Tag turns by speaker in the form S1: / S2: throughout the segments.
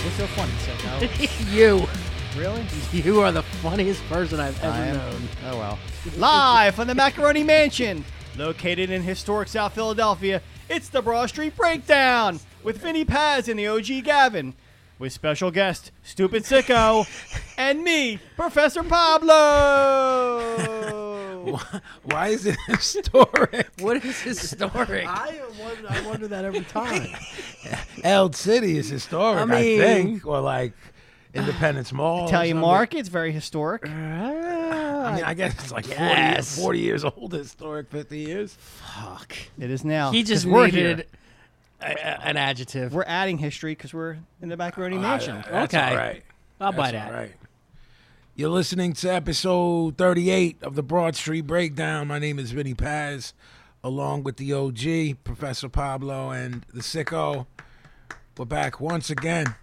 S1: said no.
S2: you.
S1: really?
S2: You are the funniest person I've ever
S1: I am-
S2: known.
S1: Oh well. Live from the Macaroni Mansion, located in historic South Philadelphia, it's the Broad Street Breakdown with Vinny Paz and the OG Gavin, with special guest Stupid Sicko and me, Professor Pablo.
S3: Why is it historic?
S2: What is historic?
S3: I wonder, I wonder that every time. El City is historic, I,
S2: I mean-
S3: think, or like Independence Mall.
S1: Tell
S3: or
S1: you,
S3: something.
S1: Mark, it's very historic.
S3: I mean, I guess it's like 40
S2: Yes.
S3: 40, years old, historic, 50 years.
S2: Fuck.
S1: It is now.
S2: He just
S1: Oh, 'cause we're here.
S2: needed a, a- an adjective.
S1: We're adding history because we're in the Macaroni Mansion.
S3: Uh, that's
S2: Okay.
S3: all right.
S2: I'll buy
S3: That's
S2: that.
S3: all right. You're listening to episode 38 of the Broad Street Breakdown. My name is Vinny Paz, along with the OG, Professor Pablo, and the sicko. We're back once again.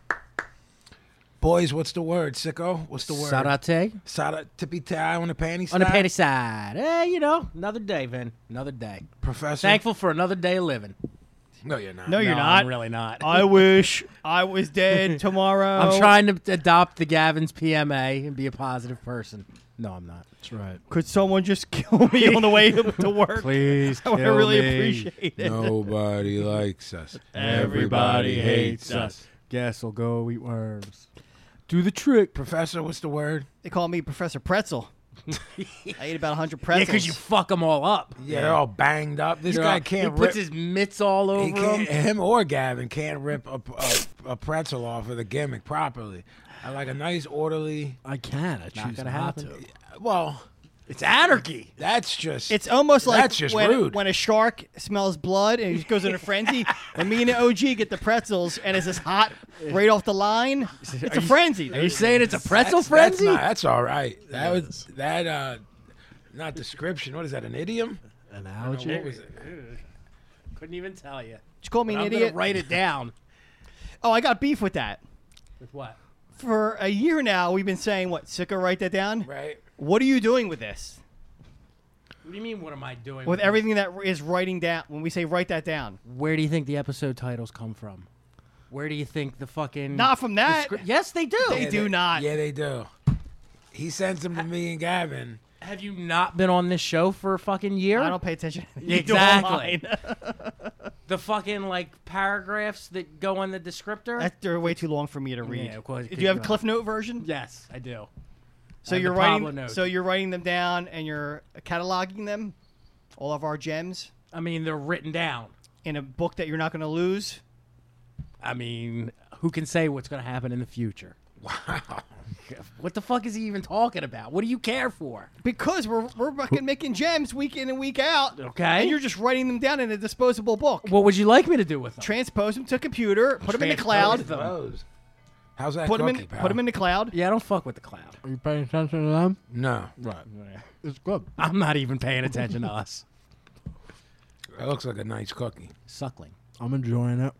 S3: Boys, what's the word, sicko? What's the word?
S2: Sarate
S3: Sada tippy tie on the panty
S2: on the
S3: side?
S2: panty side. Eh, you know, another day, Vin. Another day.
S3: Professor?
S2: Thankful for another day of living.
S3: No, you're not.
S1: No, you're
S2: No,
S1: not. Oh.
S2: I'm really not.
S1: I wish I was dead tomorrow.
S2: I'm trying to adopt the Gavin's PMA and be a positive person. No, I'm not. That's right.
S1: Could someone just kill me on the way to to work?
S2: Please,
S1: I would really appreciate it.
S3: Nobody likes us.
S2: Guess we'll go eat worms. Do the trick.
S3: Professor, what's the word?
S1: They call me Professor Pretzel. I ate about 100 pretzels.
S2: Yeah, because you fuck them all up.
S3: Yeah, they're all banged up. This guy
S2: he
S3: can't rip.
S2: puts his mitts all over
S3: he can't,
S2: him.
S3: him or Gavin can't rip a, a, a pretzel off of the gimmick properly. I like a nice orderly. uh,
S4: I can. I choose
S2: gonna
S4: not,
S2: happen.
S4: to.
S3: Well,
S2: It's anarchy.
S3: that's just.
S1: it's almost like
S3: That's just
S1: when,
S3: rude.
S1: when a shark smells blood and he goes in a frenzy, and me and the OG get the pretzels, and it's just hot right off the line. It's a frenzy.
S2: Are you saying it's a pretzel
S3: that's, that's
S2: frenzy?
S3: not- that's all right. That was that. uh Not description. What is that? An idiom?
S4: Analogy.
S3: What was it?
S2: Couldn't even tell you.
S1: Did you call me
S2: But
S1: an
S2: I'm gonna
S1: idiot?
S2: write it down.
S1: Oh, I got beef with that.
S2: With what?
S1: For a year now, we've been saying, what, Sicko, write that down?
S3: Right.
S1: What are you doing with this?
S2: What do you mean? What am I doing?
S1: With everything that is writing down, when we say write that down.
S2: Where do you think the episode titles come from? Where do you think the fucking
S1: Not from
S2: the
S1: that.
S2: scr- yes, they do.
S1: They do not.
S3: Yeah, they do. He sends them to me and Gavin.
S2: Have you not been on this show for a fucking year?
S1: I don't pay attention. to you
S2: Exactly.
S1: online.
S2: the fucking like paragraphs that go on the descriptor.
S1: That, they're way too long for me to read.
S2: Yeah, of course,
S1: Do
S2: pick
S1: you have a
S2: them
S1: Cliff Note version?
S2: yes, I do.
S1: So
S2: I have
S1: you're
S2: the Pablo
S1: writing.
S2: note.
S1: So you're writing them down and you're cataloging them, all of our gems,
S2: I mean, they're written down.
S1: in a book that you're not going to lose.
S2: I mean, who can say what's going to happen in the future?
S3: Wow.
S2: What the fuck is he even talking about? What do you care for?
S1: Because we're we're fucking making gems week in and week out.
S2: Okay.
S1: And you're just writing them down in a disposable book.
S2: What would you like me to do with them?
S1: Transpose them to a computer. Put them in the
S2: Transpose
S1: cloud.
S2: them.
S3: Rose. How's that
S1: Put them in.
S3: cookie, pal?
S1: Put them in the cloud.
S2: yeah, I don't fuck with the cloud.
S4: Are you paying attention to them?
S3: No,
S4: Right. It's good.
S2: I'm not even paying attention to us.
S3: that looks like a nice cookie.
S2: Suckling.
S4: I'm enjoying it.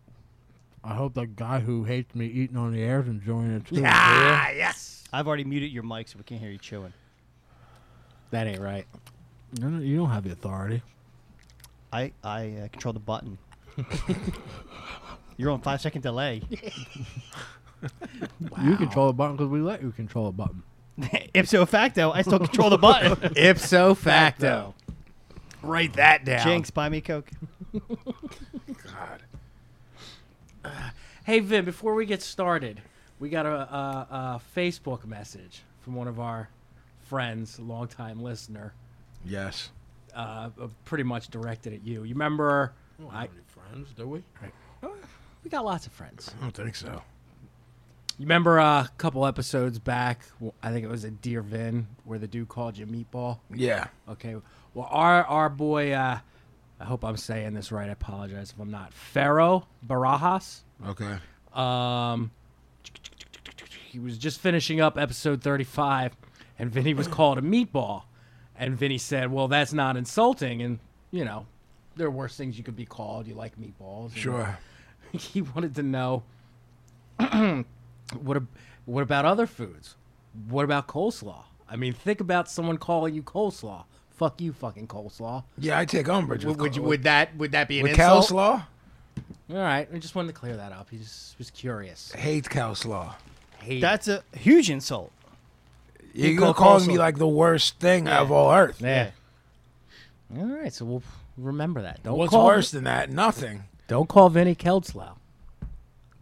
S4: I hope the guy who hates me eating on the air is enjoying it too.
S2: Ah, yes.
S1: I've already muted your mic, so we can't hear you chewing.
S2: That ain't right.
S4: You don't- you don't have the authority.
S1: I I uh, control the button. you're on five second delay.
S4: You control the button because we let you control the button.
S1: Ipso facto, I still control the button.
S2: Ipso facto. Write that down.
S1: Jinx, buy me Coke.
S3: God.
S2: Hey, Vin, before we get started, we got a, a, a Facebook message from one of our friends, a longtime listener,
S3: Yes.
S2: uh, uh, pretty much directed at you. You remember? I,
S4: friends, do we?
S2: we got lots of friends.
S3: I don't think so.
S2: You remember uh, a couple episodes back? w- I think it was a Dear Vin where the dude called you Meatball.
S3: Yeah.
S2: Okay. Well, our our boy, uh, I hope I'm saying this right. I apologize if I'm not. Pharaoh Barajas.
S3: Okay.
S2: Um, he was just finishing up episode 35, and Vinny was called a meatball. And Vinny said, Well, that's not insulting. And, you know, there are worse things you could be called. You like meatballs. and-
S3: Sure.
S2: he wanted to know what ab- what about other foods? What about coleslaw? I mean, think about someone calling you coleslaw. Fuck you, fucking coleslaw.
S3: Yeah, I take umbrage with
S2: Would, would you
S3: co-
S2: would that would that be an
S3: with
S2: insult?
S3: coleslaw?
S2: All right, I just wanted to clear that up. He just was curious.
S3: Hate coleslaw.
S2: hate
S1: That's a huge insult.
S3: You're
S1: He
S3: gonna
S1: called
S3: call
S1: also-
S3: me like the worst thing of all earth.
S2: Yeah. All right, so we'll remember that. Don't
S3: What's
S2: call
S3: worse than that? Nothing.
S2: Don't call Vinny Keltzlow.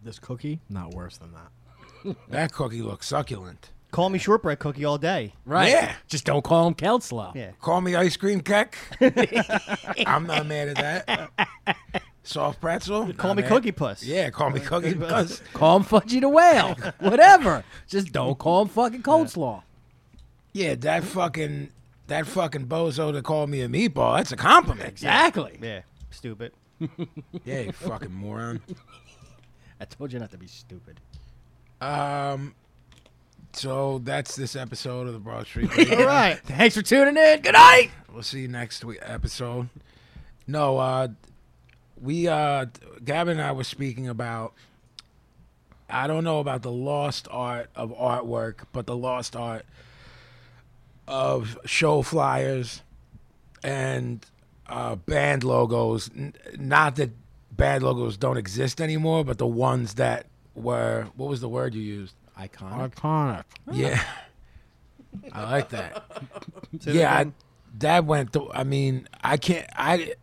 S4: This cookie, not worse than that.
S3: That cookie looks succulent.
S1: Call me shortbread cookie all day.
S2: Right.
S3: Yeah.
S2: Just don't call him Keltzlow.
S1: Yeah.
S3: Call me ice cream cake. I'm not mad at that. Soft pretzel.
S1: Call
S3: Not
S1: me
S3: mad.
S1: cookie puss.
S3: Yeah, call me cookie. puss.
S2: Call him Fudgy the Whale. Whatever. Just don't call him fucking Coleslaw.
S3: Yeah, that fucking that fucking bozo to call me a meatball. That's a compliment.
S2: Exactly.
S1: Yeah. Stupid.
S3: Yeah, you fucking moron.
S2: I told you not to be stupid.
S3: Um, so that's this episode of the Broad Street.
S1: All
S3: Breakdown.
S1: right.
S2: Thanks for tuning in. Good night.
S3: We'll see you next week episode. No, uh we uh Gavin and I were speaking about I don't know about the lost art of artwork, but the lost art of show flyers and uh band logos. N- not that band logos don't exist anymore, but the ones that were what was the word you used?
S2: Iconic.
S4: Iconic.
S3: Yeah. I like that
S1: Say that
S3: yeah, I,
S1: again.
S3: that went. Th- I mean, I can't. I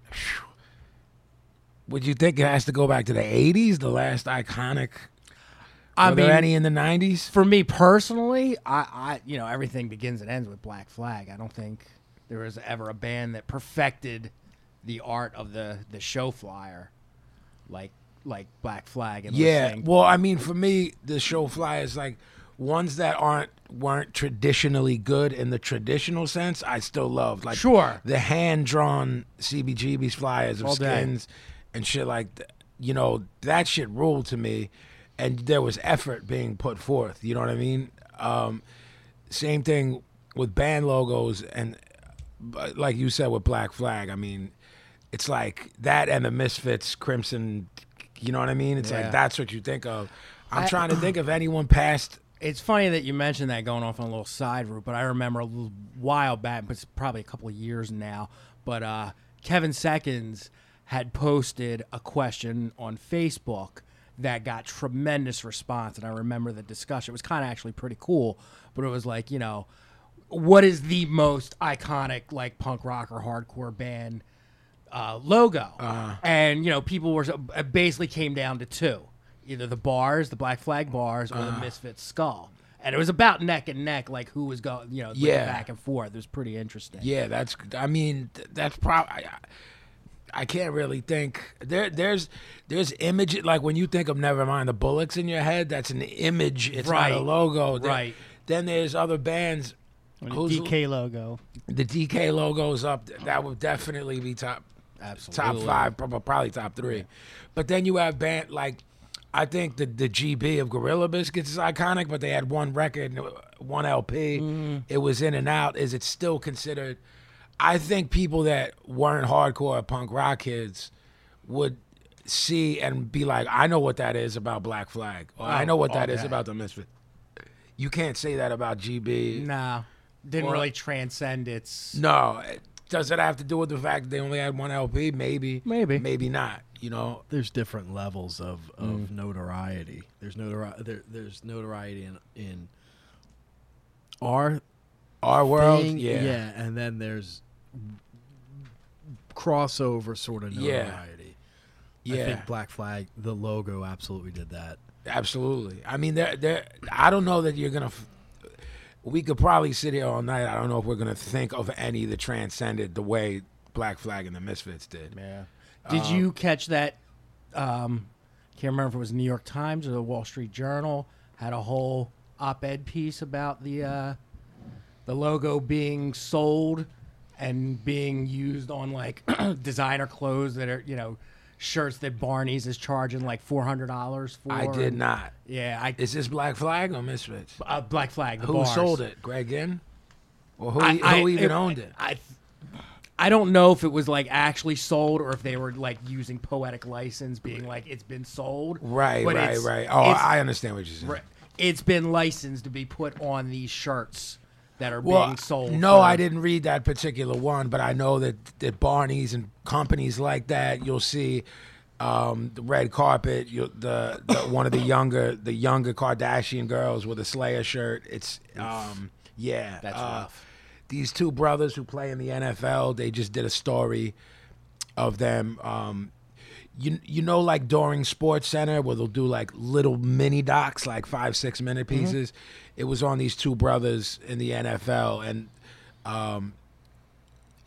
S3: would you think it has to go back to the '80s, the last iconic?
S2: I
S3: were
S2: mean,
S3: there any in the '90s?
S2: for me personally, I, I, you know, everything begins and ends with Black Flag. I don't think there was ever a band that perfected the art of the the show flyer, like like Black Flag. And
S3: Yeah.
S2: listening-
S3: Well, I mean, for me, the show flyers like ones that aren't weren't traditionally good in the traditional sense. I still love like
S2: Sure.
S3: the hand drawn CBGB's flyers of
S2: All day.
S3: skins and shit like th- you know that shit ruled to me, and there was effort being put forth. You know what I mean? Um, same thing with band logos and but like you said with Black Flag. I mean, it's like that and the Misfits, Crimson. You know what I mean? It's
S2: Yeah.
S3: like that's what you think of. I'm
S2: I-
S3: trying to think of anyone past.
S2: It's funny that you mentioned that going off on a little side route, but I remember a little while back, but it's probably a couple of years now. But uh, Kevin Seconds had posted a question on Facebook that got tremendous response, and I remember the discussion. It was kind of actually pretty cool, but it was like you know, what is the most iconic like punk rock or hardcore band uh, logo,
S3: Uh-huh.
S2: and you know people were it basically came down to two, either the bars, the Black Flag bars, or the
S3: Uh-huh.
S2: Misfit skull, and it was about neck and neck, like who was going, you know, like,
S3: Yeah.
S2: back and forth. It was pretty interesting.
S3: Yeah, that's. I mean, th- that's probably. I, I can't really think. There, there's, there's image like when you think of Nevermind the Bullocks in your head. That's an image. It's not
S2: Right.
S3: a logo. There-
S2: Right.
S3: Then there's other bands. Who's-
S1: DK logo.
S3: the DK logo's up. That would definitely be top,
S2: Absolutely.
S3: top five, prob- probably top three. But then you have band like, I think the the GB of Gorilla Biscuits is iconic, but they had one record, and one LP. It was in and out. Is it still considered? I think people that weren't hardcore punk rock kids would see and be like, I know what that is about Black Flag. Or I know what that is
S2: okay.
S3: about the Misfit. You can't say that about GB.
S2: no, didn't
S3: Or-
S2: really transcend its.
S3: No. it- Does it have to do with the fact that they only had one LP? Maybe.
S2: Maybe.
S3: Maybe not. You know,
S4: There's different levels of, of notoriety. There's notoriety. There, there's notoriety in in our
S3: our world.
S4: thing,
S3: yeah.
S4: and then there's crossover sort of
S3: Yeah.
S4: notoriety. I
S3: Yeah.
S4: think Black Flag, the logo, absolutely did that.
S3: absolutely. I mean, there, there. I don't know that you're gonna. F- we could probably sit here all night. I don't know if we're gonna think of any that transcended the way Black Flag and the Misfits did.
S2: Yeah. Did
S3: Uh,
S2: you catch that? Um, can't remember if it was New York Times or the Wall Street Journal had a whole op-ed piece about the uh, the logo being sold and being used on like designer clothes that are you know shirts that Barney's is charging like four hundred dollars for.
S3: I did
S2: and-
S3: not.
S2: Yeah, I
S3: Is this Black Flag or Misfits?
S2: uh, Black Flag. The
S3: Who
S2: bars.
S3: sold it? Greg Ginn? Or who,
S2: I-
S3: who
S2: I-
S3: even owned it?
S2: I I don't know if it was like actually sold or if they were like using poetic license, being like it's been sold.
S3: Right,
S2: but
S3: right,
S2: it's-
S3: right. Oh,
S2: it's-
S3: I understand what you're saying.
S2: right, it's been licensed to be put on these shirts that are being sold.
S3: No,
S2: for-
S3: I didn't read that particular one, but I know that that Barney's and companies like that, you'll see um, the red carpet. You, the, the one of the younger the younger Kardashian girls with a Slayer shirt. It's um, yeah,
S4: That's
S3: uh,
S4: rough.
S3: These two brothers who play in the NFL, they just did a story of them. Um, you you know, like during Sports Center, where they'll do like little mini docs, like five six minute
S2: Mm-hmm.
S3: pieces. It was on these two brothers in the NFL, and um,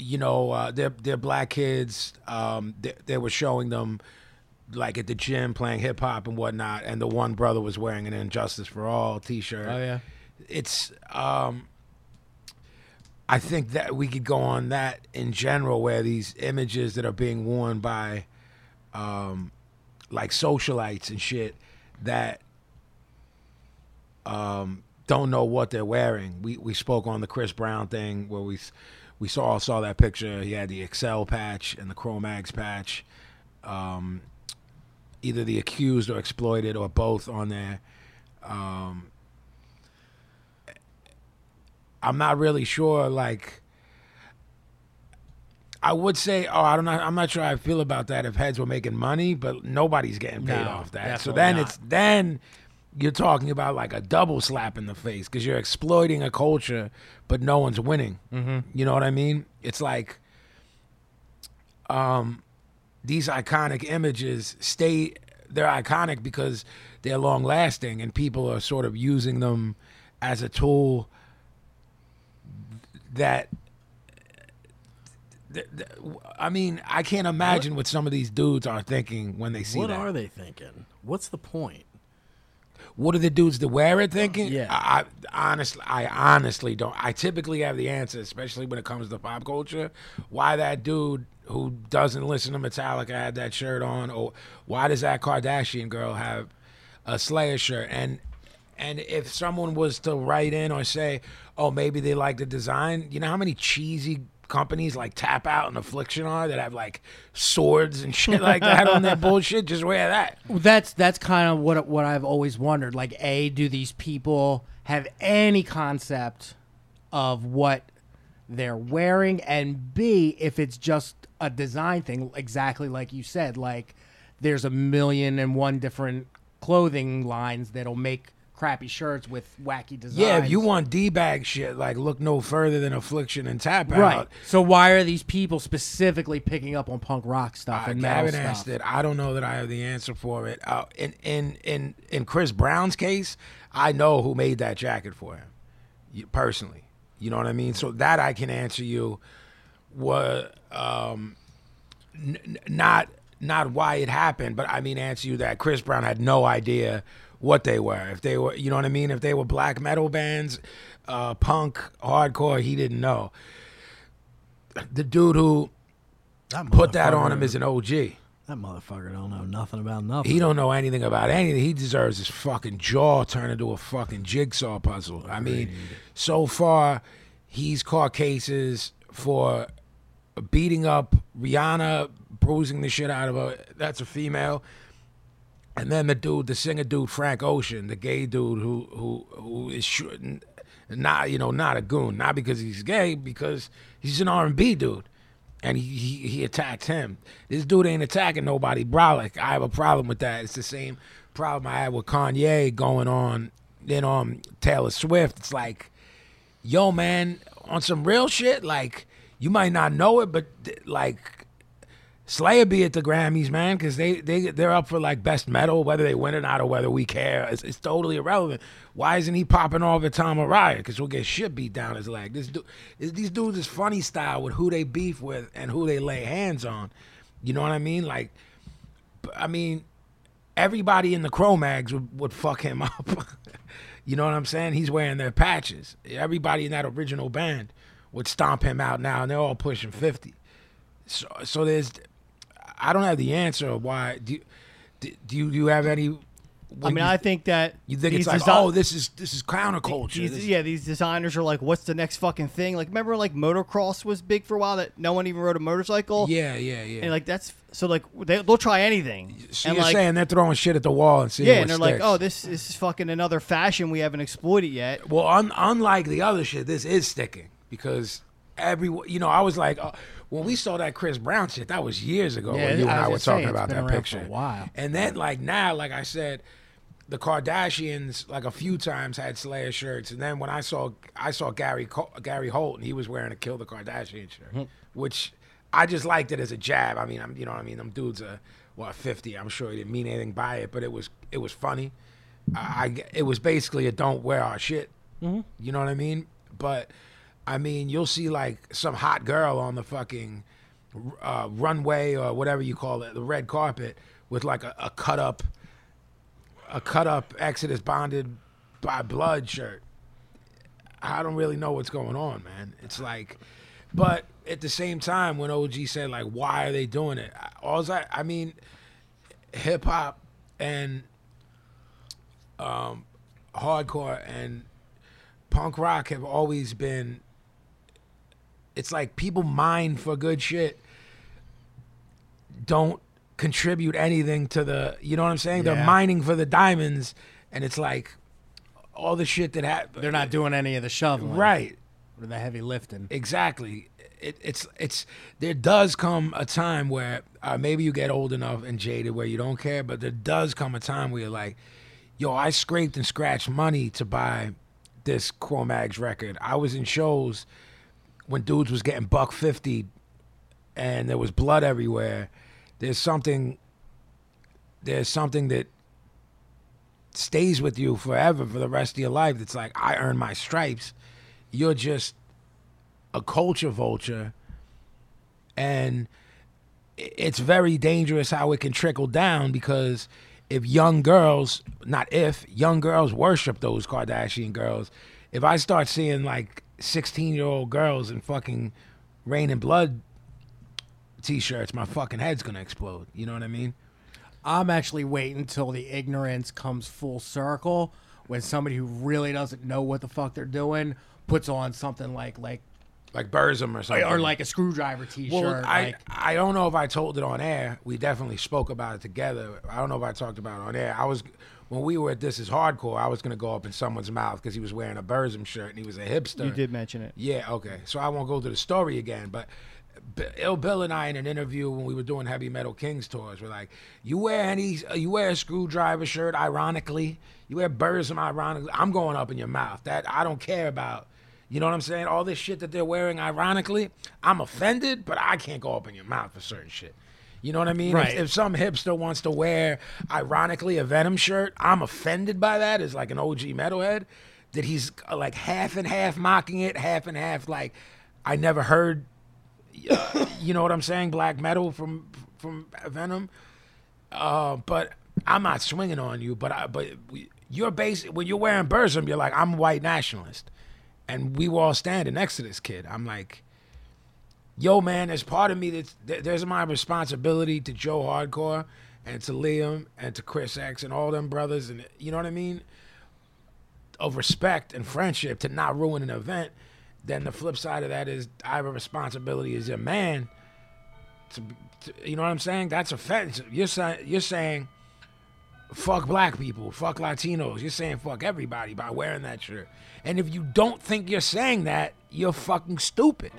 S3: you know, uh, they're they're black kids. Um, they, they were showing them like at the gym playing hip hop and whatnot, and the one brother was wearing an Injustice for All T-shirt.
S2: Oh, yeah.
S3: it's. Um, I think that we could go on that in general, where these images that are being worn by, um, like socialites and shit that um, don't know what they're wearing. We we spoke on the Chris Brown thing where we s- we saw saw that picture. He had the Excel patch and the Chromax patch, um, either the accused or exploited or both on there. Um, I'm not really sure. Like, I would say, oh, I don't know. I'm not sure how I feel about that. If heads were making money, but nobody's getting paid
S2: No,
S3: off that.
S2: definitely
S3: So then
S2: not.
S3: it's then you're talking about like a double slap in the face because you're exploiting a culture, but no one's winning. Mm-hmm. You know what I mean? It's like um, these iconic images stay they're iconic because they're long lasting and people are sort of using them as a tool that th- th- I mean, I can't imagine what, some of these dudes are thinking when they see
S4: What
S3: that.
S4: are they thinking? What's the point?
S3: what are the dudes that wear it thinking?
S4: Yeah.
S3: I, I honestly, I honestly don't. I typically have the answer, especially when it comes to pop culture. Why that dude who doesn't listen to Metallica had that shirt on, or why does that Kardashian girl have a Slayer shirt? And and if someone was to write in or say, oh, maybe they like the design, you know how many cheesy companies like Tap Out and Affliction are that have like swords and shit like that on their bullshit? Just wear that.
S5: Well, that's that's kind of what what I've always wondered. Like, a do these people have any concept of what they're wearing, and b if it's just a design thing, exactly like you said. Like, there's a million and one different clothing lines that'll make crappy shirts with wacky designs.
S3: Yeah, if you want D bag shit, like look no further than affliction and tap out.
S5: right? So why are these people specifically picking up on punk rock stuff
S3: I,
S5: and metal
S3: Gavin
S5: stuff?
S3: asked it. I don't know that I have the answer for it. Uh, in in in in Chris Brown's case, I know who made that jacket for him, you- personally. You know what I mean? So that I can answer you. What um, n- n- not not why it happened, but I mean answer you that Chris Brown had no idea what they were. If they were, you know what I mean? If they were black metal bands, uh, punk, hardcore, he didn't know. The dude who put that on him
S4: motherfucker-
S3: is an OG.
S4: that motherfucker don't know nothing about nothing.
S3: He don't know anything about anything. He deserves his fucking jaw turned into a fucking jigsaw puzzle. I mean, so far, he's caught cases for beating up Rihanna, bruising the shit out of her. That's a female. And then the dude, the singer dude, Frank Ocean, the gay dude who who who is sure, not you know not a goon, not because he's gay, because he's an R and B dude, and he, he he attacked him. This dude ain't attacking nobody. Brolic, I have a problem with that. It's the same problem I had with Kanye going on then on Taylor Swift. It's like yo man on some real shit like you might not know it but th- like slayer be at the grammys man because they, they they're up for like best metal whether they win or not or whether we care it's, it's totally irrelevant why isn't he popping off at tom Araya? because we'll get shit beat down his leg this dude these dudes is funny style with who they beef with and who they lay hands on you know what i mean like b- i mean everybody in the Cro-Mags would, would fuck him up. you know what I'm saying? He's wearing their patches. Everybody in that original band would stomp him out now, and they're all pushing 50. So, so there's, I don't have the answer of why. Do, you- do, do you do you have any?
S1: I mean,
S3: you,
S1: I think that
S3: you think
S1: these
S3: it's like,
S1: desi-
S3: oh, this is this is counterculture.
S1: these-
S3: This-
S1: yeah, these designers are like, what's the next fucking thing? Like, remember, like motocross was big for a while that no one even rode a motorcycle.
S3: yeah, yeah, yeah.
S1: and like that's so like they, they'll try anything.
S3: so
S1: and
S3: you're
S1: like,
S3: saying they're throwing shit at the wall and seeing
S1: yeah,
S3: what
S1: and they're like,
S3: sticks.
S1: oh, this, this is fucking another fashion we haven't exploited yet.
S3: Well, un- unlike the other shit, this is sticking because every you know, I was like, uh, when we saw that Chris Brown shit, that was years ago.
S5: Yeah,
S3: when you
S5: I
S3: and I were
S5: was gonna
S3: talking
S5: say, it's
S3: about
S5: been
S3: that
S5: around for
S3: picture.
S5: a while.
S3: And then like now, like I said, the Kardashians like a few times had Slayer shirts, and then when I saw I saw Gary Co- Gary Holt, and he was wearing a Kill the Kardashian
S5: Hmm.
S3: shirt, which I just liked it as a jab. I mean, I'm you know what I mean. Them dudes are what fifty. I'm sure he didn't mean anything by it, but it was it was funny. I, I- it was basically a don't wear our shit.
S5: Mm-hmm.
S3: You know what I mean? But I mean, you'll see like some hot girl on the fucking uh, runway or whatever you call it, the red carpet, with like a, a cut up, a cut up Exodus bonded by blood shirt. I don't really know what's going on, man. It's like, but at the same time, when OG said like, why are they doing it? All I, I mean, hip hop and um, hardcore and punk rock have always been. It's like people mine for good shit. Don't contribute anything to the. You know what I'm saying? They're
S5: Yeah.
S3: mining for the diamonds, and it's like all the shit that happened.
S5: They're not doing any of the shoveling,
S3: right.
S5: Or the heavy lifting.
S3: Exactly. It, it's it's there does come a time where uh, maybe you get old enough and jaded where you don't care, but there does come a time where you're like, yo, I scraped and scratched money to buy this Chromags record. I was in shows when dudes was getting buck fifty, and there was blood everywhere. There's something. There's something that stays with you forever for the rest of your life. That's like I earned my stripes. You're just a culture vulture and i- it's very dangerous how it can trickle down because if young girls not if young girls worship those kardashian girls if i start seeing like 16 year old girls in fucking rain and blood t-shirts my fucking head's gonna explode you know what i mean
S5: I'm actually waiting until the ignorance comes full circle when somebody who really doesn't know what the fuck they're doing puts on something like like
S3: like burzum or something
S5: or like a screwdriver T-shirt.
S3: Well, I
S5: like,
S3: I don't know if I told it on air. We definitely spoke about it together. I don't know if I talked about it on air. I was when we were at This Is Hardcore. I was gonna go up in someone's mouth because he was wearing a Burzum shirt and he was a hipster.
S1: You did mention it.
S3: Yeah, okay. So I won't go through the story again, but B- Ill Bill and I in an interview when we were doing Heavy Metal Kings tours, we're like, "You wear any? uh, You wear a screwdriver shirt? Ironically, you wear Burzum. Ironically, I'm going up in your mouth. That I don't care about. You know what I'm saying? All this shit that they're wearing, ironically, I'm offended, but I can't go up in your mouth for certain shit. You know what I mean? If-
S5: Right.
S3: If, some hipster wants to wear, ironically, a Venom shirt, I'm offended by that as like an OG metalhead. That he's uh, like half and half mocking it, half and half like I never heard. you know what I'm saying? Black metal from from Venom. Uh, but I'm not swinging on you. But I but we, you're basic when you're wearing Burzum, you're like I'm a white nationalist, and we were all standing next to this kid. I'm like yo man there's part of me that's th- there's my responsibility to joe hardcore and to liam and to chris x and all them brothers and you know what i mean of respect and friendship to not ruin an event then the flip side of that is i have a responsibility as a man to, b- to you know what i'm saying that's offensive you're saying you're saying fuck black people, fuck Latinos. You're saying fuck everybody by wearing that shirt. And if you don't think you're saying that, you're fucking stupid.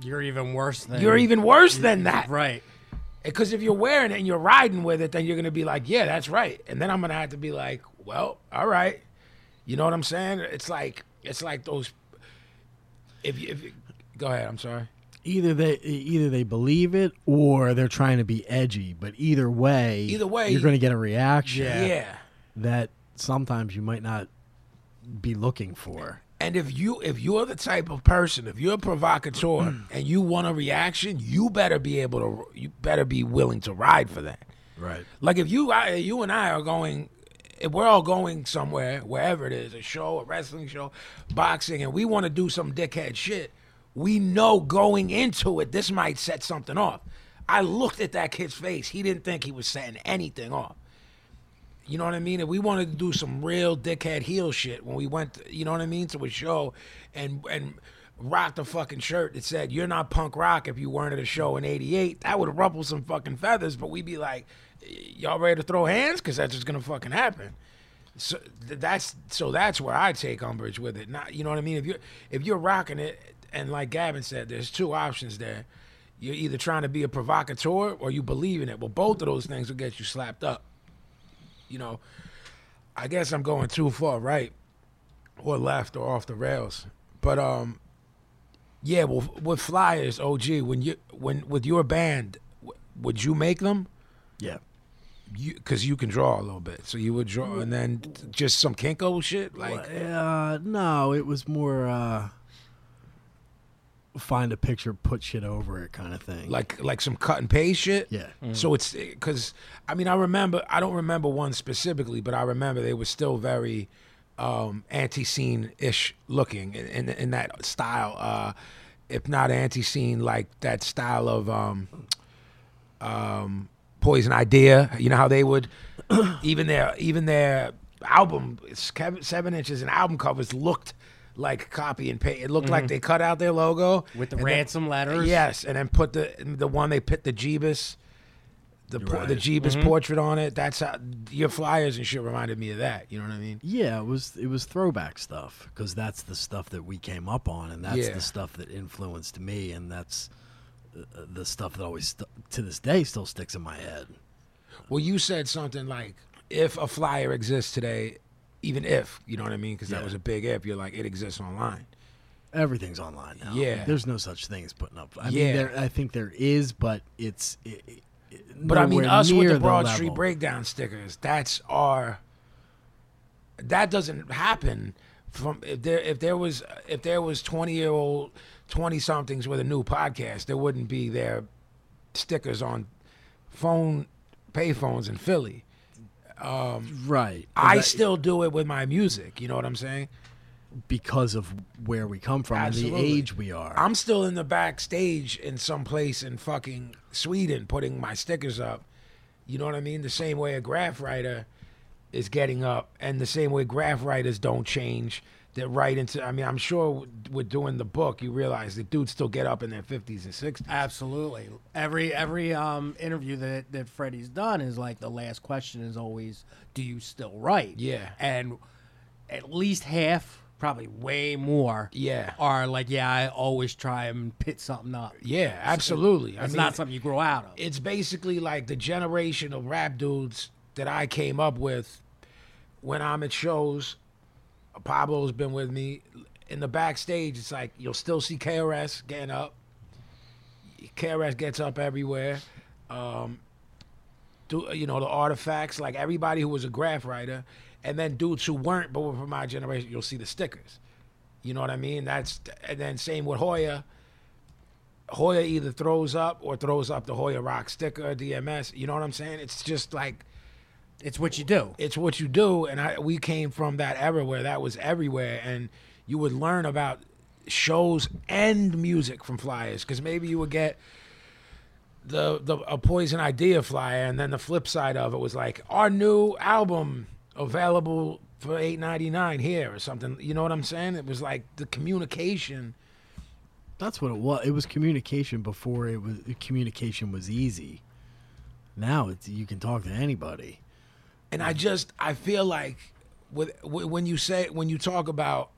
S5: you're even worse than
S3: You're even worse than that.
S5: right.
S3: Because if you're wearing it and you're riding with it, then you're going to be like, yeah, that's right. And then I'm going to have to be like, well, all right. You know what I'm saying? It's like, it's like those. If you, if you go ahead, I'm sorry.
S4: Either they either they believe it or they're trying to be edgy. But either way,
S3: Either way-
S4: you're going to get a reaction
S3: Yeah.
S4: that sometimes you might not be looking for.
S3: And if you if you're the type of person, if you're a provocateur and you want a reaction, you better be able to you better be willing to ride for that.
S4: Right.
S3: Like if you I, you and I are going, if we're all going somewhere, wherever it is, a show, a wrestling show, boxing, and we want to do some dickhead shit, we know going into it this might set something off. I looked at that kid's face; he didn't think he was setting anything off. You know what I mean? If we wanted to do some real dickhead heel shit when we went, to- you know what I mean, to a show and and rocked a fucking shirt that said "You're not punk rock if you weren't at a show in '88," that would ruffle some fucking feathers. But we'd be like, "Y- "Y'all ready to throw hands? Because that's just gonna fucking happen." So th- that's so that's where I take umbrage with it. Not you know what I mean. If you are if you're rocking it, and like Gavin said, there's two options there. You're either trying to be a provocateur or you believe in it. Well, both of those things will get you slapped up. You know, I guess I'm going too far right or left or off the rails. But um, yeah. Well, with flyers, OG, when you when with your band, w- would you make them?
S4: Yeah.
S3: You because you can draw a little bit, so you would draw, and then t- just some kinko shit like.
S4: Uh, no, it was more uh, find a picture, put shit over it kind of thing.
S3: like like some cut and paste shit. Mm.
S4: Yeah.
S3: So it's because I mean I remember I don't remember one specifically, but I remember they were still very um, anti-scene ish looking in, in in that style. Uh, if not anti-scene, like that style of um, um, Poison Idea. You know how they would even their even their album seven, seven inches and album covers looked like copy and paste. It looked like they cut out their logo
S2: With the
S3: and then-
S2: ransom letters.
S3: Yes, and then put the the one they put the Jeebus, the por- the Jeebus portrait on it. That's how your flyers and shit reminded me of that. You know what I mean?
S4: yeah, it was it was throwback stuff because that's the stuff that we came up on, and that's
S3: Yeah.
S4: the stuff that influenced me, and that's uh, the stuff that always st- to this day still sticks in my head.
S3: Well, you said something like, "If a flyer exists today, even if you know what I mean," because that
S4: Yeah.
S3: was a big if. You're like, it exists online.
S4: Everything's online now.
S3: Yeah.
S4: there's no such thing as putting up. I
S3: Yeah.
S4: mean, there, I think there is, but it's. It, it- it-
S3: But I mean,
S4: nowhere
S3: us with
S4: near
S3: the Broad Street
S4: level.
S3: Breakdown stickers, that's our. That doesn't happen from if there if there was if there was twenty year old twenty somethings with a new podcast, there wouldn't be their stickers on phone payphones in Philly.
S4: right?
S3: I
S4: That-
S3: still do it with my music. You know what I'm saying?
S4: because of where we come from and
S3: Absolutely.
S4: the age we are.
S3: I'm still in the backstage in some place in fucking Sweden putting my stickers up. You know what I mean? The same way a graph writer is getting up, and the same way graph writers don't change. That right into. I mean, I'm sure w- with doing the book, you realize that dudes still get up in their 50s and 60s.
S5: Absolutely. Every every um, interview that that Freddie's done is like the last question is always, "Do you still write?"
S3: Yeah.
S5: and at least half, probably way more,
S3: Yeah.
S5: are like, "Yeah, I always try and pit something up."
S3: Yeah, absolutely. I
S5: It's
S3: mean,
S5: not something you grow out of.
S3: it's basically like the generation of rap dudes that I came up with when I'm at shows. Pablo's been with me in the backstage. It's like you'll still see KRS getting up. KRS gets up everywhere. Um, do you know the artifacts? Like everybody who was a graph writer, and then dudes who weren't but were from my generation, you'll see the stickers. You know what I mean? That's and then same with Hoya. Hoya either throws up or throws up the Hoya Rock sticker, DMS. You know what I'm saying? It's just like
S5: It's what you do.
S3: it's what you do, and I we came from that era where that was everywhere, and you would learn about shows and music from flyers because maybe you would get the the a poison idea flyer, and then the flip side of it was like our new album available for eight ninety nine here or something. You know what I'm saying? It was like the communication.
S4: That's what it was. It was communication before it was communication was easy. Now it's you can talk to anybody.
S3: and I just I feel like with wh- when you say when you talk about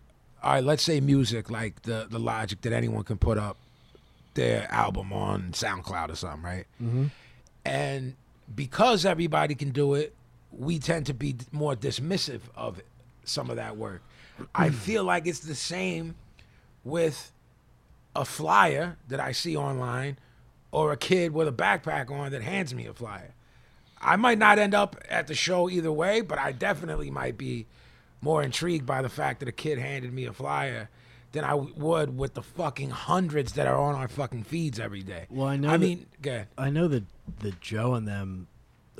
S3: all right, let's say music like the the logic that anyone can put up their album on SoundCloud or something, right? Mm-hmm. And because everybody can do it, we tend to be more dismissive of some of that work. I
S4: Hmm.
S3: feel like it's the same with a flyer that I see online or a kid with a backpack on that hands me a flyer. I might not end up at the show either way, but I definitely might be more intrigued by the fact that a kid handed me a flyer than I w- would with the fucking hundreds that are on our fucking feeds every day.
S4: Well, I know
S3: I
S4: that-
S3: mean, go ahead.
S4: I know that that Joe and them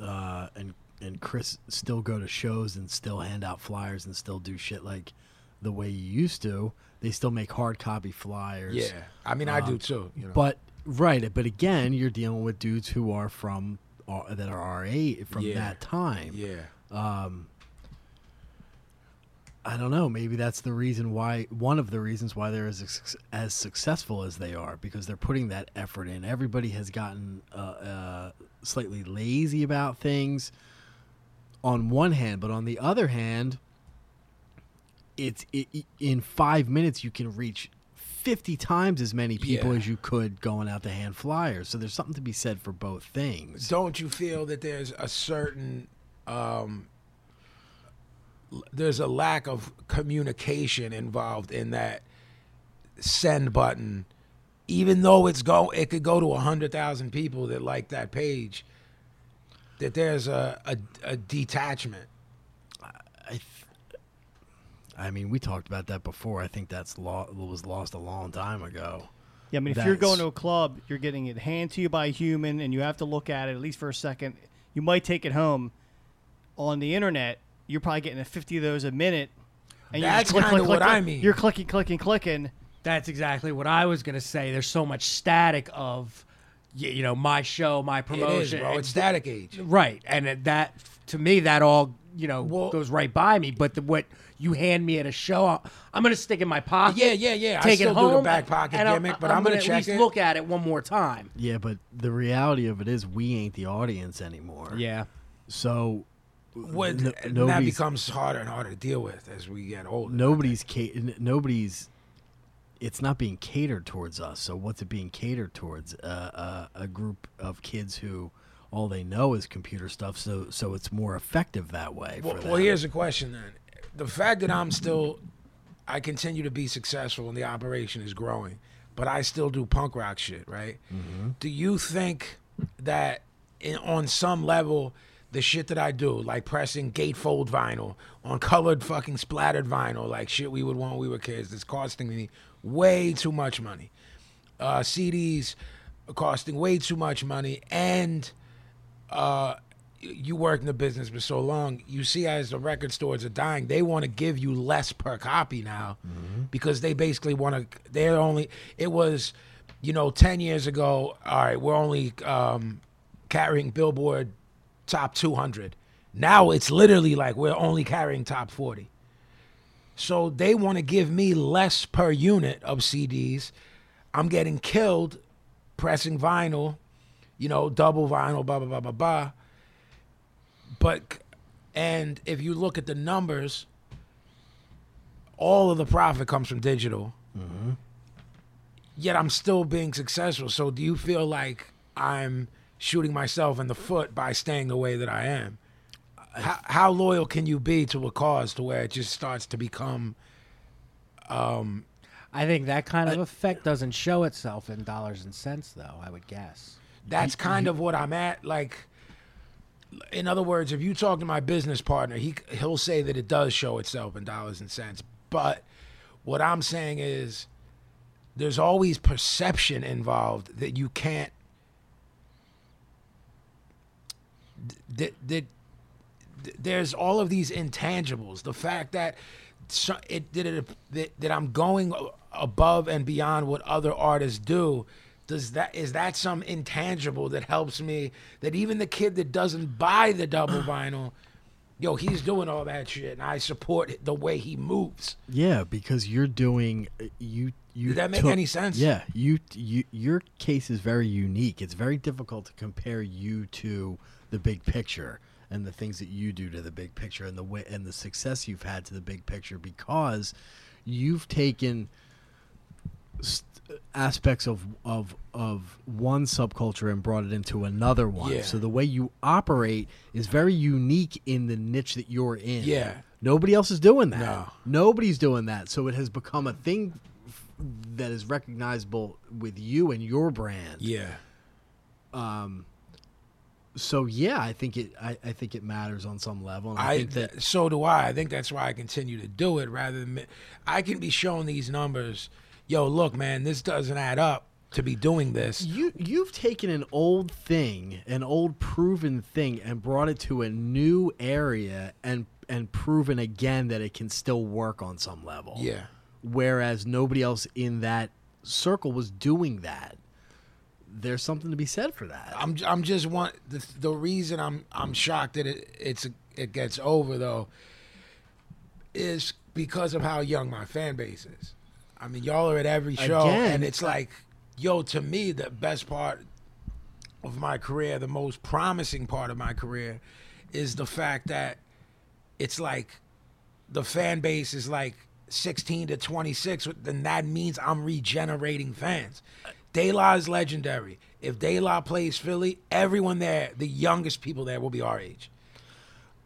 S4: uh, and and Chris still go to shows and still hand out flyers and still do shit like the way you used to. They still make hard copy flyers.
S3: Yeah, I mean, I do too. You know.
S4: But right, but again, you're dealing with dudes who are from are- that are our age from
S3: Yeah.
S4: that time.
S3: yeah,
S4: I don't know. Maybe that's the reason why one of the reasons why they're as suc- as successful as they are because they're putting that effort in. Everybody has gotten uh, uh, slightly lazy about things. On one hand, but on the other hand, it's it, in five minutes you can reach 50 times as many people
S3: Yeah.
S4: as you could going out to hand flyers. So there's something to be said for both things.
S3: Don't you feel that there's a certain um, l- there's a lack of communication involved in that send button, even though it's go it could go to hundred thousand people that like that page. That there's a, a, a detachment.
S4: I, th- I mean, we talked about that before. I think that's lo- was lost a long time ago.
S1: Yeah, I mean, if you're going
S4: That's-
S1: to a club, you're getting it hand to you by a human, and you have to look at it at least for a second. You might take it home. On the internet, you're probably getting a 50 of those a minute. And you
S3: That's
S1: just click,
S3: kinda
S1: click,
S3: what
S1: click,
S3: I
S1: click.
S3: mean.
S1: You're clicking, clicking, clicking.
S5: That's exactly what I was gonna say. There's so much static of, y- you know, my show, my
S3: It is,
S5: promotion,
S3: bro.
S5: and-
S3: It's static age.
S5: right? And it- that, to me, that all you know
S3: Well-
S5: goes right by me. But the, what you hand me at a show, I'll- I'm gonna stick in my pocket.
S3: Yeah, yeah, yeah.
S5: Take
S3: I still
S5: it home.
S3: do the back pocket
S5: and I'll-
S3: gimmick, but I'm,
S5: gonna,
S3: gonna,
S5: at
S3: check
S5: least
S3: it.
S5: look at it one more time.
S4: Yeah, but the reality of it is we ain't the audience anymore.
S5: Yeah.
S4: So
S3: What-
S4: No-
S3: and that
S4: nobody's-
S3: becomes harder and harder to deal with as we get older.
S4: nobody's ca- n- nobody's it's not being catered towards us so what's it being catered towards uh, uh, a group of kids who all they know is computer stuff so so it's more effective that way
S3: Well,
S4: for them.
S3: well, here's the question then: the fact that I'm still, I continue to be successful and the operation is growing, but I still do punk rock shit, right?
S4: Mm-hmm.
S3: Do you think that in, on some level? The shit that I do, like pressing gatefold vinyl on colored fucking splattered vinyl, like shit we would want when we were kids, that's costing me way too much money. Uh, CDs are costing way too much money, and you work in the business for so long, you see as the record stores are dying, they want to give you less per copy now because they basically want to. They're only. It was, you know, ten years ago. All right, we're only um, carrying Billboard top two hundred. Now it's literally like we're only carrying top forty. So they want to give me less per unit of CDs. I'm getting killed pressing vinyl, you know, double vinyl, blah blah blah blah blah but and if you look at the numbers all of the profit comes from digital yet i'm still being successful so do you feel like i'm shooting myself in the foot by staying the way that i am how, how loyal can you be to a cause to where it just starts to become
S5: I think that kind of effect doesn't show itself in dollars and cents, though. I would guess.
S3: That's kind of what I'm at. Like, in other words, if you talk to my business partner, he he'll say that it does show itself in dollars and cents. But what I'm saying is, there's always perception involved that you can't. That that there's all of these intangibles. The fact that so, it that, it that that I'm going above and beyond what other artists do. Does that is that some intangible that helps me? That even the kid that doesn't buy the double vinyl, yo, he's doing all that shit, and I support it, the way he moves.
S4: yeah because you're doing uh, you you
S3: Did that make
S4: took-
S3: any sense?
S4: yeah you, you your case is very unique it's very difficult to compare you to the big picture and the things that you do to the big picture and the way and the success you've had to the big picture because you've taken st- uh, aspects of of of one subculture and brought it into another one.
S3: Yeah.
S4: So the way you operate is very unique in the niche that you're in.
S3: Yeah.
S4: Nobody else is doing that.
S3: No.
S4: Nobody's doing that. So it has become a thing f- that is recognizable with you and your brand.
S3: Yeah,
S4: So yeah, I think it I, I think it matters on some level. And I,
S3: I
S4: think that
S3: so do I. I think that's why I continue to do it rather than mi- I can be shown these numbers. Yo, look, man, this doesn't add up to be doing this.
S4: You you've taken an old thing, an old proven thing, and brought it to a new area, and and proven again that it can still work on some level.
S3: Yeah.
S4: Whereas nobody else in that circle was doing that. There's something to be said for that.
S3: I'm I'm just want the the reason I'm I'm shocked that it it's it gets over though is because of how young my fan base is. I mean, y'all are at every show,
S4: Again.
S3: and it's like, yo, to me, the best part of my career, the most promising part of my career, is the fact that it's like the fan base is like 16 to 26, then that means I'm regenerating fans. De La is legendary. If De La plays Philly, everyone there, the youngest people there will be our age.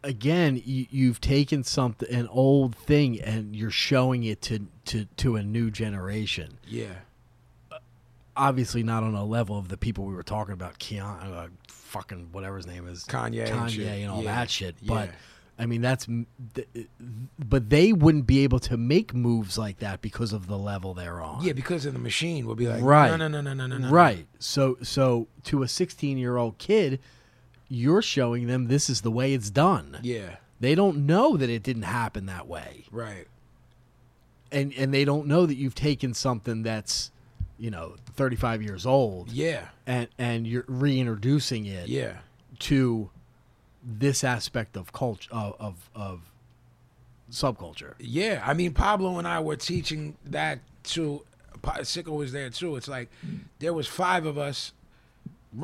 S4: again you, you've taken something an old thing and you're showing it to, to to a new generation
S3: Yeah.
S4: obviously not on a level of the people we were talking about Keon uh, fucking whatever his name is
S3: Kanye and
S4: Kanye
S3: shit.
S4: and, all
S3: Yeah.
S4: that shit but
S3: Yeah.
S4: I mean that's m- th- but they wouldn't be able to make moves like that because of the level they're on
S3: Yeah, because of the machine, we'll be like,
S4: Right.
S3: no, no, no, no, no, no, no.
S4: Right. So so to a 16-year-old kid, you're showing them this is the way it's done.
S3: Yeah,
S4: They don't know that it didn't happen that way.
S3: right.
S4: And and they don't know that you've taken something that's, you know, 35 years old
S3: Yeah,
S4: and and you're reintroducing it
S3: yeah.
S4: to this aspect of culture of, of of subculture.
S3: Yeah, I mean Pablo and I were teaching that to Pa- Sicko was there too. It's like there was five of us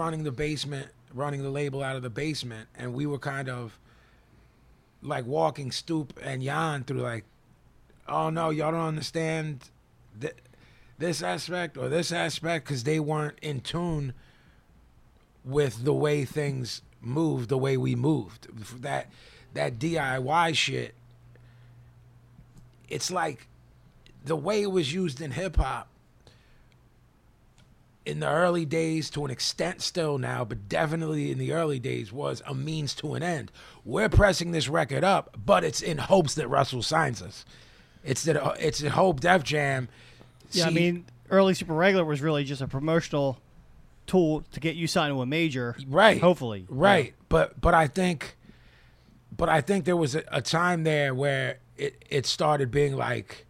S3: running the basement, running the label out of the basement, and we were kind of like walking Stoop and Jan through like, oh no, y'all don't understand th- this aspect or this aspect because they weren't in tune with the way things moved, the way we moved. That that DIY shit it's like the way it was used in hip hop in the early days to an extent still now but definitely in the early days was a means to an end we're pressing this record up but it's in hopes that russell signs us it's that uh, it's in hope def jam
S1: Yeah, I
S3: see-
S1: mean, early Super Regular was really just a promotional tool to get you signed to a major.
S3: right
S1: Hopefully.
S3: right but but i think but i think there was a, a time there where it it started being like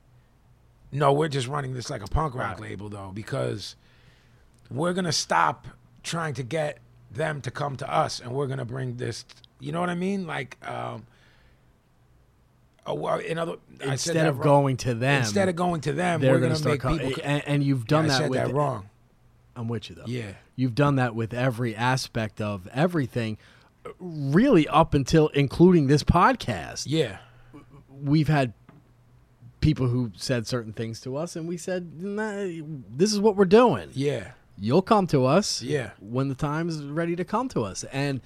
S3: no we're just running this like a punk rock label though because we're gonna stop trying to get them to come to us and we're gonna bring this you know what i mean like um a, well, in other I said
S4: Instead
S3: that
S4: of
S3: wrong.
S4: going to them,
S3: instead of going to them
S4: they're
S3: we're
S4: going
S3: gonna,
S4: to start
S3: make
S4: co-
S3: people
S4: and, and you've done
S3: I
S4: that
S3: said
S4: with
S3: that wrong
S4: I'm with you though.
S3: Yeah.
S4: You've done that with every aspect of everything, really up until including this podcast.
S3: yeah
S4: We've had people who said certain things to us, and we said, nah, "This is what we're doing.
S3: yeah
S4: You'll come to us,
S3: Yeah.
S4: when the time is ready to come to us." And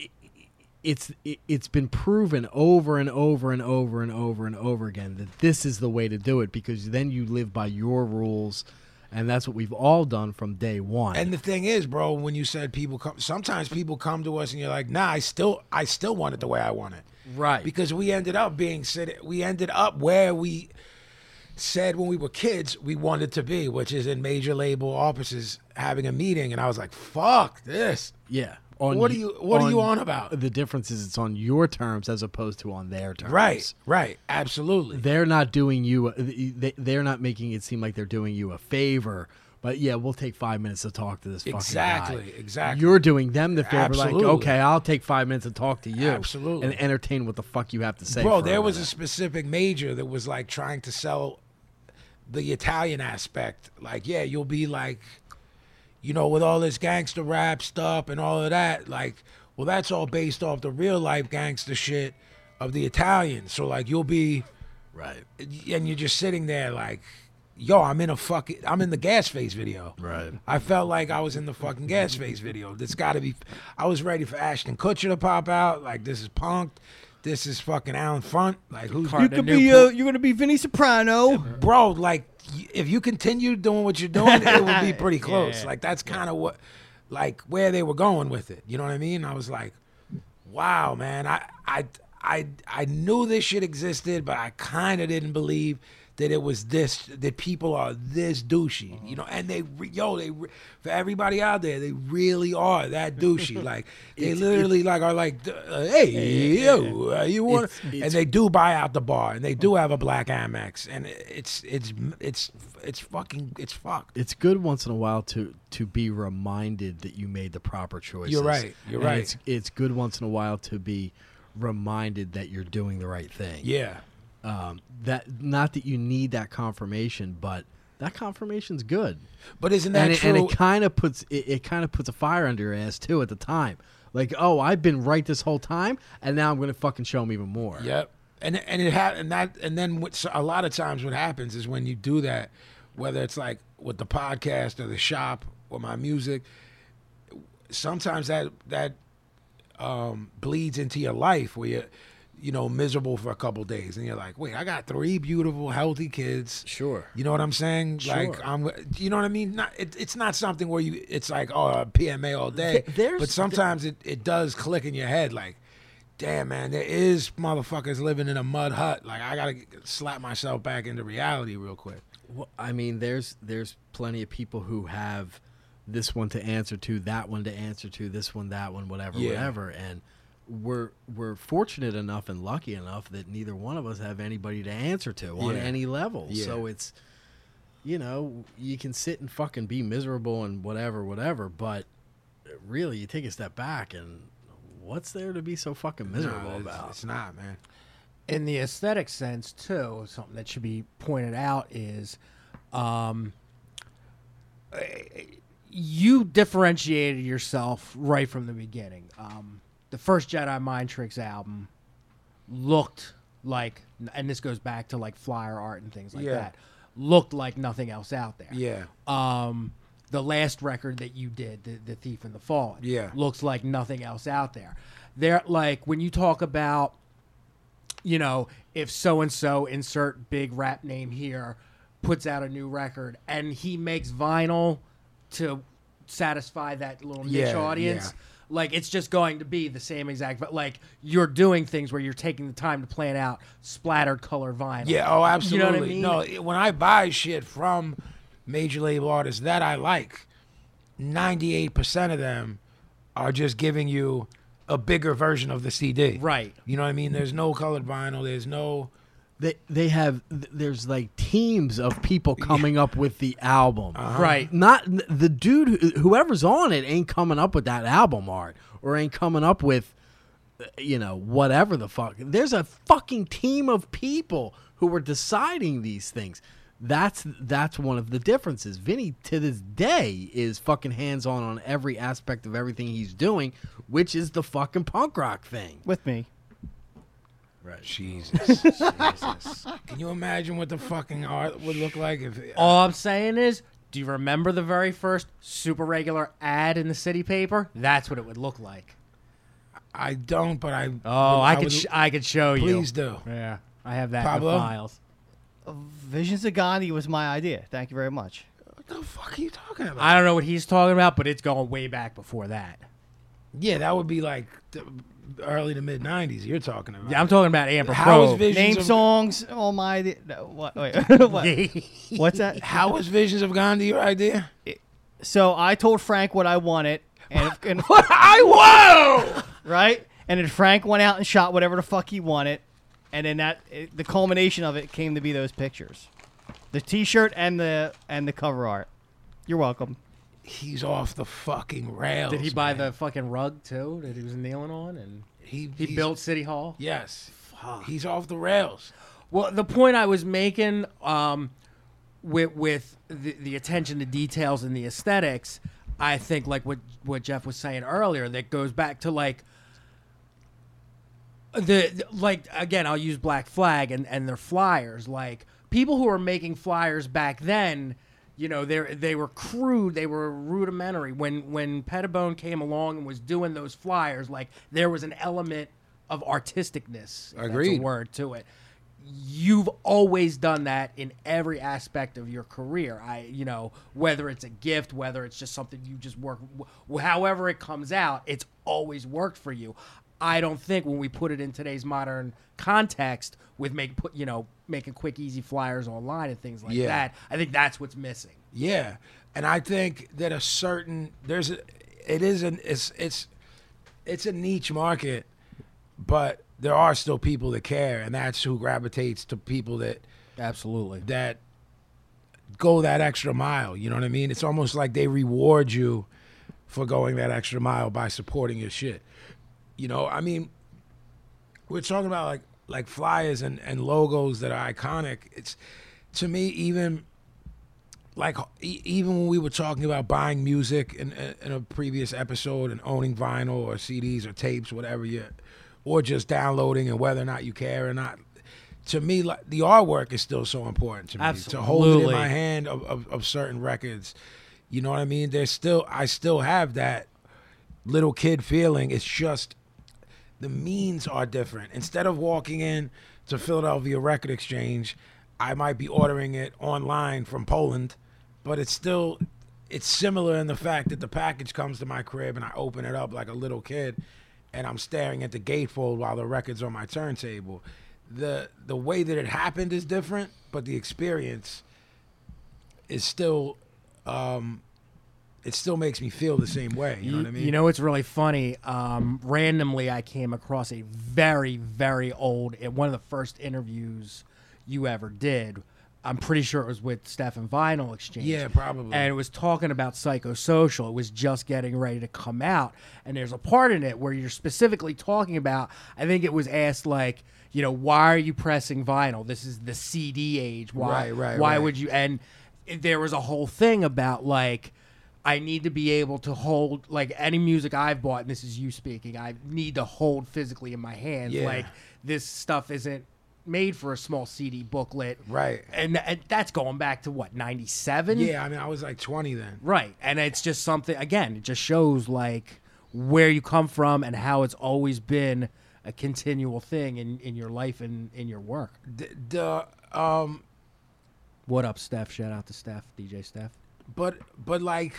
S4: i- i- it's i- it's been proven over and over and over and over and over again that this is the way to do it because then you live by your rules, and that's what we've all done from day one.
S3: And the thing is, bro, when you said people come, sometimes people come to us and you're like, nah, I still, I still want it the way I want it,
S4: Right.
S3: because we ended up being sit, we ended up where we said when we were kids we wanted to be, which is in major label offices having a meeting, and I was like, fuck this,
S4: yeah. On
S3: What are
S4: y-
S3: you- what are you on about?
S4: The difference is it's on your terms as opposed to on their terms.
S3: right, right, absolutely,
S4: They're not doing you. a- They, they're not making it seem like they're doing you a favor. But yeah, we'll take five minutes to talk to this fucking guy.
S3: exactly, exactly.
S4: You're doing them the favor,
S3: Absolutely.
S4: like, okay, I'll take five minutes to talk to you,
S3: Absolutely.
S4: and entertain what the fuck you have to say.
S3: Bro,
S4: for
S3: there was a
S4: minute.
S3: specific major that was like trying to sell the Italian aspect. Like, yeah, you'll be like, you know, with all this gangster rap stuff and all of that. Like, well, that's all based off the real life gangster shit of the Italians. So like, you'll be,
S4: right,
S3: and you're just sitting there like, yo, I'm in a fucking, I'm in the gas face video.
S4: right.
S3: I felt like I was in the fucking gas face video. This got to be. I was ready for Ashton Kutcher to pop out. Like this is punked. This is fucking Alan Front. Like who's
S1: You
S2: Card-
S1: could
S2: New
S1: be
S2: pro-
S1: uh, you're gonna be Vinny Soprano.
S3: bro? Like y- if you continue doing what you're doing, it would be pretty close. Like that's kind of what, like where they were going with it. You know what I mean? I was like, wow, man. I I I I knew this shit existed, but I kind of didn't believe. That it was this that people are this douchey,
S4: Uh-huh.
S3: you know, and they re- yo they re- for everybody out there they really are that douchey. like they literally like are like, d- uh, hey, yo, uh, you want?
S4: It's- Mm.
S3: And
S4: it's
S3: they do buy out the bar, and they do have a black Amex, and it's it's it's it's fucking it's fucked.
S4: it's good once in a while to to be reminded that you made the proper choices.
S3: You're right. You're
S4: And
S3: right.
S4: It's, it's good once in a while to be reminded that you're doing the right thing.
S3: Yeah,
S4: Um, that not that you need that confirmation, but that confirmation's good.
S3: but isn't that
S4: And it,
S3: true?
S4: and it kind of puts it, it kind of puts a fire under your ass too at the time. Like, oh, I've been right this whole time, and now I'm going to fucking show 'em even more.
S3: Yep. and and it ha- and that and then what's a lot of times what happens is when you do that, whether it's like with the podcast or the shop or my music, sometimes that that um, bleeds into your life where you're you know miserable for a couple days and you're like wait i got three beautiful healthy kids
S4: Sure.
S3: you know what i'm saying like i'm you know what i mean not it, it's not something where you it's like oh pma all day
S4: Th- there's-
S3: but sometimes it, it does click in your head like damn man there is motherfuckers living in a mud hut like i gotta slap myself back into reality real quick
S4: Well, I mean, there's there's plenty of people who have this one to answer to, that one to answer to, this one, that one, whatever,
S3: Yeah.
S4: whatever, and we're we're fortunate enough and lucky enough that neither one of us have anybody to answer to on
S3: Yeah.
S4: any level.
S3: Yeah.
S4: So it's you know you can sit and fucking be miserable and whatever, whatever, but really you take a step back and what's there to be so fucking miserable
S3: Nah, it's-
S4: about?
S3: it's not man
S2: in the aesthetic sense too something that should be pointed out is um, you differentiated yourself right from the beginning um, the first jedi mind tricks album looked like and this goes back to like flyer art and things like
S3: Yeah.
S2: that looked like nothing else out there
S3: yeah
S2: um, the last record that you did, the, the Thief and the Fallen.
S3: Yeah.
S2: looks like nothing else out there. There, like when you talk about, you know, if so and so insert big rap name here, puts out a new record, and he makes vinyl to satisfy that little niche
S3: Yeah,
S2: audience.
S3: yeah.
S2: Like it's just going to be the same exact, but like you're doing things where you're taking the time to plan out splattered color vinyl.
S3: Yeah, oh,
S2: You know what I
S3: absolutely.
S2: mean?
S3: No, it- when I buy shit from major label artists that I like, 98% of them are just giving you a bigger version of the CD.
S2: Right.
S3: You know what I mean? There's no colored vinyl, there's no
S4: They they have th- there's like teams of people coming up with the album.
S2: Right.
S4: Not the dude who- whoever's on it ain't coming up with that album art or ain't coming up with uh, you know whatever the fuck. There's a fucking team of people who are deciding these things. That's that's one of the differences. Vinny to this day is fucking hands on on every aspect of everything he's doing, which is the fucking punk rock thing.
S1: with me.
S3: Jesus. Jesus. Can you imagine what the fucking art would look like if uh,
S2: All I'm saying is, do you remember the very first super regular ad in the city paper? That's what it would look like.
S3: I don't, but I
S2: Oh, I,
S3: would-
S2: could sh- I could show you.
S3: Please do.
S2: Yeah, I have that
S3: Pablo?
S2: in the files.
S1: Visions of Gandhi was my idea. Thank you very much.
S3: What the fuck are you talking about?
S2: I don't know what he's talking about, but it's going way back before that.
S3: yeah, that would be like the early to mid 90s you're talking about.
S2: Yeah, I'm talking about Amber
S3: How is
S2: Pro.
S3: Visions
S1: Name
S3: of-
S1: songs. Oh my. idea- No, what, wait, what? What's that?
S3: How was Visions of Gandhi your idea?
S1: So I told Frank what I wanted, and, and
S3: I whoa!
S1: right, and then Frank went out and shot whatever the fuck he wanted, and then that it, the culmination of it came to be those pictures, the T-shirt and the and the cover art. You're welcome.
S3: He's off the fucking rails.
S2: Did he buy
S3: man.
S2: the fucking rug too that he was kneeling on, and
S3: He,
S2: he
S3: he's-
S2: built City Hall?
S3: Yes. He's off the rails.
S2: Well, the point I was making um, with with the, the attention to details and the aesthetics, I think like what what Jeff was saying earlier, that goes back to like the like again. I'll use Black Flag and and their flyers. Like people who were making flyers back then. You know, they they were crude, they were rudimentary. When when Pettibone came along and was doing those flyers, like there was an element of artisticness. if that's a
S3: Agreed.
S2: word to it. You've always done that in every aspect of your career. I, you know, whether it's a gift, whether it's just something you just work, wh- however it comes out, it's always worked for you. I don't think when we put it in today's modern context with make put, you know, making quick, easy flyers online and things like
S3: Yeah.
S2: that, I think that's what's missing.
S3: Yeah. And I think that a certain there's a it is an it's it's it's a niche market, but there are still people that care and that's who gravitates to people that
S2: Absolutely.
S3: that go that extra mile. You know what I mean? It's almost like they reward you for going that extra mile by supporting your shit. You know, I mean, we're talking about like like flyers and and logos that are iconic. It's to me even like e- even when we were talking about buying music in, in a previous episode and owning vinyl or CDs or tapes, whatever you, or just downloading and whether or not you care or not, to me, like the artwork is still so important to me. To hold it in
S6: Absolutely.
S3: my hand of, of, of certain records, you know what I mean. There's still I still have that little kid feeling. It's just the means are different. Instead of walking in to Philadelphia Record Exchange, I might be ordering it online from Poland, but it's still it's similar in the fact that the package comes to my crib and I open it up like a little kid and I'm staring at the gatefold while the record's on my turntable. The the way that it happened is different, but the experience is still um it still makes me feel the same way. You know what I mean?
S2: You know, it's really funny. Um, randomly, I came across a very, very old in one of the first interviews you ever did. I'm pretty sure it was with Stefan Vinyl Exchange.
S3: Yeah, probably.
S2: And it was talking about psychosocial. It was just getting ready to come out. And there's a part in it where you're specifically talking about, I think it was asked, like, you know, why are you pressing vinyl? This is the CD age. Why,
S3: Right, right,
S2: why
S3: right.
S2: would you? And there was a whole thing about, like, I need to be able to hold like any music I've bought, and this is you speaking, I need to hold physically in my hands.
S3: Yeah.
S2: Like this stuff isn't made for a small CD booklet.
S3: Right.
S2: And, and that's going back to what, 97?
S3: Yeah, I mean I was like 20 then.
S2: Right. And it's just something, again, it just shows like where you come from and how it's always been a continual thing in, in your life and in your work.
S3: D- the um
S2: What up, Steph? Shout out to Steph, DJ Steph.
S3: but but like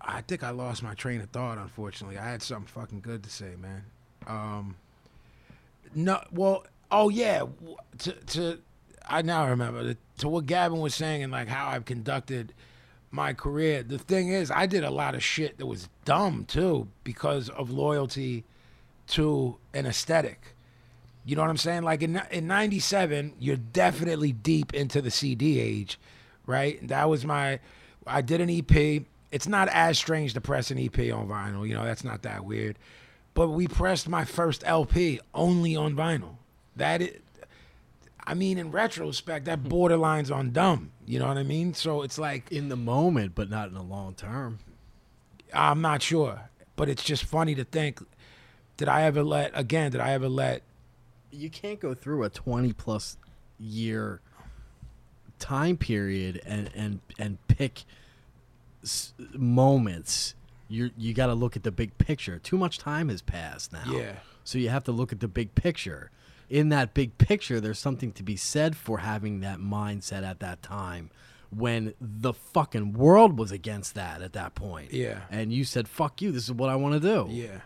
S3: I think I lost my train of thought unfortunately. I had something fucking good to say, man. Um No, well, oh yeah, w- to to I now remember to, to what Gavin was saying and like how I've conducted my career. The thing is, I did a lot of shit that was dumb too because of loyalty to an aesthetic. You know what I'm saying? Like in in '97, you're definitely deep into the CD age, right? That was my. I did an EP. It's not as strange to press an EP on vinyl. You know, that's not that weird. But we pressed my first LP only on vinyl. That is, I mean, in retrospect, that borderlines on dumb. You know what I mean? So it's like
S4: in the moment, but not in the long term.
S3: I'm not sure, but it's just funny to think. Did I ever let again? Did I ever let
S4: You can't go through a twenty plus year time period and and and pick s- moments. You you got to look at the big picture. Too much time has passed now.
S3: Yeah.
S4: So you have to look at the big picture. In that big picture, there's something to be said for having that mindset at that time when the fucking world was against that at that point.
S3: Yeah.
S4: And you said, fuck you, this is what I want to do.
S3: Yeah.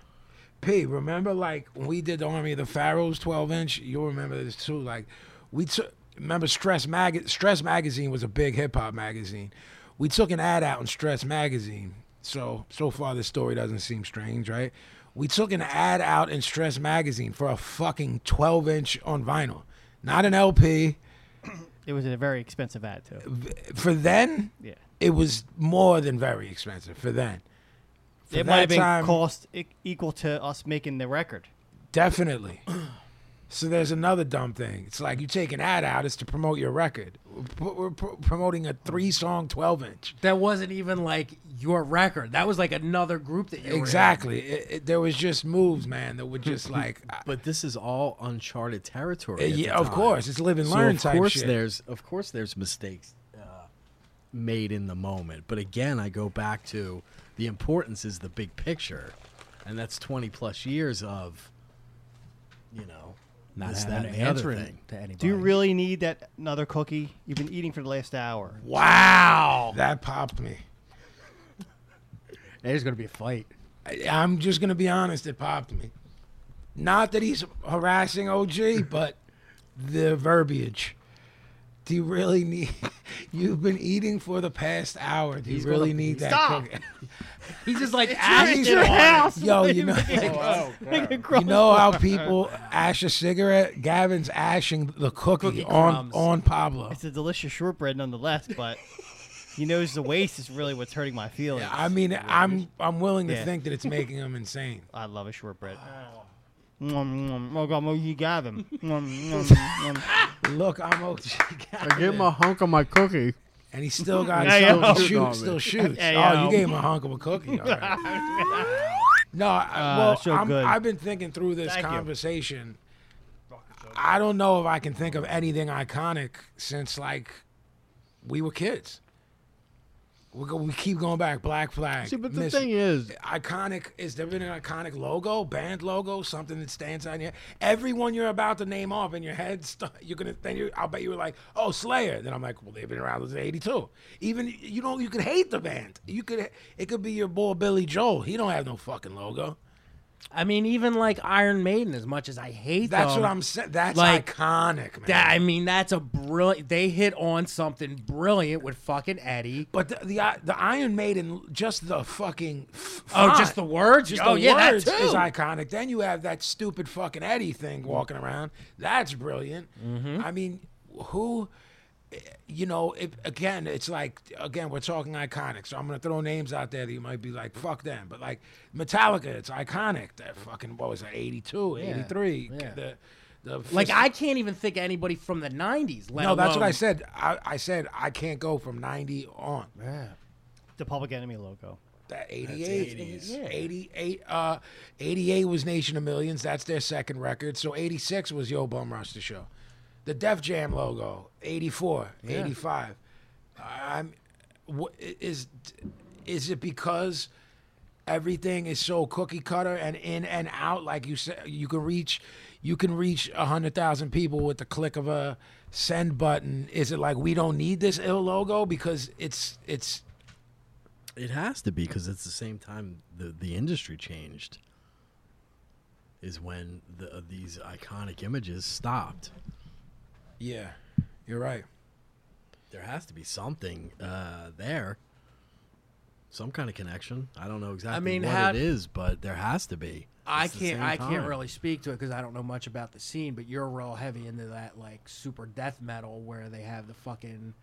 S3: P, remember like when we did the Army of the Pharaohs 12 inch? You'll remember this too. Like we took remember Stress Mag Stress Magazine was a big hip hop magazine. We took an ad out in Stress Magazine. So so far this story doesn't seem strange, right? We took an ad out in Stress Magazine for a fucking 12 inch on vinyl. Not an LP.
S1: It was a very expensive ad too.
S3: For then,
S1: Yeah.
S3: it was more than very expensive for then. For
S1: it might have
S3: that
S1: been
S3: time-
S1: cost e- equal to us making the record.
S3: Definitely. So there's another dumb thing. It's like you take an ad out, it's to promote your record. We're pro- We're pro- promoting a three song 12 inch.
S2: That wasn't even like your record. That was like another group that you were in.
S3: Exactly. It, it, there was just moves, man, that were just like, I-
S4: But this is all uncharted territory. at the
S3: Uh, yeah, of
S4: time.
S3: course, it's live and
S4: So
S3: learn
S4: of
S3: type
S4: course
S3: shit.
S4: there's of course there's mistakes uh, made in the moment. But again, I go back to the importance is the big picture, and that's 20 plus years of, you know,
S2: Not
S4: this, that,
S2: having
S4: and
S2: an
S4: the
S2: answer
S4: other
S2: in-
S4: thing.
S2: to anybody.
S1: Do you really need that another cookie? You've been eating for the last hour.
S3: Wow. That popped me.
S2: There's going to be a fight.
S3: I, I'm just going to be honest, it popped me. Not that he's harassing OG, but the verbiage. Do you really need? You've been eating for the past hour. Do you really need that?
S1: Stop.
S3: cookie?
S2: He's just like,
S3: He's
S2: asking
S3: right.
S2: hard.
S3: Yo, you know, you know how people ash a cigarette. Gavin's ashing the cookie, on
S2: crumbs.
S3: on Pablo.
S1: It's a delicious shortbread nonetheless, but he knows the waste is really what's hurting my feelings.
S3: I mean, I'm I'm willing to
S1: Yeah.
S3: think that it's making him insane.
S1: I love a shortbread. Mwah, mwah. Oh, God, you got him. Mwah, mwah, mwah.
S3: Look, I'm OG Gavin,
S4: Give him a hunk of my cookie.
S3: and he still got
S1: Hey,
S3: still,
S1: yo.
S3: shoots, still shoots.
S1: Hey,
S3: oh,
S1: yo.
S3: you gave him a hunk of a cookie. All right. no, I,
S1: Ah,
S3: well,
S1: so
S3: I'm,
S1: Ah, good.
S3: I've been thinking through this
S1: Thank you.
S3: conversation. I don't know if I can think of anything iconic since like we were kids. We go, we keep going back. Black Flag.
S4: See, but the
S3: Miss-
S4: thing is,
S3: iconic is there been an iconic logo, band logo, something that stands out here? Everyone you're about to name off in your head, st- you're gonna then you I'll bet you were like, oh Slayer. Then I'm like, well they've been around since '82. Even you know you could hate the band. You could it could be your boy Billy Joel. He don't have no fucking logo.
S5: I mean, even like Iron Maiden, as much as I hate
S3: That's
S5: them,
S3: what I'm saying. That's
S5: like,
S3: iconic, man.
S5: That, I mean, that's a brilliant. They hit on something brilliant with fucking Eddie.
S3: but the, the the Iron Maiden, just the fucking
S5: Oh,
S3: font.
S5: just the words.
S3: Just
S5: oh,
S3: the
S5: yeah,
S3: words
S5: that too.
S3: is iconic. Then you have that stupid fucking Eddie thing walking around. That's brilliant.
S5: Mm-hmm.
S3: I mean, who, you know, if, again, it's like, again, we're talking iconic. So I'm going to throw names out there that you might be like, fuck them. But like Metallica, it's iconic. That fucking, what was that, 82, 83.
S5: yeah.
S3: The, the
S5: like
S3: fist-
S5: I can't even think of anybody from the '90s. Let
S3: No, that's what I
S5: alone-
S3: said. I, I said I can't go from 90 on.
S1: The Public Enemy logo.
S3: That 88, 88, uh, 88 was Nation of Millions. That's their second record. So 86 was Yo Bum Rush the show. The Def Jam logo, 84, 85. I'm, wh- is, is it because everything is so cookie cutter and in and out? Like you said, you can reach, you can reach a hundred thousand people with the click of a send button. Is it like we don't need this ill logo because it's it's
S4: it has to be because it's the same time the the industry changed. Is when the, uh, these iconic images stopped.
S3: yeah, you're right.
S4: There has to be something uh, there, some kind of connection. I don't know exactly
S5: mean,
S4: what
S5: how-
S4: it is, but there has to be.
S5: I
S4: It's the
S5: can't.
S4: same
S5: I can't
S4: time.
S5: really speak to it because I don't know much about the scene. But you're real heavy into that like super death metal where they have the fucking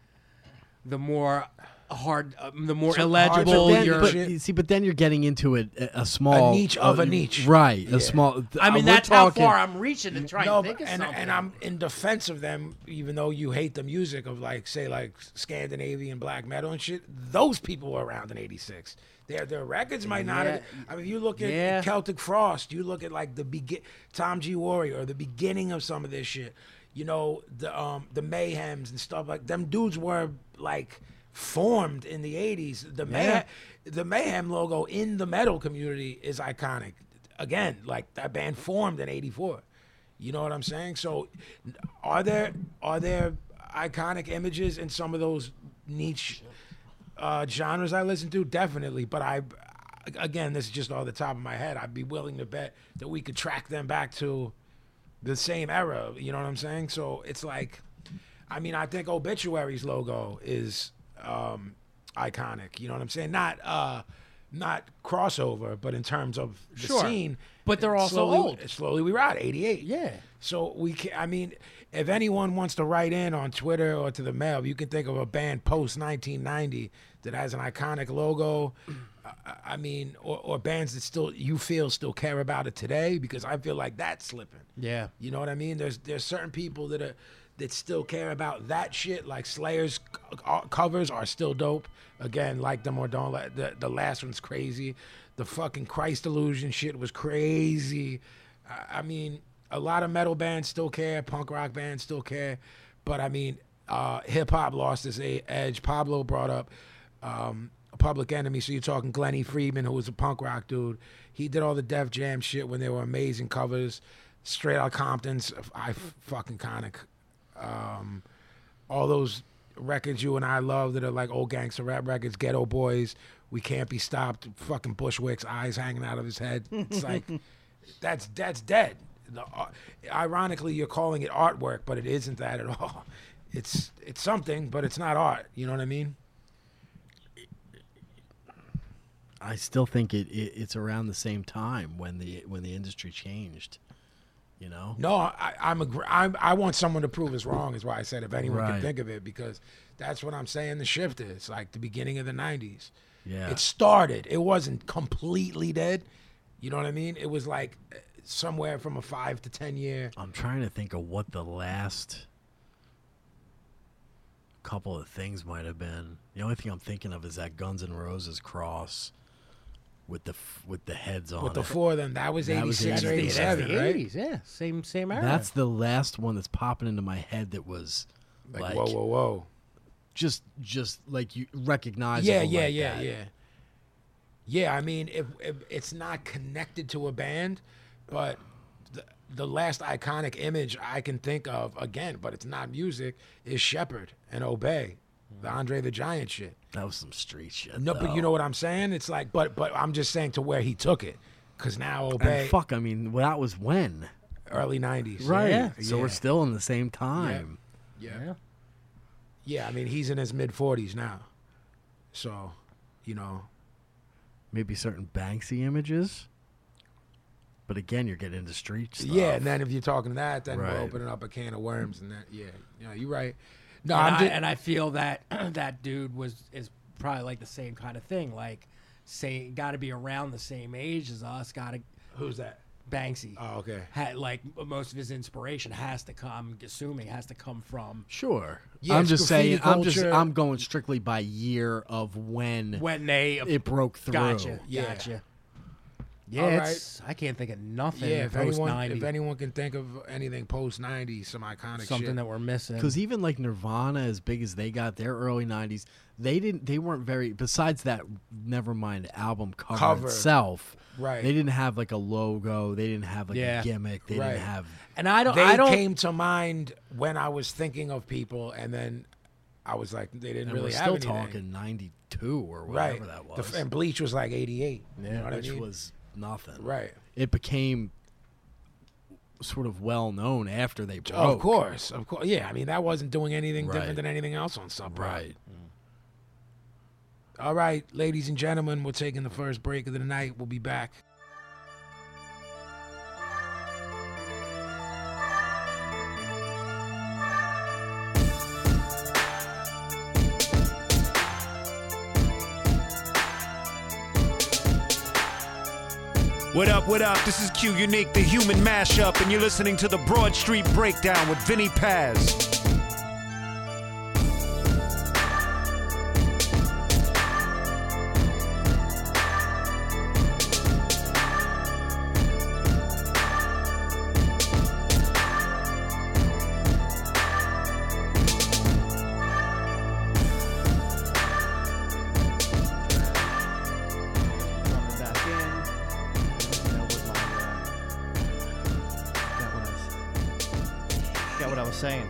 S5: the more hard, um, the more illegible.
S3: Well,
S4: Then-
S3: to
S5: Your,
S4: but,
S3: shit-
S4: you see, but then you're getting into it a, a small uh,
S3: niche of a niche.
S4: right? A small.
S5: I mean,
S4: we're
S5: that's
S4: talking-
S5: how far I'm reaching to try
S3: No,
S5: and think
S3: but-
S5: of
S3: and,
S5: something.
S3: and I'm in defense of them, even though you hate the music of like say like Scandinavian black metal and shit. Those people were around in '86. Their their records might not. Have, I mean, you look at
S5: Yeah.
S3: Celtic Frost. You look at like the begin Tom G Warrior, or the beginning of some of this shit. You know the um the mayhems and stuff like them dudes were like formed in the 80s the mayhem, the mayhem logo in the metal community is iconic again like that band formed in 84 you know what I'm saying? So, are there are there iconic images in some of those niche uh, genres I listen to? Definitely, but I again, this is just off the top of my head. I'd be willing to bet that we could track them back to the same era. You know what I'm saying? So it's like, I mean, I think Obituary's logo is um, iconic. You know what I'm saying? Not uh, not crossover, but in terms of the
S5: Sure.
S3: scene.
S5: But they're also
S3: slowly,
S5: old.
S3: Slowly we ride. 88.
S5: Yeah.
S3: So we can. I mean, if anyone wants to write in on Twitter or to the mail, you can think of a band post 1990 that has an iconic logo. I- I- I mean, or, or bands that still you feel still care about it today because I feel like that's slipping.
S5: yeah.
S3: You know what I mean? There's there's certain people that are that still care about that shit. Like Slayer's c- uh, covers are still dope. Again, like them or don't. Like the the last one's crazy. The fucking Christ Illusion shit was crazy. I, I mean, a lot of metal bands still care. Punk rock bands still care. But I mean, uh, hip hop lost its e- edge. Pablo brought up um, Public Enemy. So you're talking Glennie Friedman, who was a punk rock dude. He did all the Def Jam shit when they were amazing covers. Straight Out Compton's, I fucking conic. Um, all those records you and I love that are like old gangster rap records, Ghetto Boys, We Can't Be Stopped, fucking Bushwick's eyes hanging out of his head. It's like that's that's dead. The, ar- ironically, you're calling it artwork, but it isn't that at all. It's it's something, but it's not art. You know what I mean?
S4: I still think it, it it's around the same time when the when the industry changed. You know,
S3: No, I, I'm, agr I'm I want someone to prove us wrong. Is why I said if anyone can
S4: Right.
S3: think of it, because that's what I'm saying. The shift is like the beginning of the '90s.
S4: Yeah.
S3: it started. It wasn't completely dead. You know what I mean? It was like eh, somewhere from a five to ten year.
S4: I'm trying to think of what the last couple of things might have been. The only thing I'm thinking of is that Guns N' Roses cross with the f- with the heads on.
S3: With the
S4: it.
S3: four of them, that was
S4: Oh, That was
S3: 86 or
S4: 86,
S5: It's the
S3: 87, right?
S5: 80s, yeah. Same same era.
S4: That's the last one that's popping into my head that was like,
S3: Like, whoa, whoa, whoa.
S4: just just like you recognize.
S3: Yeah, yeah, yeah, yeah. Yeah, I mean, if, if it's not connected to a band, but the, the last iconic image I can think of, again, but it's not music, is Shepherd and Obey, the
S4: Mm.
S3: Andre the Giant shit.
S4: That was some street shit.
S3: No, but you
S4: though.
S3: know what I'm saying? It's like, but but I'm just saying to where he took it, because now
S4: And
S3: Obey,
S4: fuck, I mean, well, that was when,
S3: early '90s,
S4: right?
S3: Yeah,
S4: So we're still in the same time.
S3: yeah. yeah, I mean, he's in his mid 40s now, so you know,
S4: Maybe certain Banksy images, but again, you're getting into street stuff.
S3: yeah. And then if you're talking that, then
S4: Right.
S3: we're opening up a can of worms, and that, yeah, yeah, you're right. No,
S2: And,
S3: I'm
S2: I,
S3: just,
S2: and I feel that
S5: that that dude was is probably like the same kind of thing. Like, say, got to be around the same age as us. Got to
S3: who's that?
S5: Banksy.
S3: Oh, okay.
S5: Had, like most of his inspiration has to come, assuming has to come from
S4: Sure.
S3: Yeah,
S4: I'm
S3: it's
S4: just saying.
S3: graffiti
S4: I'm just.
S3: culture.
S4: I'm going strictly by year of when
S5: when they
S4: it broke through.
S5: gotcha,
S3: Yeah.
S5: gotcha.
S3: All
S5: Yeah, it's, I can't think of nothing.
S3: Yeah, if
S5: post
S3: anyone,
S5: ninety,
S3: if anyone can think of anything post '90s, some iconic
S5: something
S3: shit.
S5: that we're missing.
S4: Because even like Nirvana, as big as they got, their early '90s, they didn't. They weren't very. Besides that, Nevermind album cover,
S3: Cover.
S4: itself,
S3: Right.
S4: They didn't have like a logo. They didn't have like
S5: Yeah.
S4: a gimmick. They
S3: Right.
S4: didn't have.
S5: and I don't,
S3: they
S5: I don't.
S3: came to mind when I was thinking of people, and then I was like, they didn't
S4: And
S3: really
S4: we're
S3: have
S4: still
S3: anything.
S4: talking '92 or
S3: right?
S4: whatever that
S3: The
S4: was,
S3: f- and Bleach was like '88, you know what I
S4: which
S3: mean?
S4: was nothing.
S3: right.
S4: It became sort of well known after they broke.
S3: Of course, of course. Yeah, I mean that wasn't doing anything
S4: Right.
S3: different than anything else on Sub Pop.
S4: Right.
S3: All right, ladies and gentlemen, we're taking the first break of the night. We'll be back.
S7: What up, what up? This is Q Unique, the human mashup, and you're listening to the Broad Street Breakdown with Vinny Paz.
S1: Coming back in. That was my, uh, that was- that what I was saying.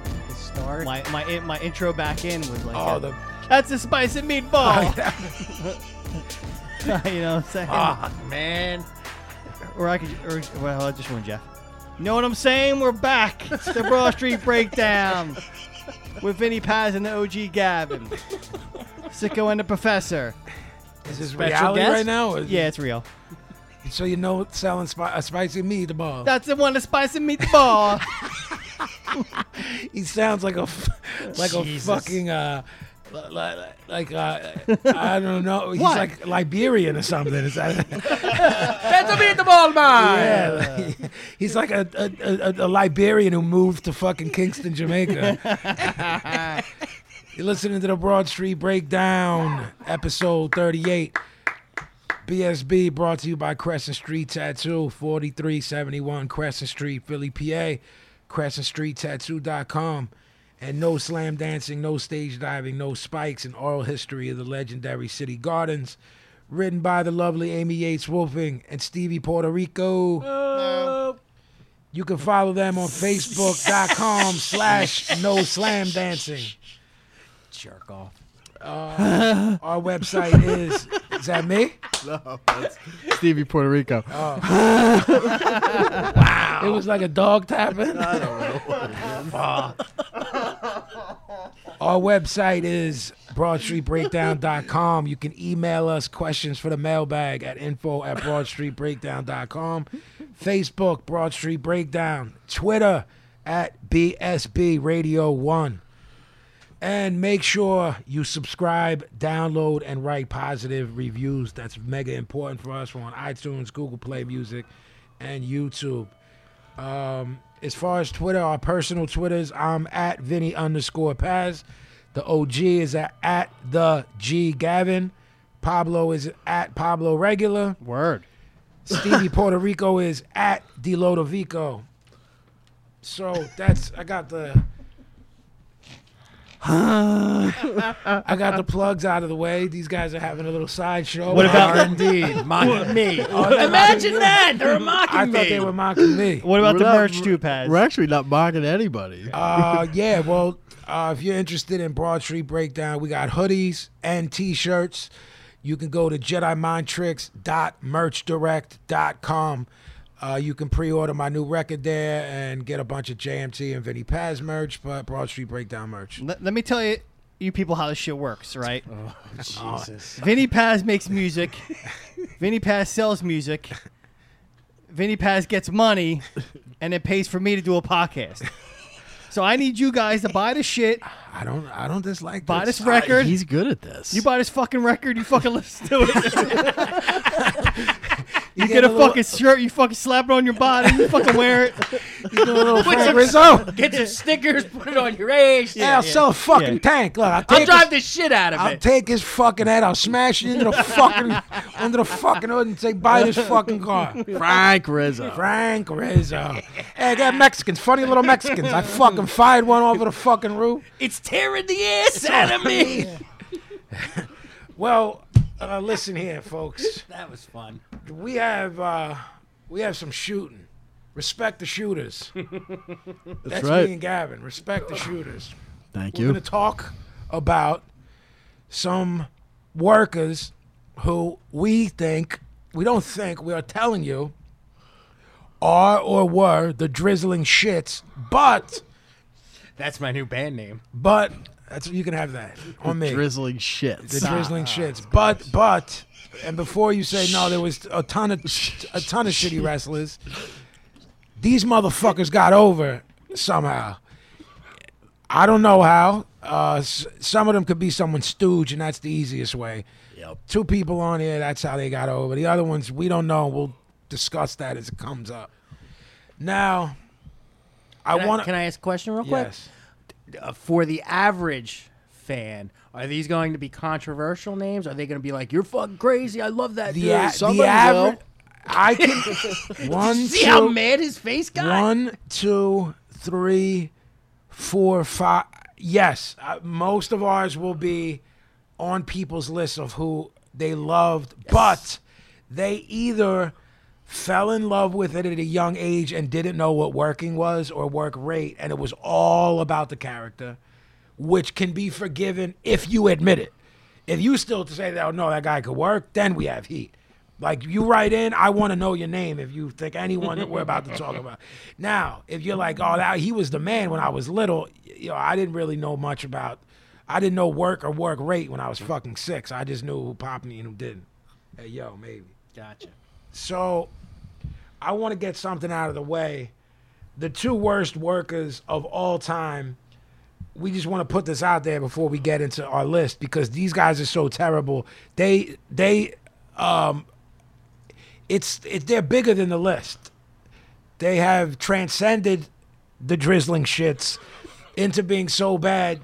S5: start.
S1: My my in- my intro back in was like,
S3: Oh, the
S1: that's a spicy meatball. you know what I'm saying?
S3: Ah,
S5: man,
S1: Or I could, or well, I just one, Jeff. You know what I'm saying? We're back. It's the Broad Street Breakdown with Vinny Paz and the OG Gavin, Sicko and the Professor.
S3: is this
S1: Special
S3: reality
S1: guest?
S3: right now? Or-
S1: Yeah, it's real.
S3: So you know, selling spi- a spicy meatball.
S1: That's the one, the spicy meatball.
S3: he sounds like a f- like
S5: Jesus.
S3: a fucking uh li- li- like uh, I don't know. He's like Liberian or something. Is that?
S5: that's a beat the ball, man.
S3: Yeah, he's like a, a, a, a Liberian who moved to fucking Kingston, Jamaica. You're listening to the Broad Street Breakdown, episode 38. BSB brought to you by Crescent Street Tattoo, 4371 Crescent Street, Philly, PA. CrescentStreetTattoo.com. And no slam dancing, no stage diving, no spikes, an oral history of the legendary city gardens. Written by the lovely Amy Yates Wolfing and Stevie Puerto Rico. You can follow them on Facebook.com slash no slam dancing.
S5: Jerk off.
S3: Uh, Our website is is that me?
S4: Stevie Puerto Rico.
S3: It was like a dog tapping. Our website is broadstreetbreakdown.com. You can email us questions for the mailbag at info at broadstreetbreakdown.com. Facebook, Broad Street Breakdown. Twitter, at BSB Radio 1. And make sure you subscribe, download, and write positive reviews. That's mega important for us. We're on iTunes, Google Play Music, and YouTube. Um, as far as Twitter, our personal Twitters, I'm at Vinny underscore Paz. The OG is at, at the G Gavin. Pablo is at Pablo Regular.
S1: Word.
S3: Stevie Puerto Rico is at D Lodovico. So that's I got the I got the plugs out of the way. These guys are having a little sideshow.
S1: What about-
S5: Indeed, mocking me.
S2: Imagine that. They're
S3: Oh, I
S2: mocking
S3: thought they were mocking me.
S1: What about
S4: We're
S1: the
S4: not-
S1: merch too, Paz?
S4: We're actually not mocking anybody.
S3: Uh, yeah, well, uh, if you're interested in Broad Street Breakdown, we got hoodies and t-shirts. You can go to JediMindTricks.merchdirect.com. Uh, you can pre-order my new record there and get a bunch of JMT and Vinny Paz merch, but Broad Street Breakdown merch.
S1: Let, let me tell you, you people, how this shit works, right?
S5: Oh,
S1: Vinny Paz makes music. Vinny Paz sells music. Vinny Paz gets money, and it pays for me to do a podcast. So I need you guys to buy the shit,
S3: I don't, I don't dislike
S1: buy
S3: this.
S1: this record.
S4: He's good at this.
S1: you buy this fucking record, you fucking listen to it. you
S3: get
S1: get a
S3: a little-
S1: fucking shirt, you fucking slap it on your body, you fucking wear it.
S3: You doing a little Frank
S2: some-
S3: Rizzo.
S2: Get some stickers, put it on your age.
S3: Yeah, I'll sell a fucking
S1: Yeah.
S3: tank. Look, I'll take
S2: I'll drive
S3: his,
S2: the shit out of
S3: I'll
S2: it.
S3: take his fucking head. I'll smash it into the fucking under the fucking hood and say, buy this fucking car.
S4: Frank Rizzo.
S3: Frank Rizzo. hey, they're Mexicans, funny little Mexicans. I fucking fired one over the fucking roof.
S2: it's tearing the ass out of me.
S3: Well, uh, listen here, folks.
S2: That was fun.
S3: We have uh, we have some shooting. Respect the shooters. That's
S4: right.
S3: me and Gavin. Respect the shooters.
S4: Thank
S3: We're
S4: you.
S3: going to talk about some workers who we think, we don't think, we are telling you are or were the drizzling shits, but,
S2: That's my new band name.
S3: but, that's you can have that on me.
S4: Drizzling shit.
S3: the drizzling shits, but, but, and before you say no, there was a ton of a ton of shitty wrestlers. These motherfuckers got over somehow. I don't know how. Uh, s- some of them could be someone's stooge, and that's the easiest way.
S4: Yep.
S3: Two people on here, that's how they got over. The other ones, we don't know. We'll discuss that as it comes up. Now, I
S5: Can I-
S3: want
S5: Can I ask a question real quick?
S3: Yes.
S5: Uh, for the average fan, are these going to be controversial names? Are they going to be like, "You're fucking crazy. I love that
S3: The,
S5: dude."
S3: a- the
S5: Somebody will.
S3: average. I can. one,
S5: See
S3: two,
S5: how mad his face got.
S3: One, two, three, four, five. Yes, uh, most of ours will be on people's list of who they loved, but they either fell in love with it at a young age and didn't know what working was or work rate, and it was all about the character, which can be forgiven if you admit it. If you still say that, oh no, that guy could work, then we have heat. Like you write in, I want to know your name if you think anyone that we're about to talk about. Now, if you're like, oh, that, he was the man when I was little, you know, I didn't really know much about, I didn't know work or work rate when I was fucking six. I just knew who popped me and who didn't. Hey, yo, maybe.
S2: Gotcha.
S3: So I want to get something out of the way. The two worst workers of all time. We just want to put this out there before we get into our list because these guys are so terrible. They they um it's it, they're bigger than the list. They have transcended the drizzling shits into being so bad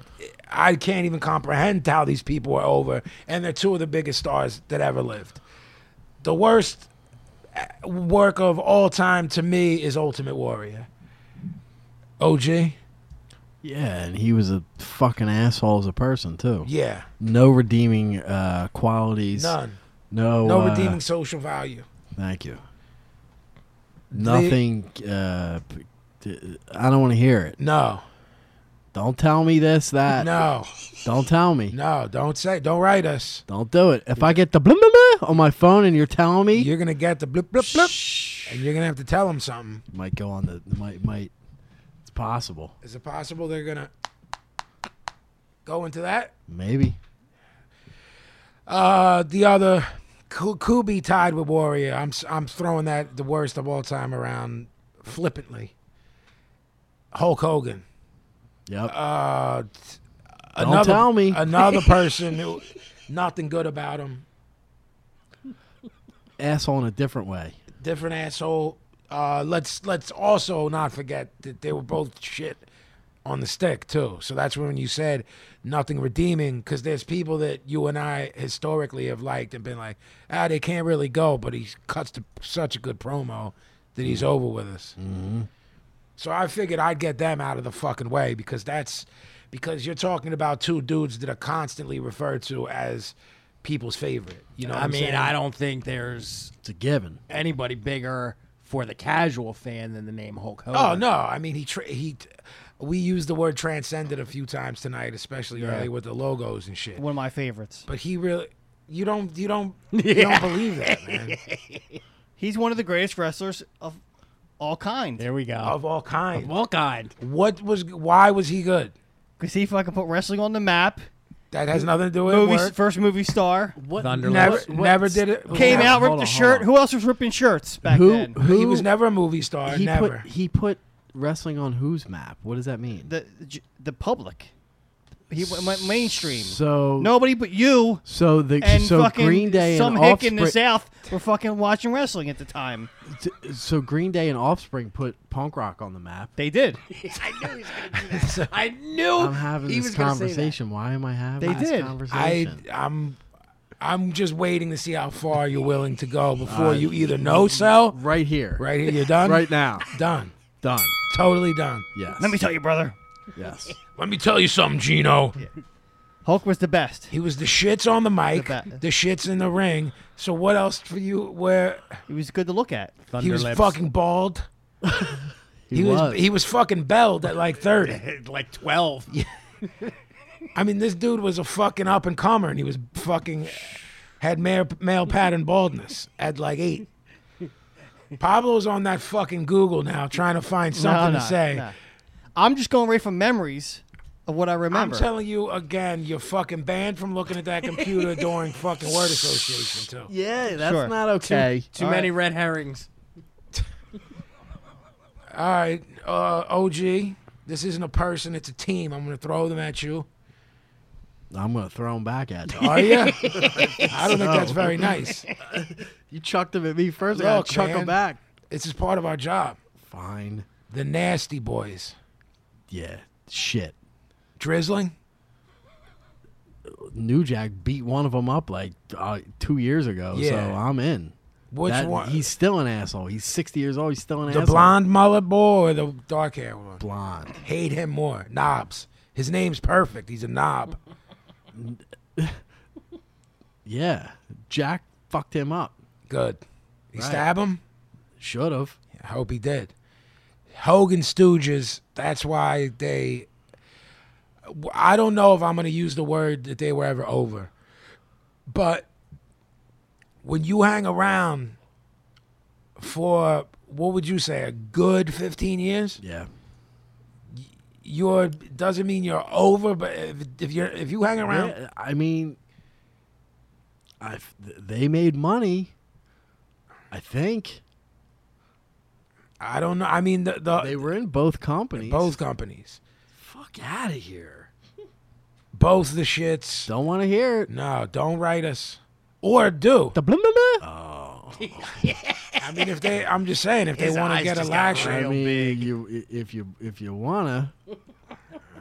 S3: I can't even comprehend how these people are over and they're two of the biggest stars that ever lived. The worst uh, work of all time to me is Ultimate Warrior. OG?
S4: Yeah, and he was a fucking asshole as a person too.
S3: Yeah.
S4: No redeeming uh, qualities.
S3: None.
S4: No.
S3: No
S4: uh,
S3: redeeming social value.
S4: Thank you. Nothing. uh, p- d- I don't want to hear it.
S3: No.
S4: Don't tell me this. That.
S3: No.
S4: Don't tell me.
S3: No. Don't say don't write us.
S4: Don't do it. If I get the blah, blah, blah on my phone and you're telling me,
S3: You're gonna get the blip blip blip and you're gonna have to tell them something.
S4: might go on the might might. It's possible.
S3: Is it possible they're gonna go into that?
S4: Maybe.
S3: Uh, the other Ku- Kubi tied with Warrior. I'm s- I'm throwing that the worst of all time around flippantly. Hulk Hogan.
S4: Yep.
S3: Uh, t-
S4: Don't tell me.
S3: another person who nothing good about him.
S4: asshole in a different way.
S3: Different asshole. Uh, let's let's also not forget that they were both shit on the stick too. So that's when you said nothing redeeming because there's people that you and I historically have liked and been like, ah, they can't really go, but he cuts to such a good promo that he's over with us.
S5: Mm-hmm.
S3: So I figured I'd get them out of the fucking way because that's because you're talking about two dudes that are constantly referred to as people's favorite. You know, what
S5: I
S3: I'm
S5: mean,
S3: saying?
S5: I don't think there's
S4: It's a given.
S5: anybody bigger for the casual fan than the name Hulk Hogan.
S3: Oh no, I mean he tra- he. We used the word transcended a few times tonight, especially early with the logos and shit.
S1: One of my favorites.
S3: But he really, you don't, you don't, you don't believe that, man.
S1: He's one of the greatest wrestlers of all kind.
S5: There we go.
S3: of all kinds.
S5: Well, God.
S3: What was? Why was he good?
S1: Because he fucking put wrestling on the map.
S3: That has nothing to do with
S1: Movie,
S3: work.
S1: first movie star.
S2: What?
S3: Never, never did it.
S1: Came out, ripped
S2: hold
S1: the
S2: on,
S1: shirt.
S2: hold on.
S1: Who else was ripping shirts back
S4: Who
S1: then?
S4: who
S3: He was never a movie star.
S4: he
S3: never.
S4: put he put wrestling on whose map? What does that mean?
S1: The j- the public. He went- went mainstream.
S4: so
S1: Nobody but you
S4: so the
S1: and
S4: so
S1: fucking
S4: Green Day
S1: some
S4: and
S1: hick in the
S4: Offspring-
S1: south were fucking watching wrestling at the time.
S4: t- so Green Day and Offspring put punk rock on the map.
S1: They did.
S5: I knew
S4: I'm having
S5: he
S4: this
S5: was gonna say that.
S4: conversation. Why am I having
S1: They
S4: this
S1: did.
S3: I,
S4: conversation?
S3: I'm, I'm just waiting to see how far you're willing to go before you either no sell.
S4: right here,
S3: Right here, you're done.
S4: Uh, right now,
S3: done.
S4: done.
S3: Totally done.
S4: Yes.
S1: Let me tell you, brother.
S4: Yes.
S3: Let me tell you something, Gino.
S1: Hulk was the best.
S3: He was the shits on the mic,
S1: The
S3: the,
S1: best.
S3: shits in the ring. So what else for you? Where
S1: He was good to look at.
S3: he was fucking bald.
S4: He,
S3: He was,
S4: was.
S3: he was fucking belled at like thirty.
S5: like 12.
S3: I mean, this dude was a fucking up and comer, and he was fucking had male, male pattern baldness at like eight. Pablo's on that fucking Google now, trying to find something
S1: No,
S3: to
S1: no,
S3: say.
S1: no. I'm just going right from memories of what I
S3: I'm
S1: remember.
S3: telling you again, you're fucking banned from looking at that computer during fucking word association too.
S4: yeah, that's
S1: Sure.
S4: not okay.
S5: Too
S1: All
S5: many
S1: right.
S5: red herrings.
S3: All right, uh, OG, this isn't a person; it's a team. I'm gonna throw them at you.
S4: I'm gonna throw him back at you.
S3: Are you? I don't think that's very nice.
S4: You chucked them at me first. I
S3: Look,
S4: gotta chuck
S3: man.
S4: them back.
S3: It's just part of our job.
S4: Fine.
S3: The nasty boys,
S4: Yeah. Shit.
S3: drizzling.
S4: New Jack beat one of them up like uh, two years ago. So
S3: Yeah.
S4: I'm in.
S3: Which
S4: That-
S3: one?
S4: He's still an asshole. He's 60 years old. He's still an
S3: The
S4: asshole.
S3: blonde mullet boy or the dark hair one?
S4: Blonde.
S3: Hate him more. Knobs. His name's perfect. He's a knob.
S4: Yeah. Jack fucked him up.
S3: Good. He
S4: Right.
S3: stab him?
S4: Should have.
S3: I hope he did. Hogan Stooges, that's why they. I don't know if I'm going to use the word that they were ever over, but when you hang around for, what would you say, a good 15 years?
S4: Yeah.
S3: You're doesn't mean you're over, but if, if you're if you hang around
S4: Yeah, I mean, I they made money. I think
S3: I don't know. I mean, the, the
S4: they were in both companies.
S3: both companies,
S4: Fuck out of here.
S3: both the shits.
S4: Don't want to hear it.
S3: No, don't write us or do.
S4: The blah, blah, blah.
S3: I mean, if they, I'm just saying, if they want to get a lash,
S4: I
S3: all
S4: mean, you i- if you if you wanna,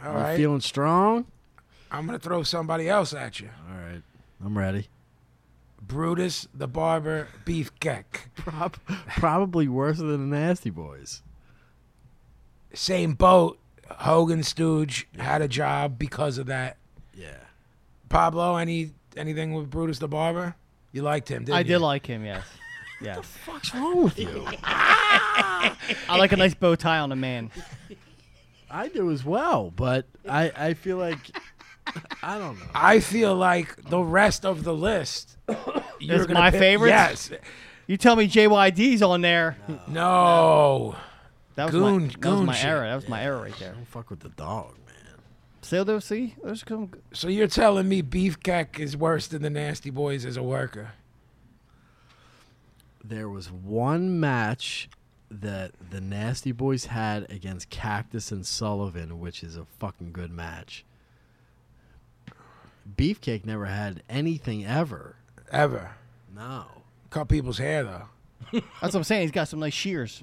S3: right,
S4: feeling strong.
S3: I'm gonna throw somebody else at you.
S4: All right, I'm ready.
S3: Brutus the Barber Beefcake,
S4: Prob- probably worse than the Nasty Boys.
S3: same boat. Hogan Stooge had a job because of that.
S4: Yeah.
S3: Pablo, any anything with Brutus the Barber? You liked him, didn't
S1: I
S3: you?
S1: did like him, yes. Yes.
S4: What's wrong with you?
S1: I like a nice bow tie on a man.
S4: I do as well, but I I feel like I don't know.
S3: I feel like the rest of the list. You're gonna
S1: my
S3: pick-
S1: favorites?
S3: Yes.
S1: You tell me JYD's on there.
S3: No.
S1: That was
S3: Goon-
S1: my, that was
S3: goon
S1: my
S3: shit.
S1: error. That was my error right there.
S4: Don't fuck with the dog, man.
S1: So there, see, there's some.
S3: So you're telling me Beefcake is worse than the Nasty Boys as a worker?
S4: There was one match that the Nasty Boys had against Cactus and Sullivan, which is a fucking good match. Beefcake never had anything ever.
S3: Ever.
S4: No.
S3: Cut people's hair though.
S1: That's what I'm saying. He's got some nice shears.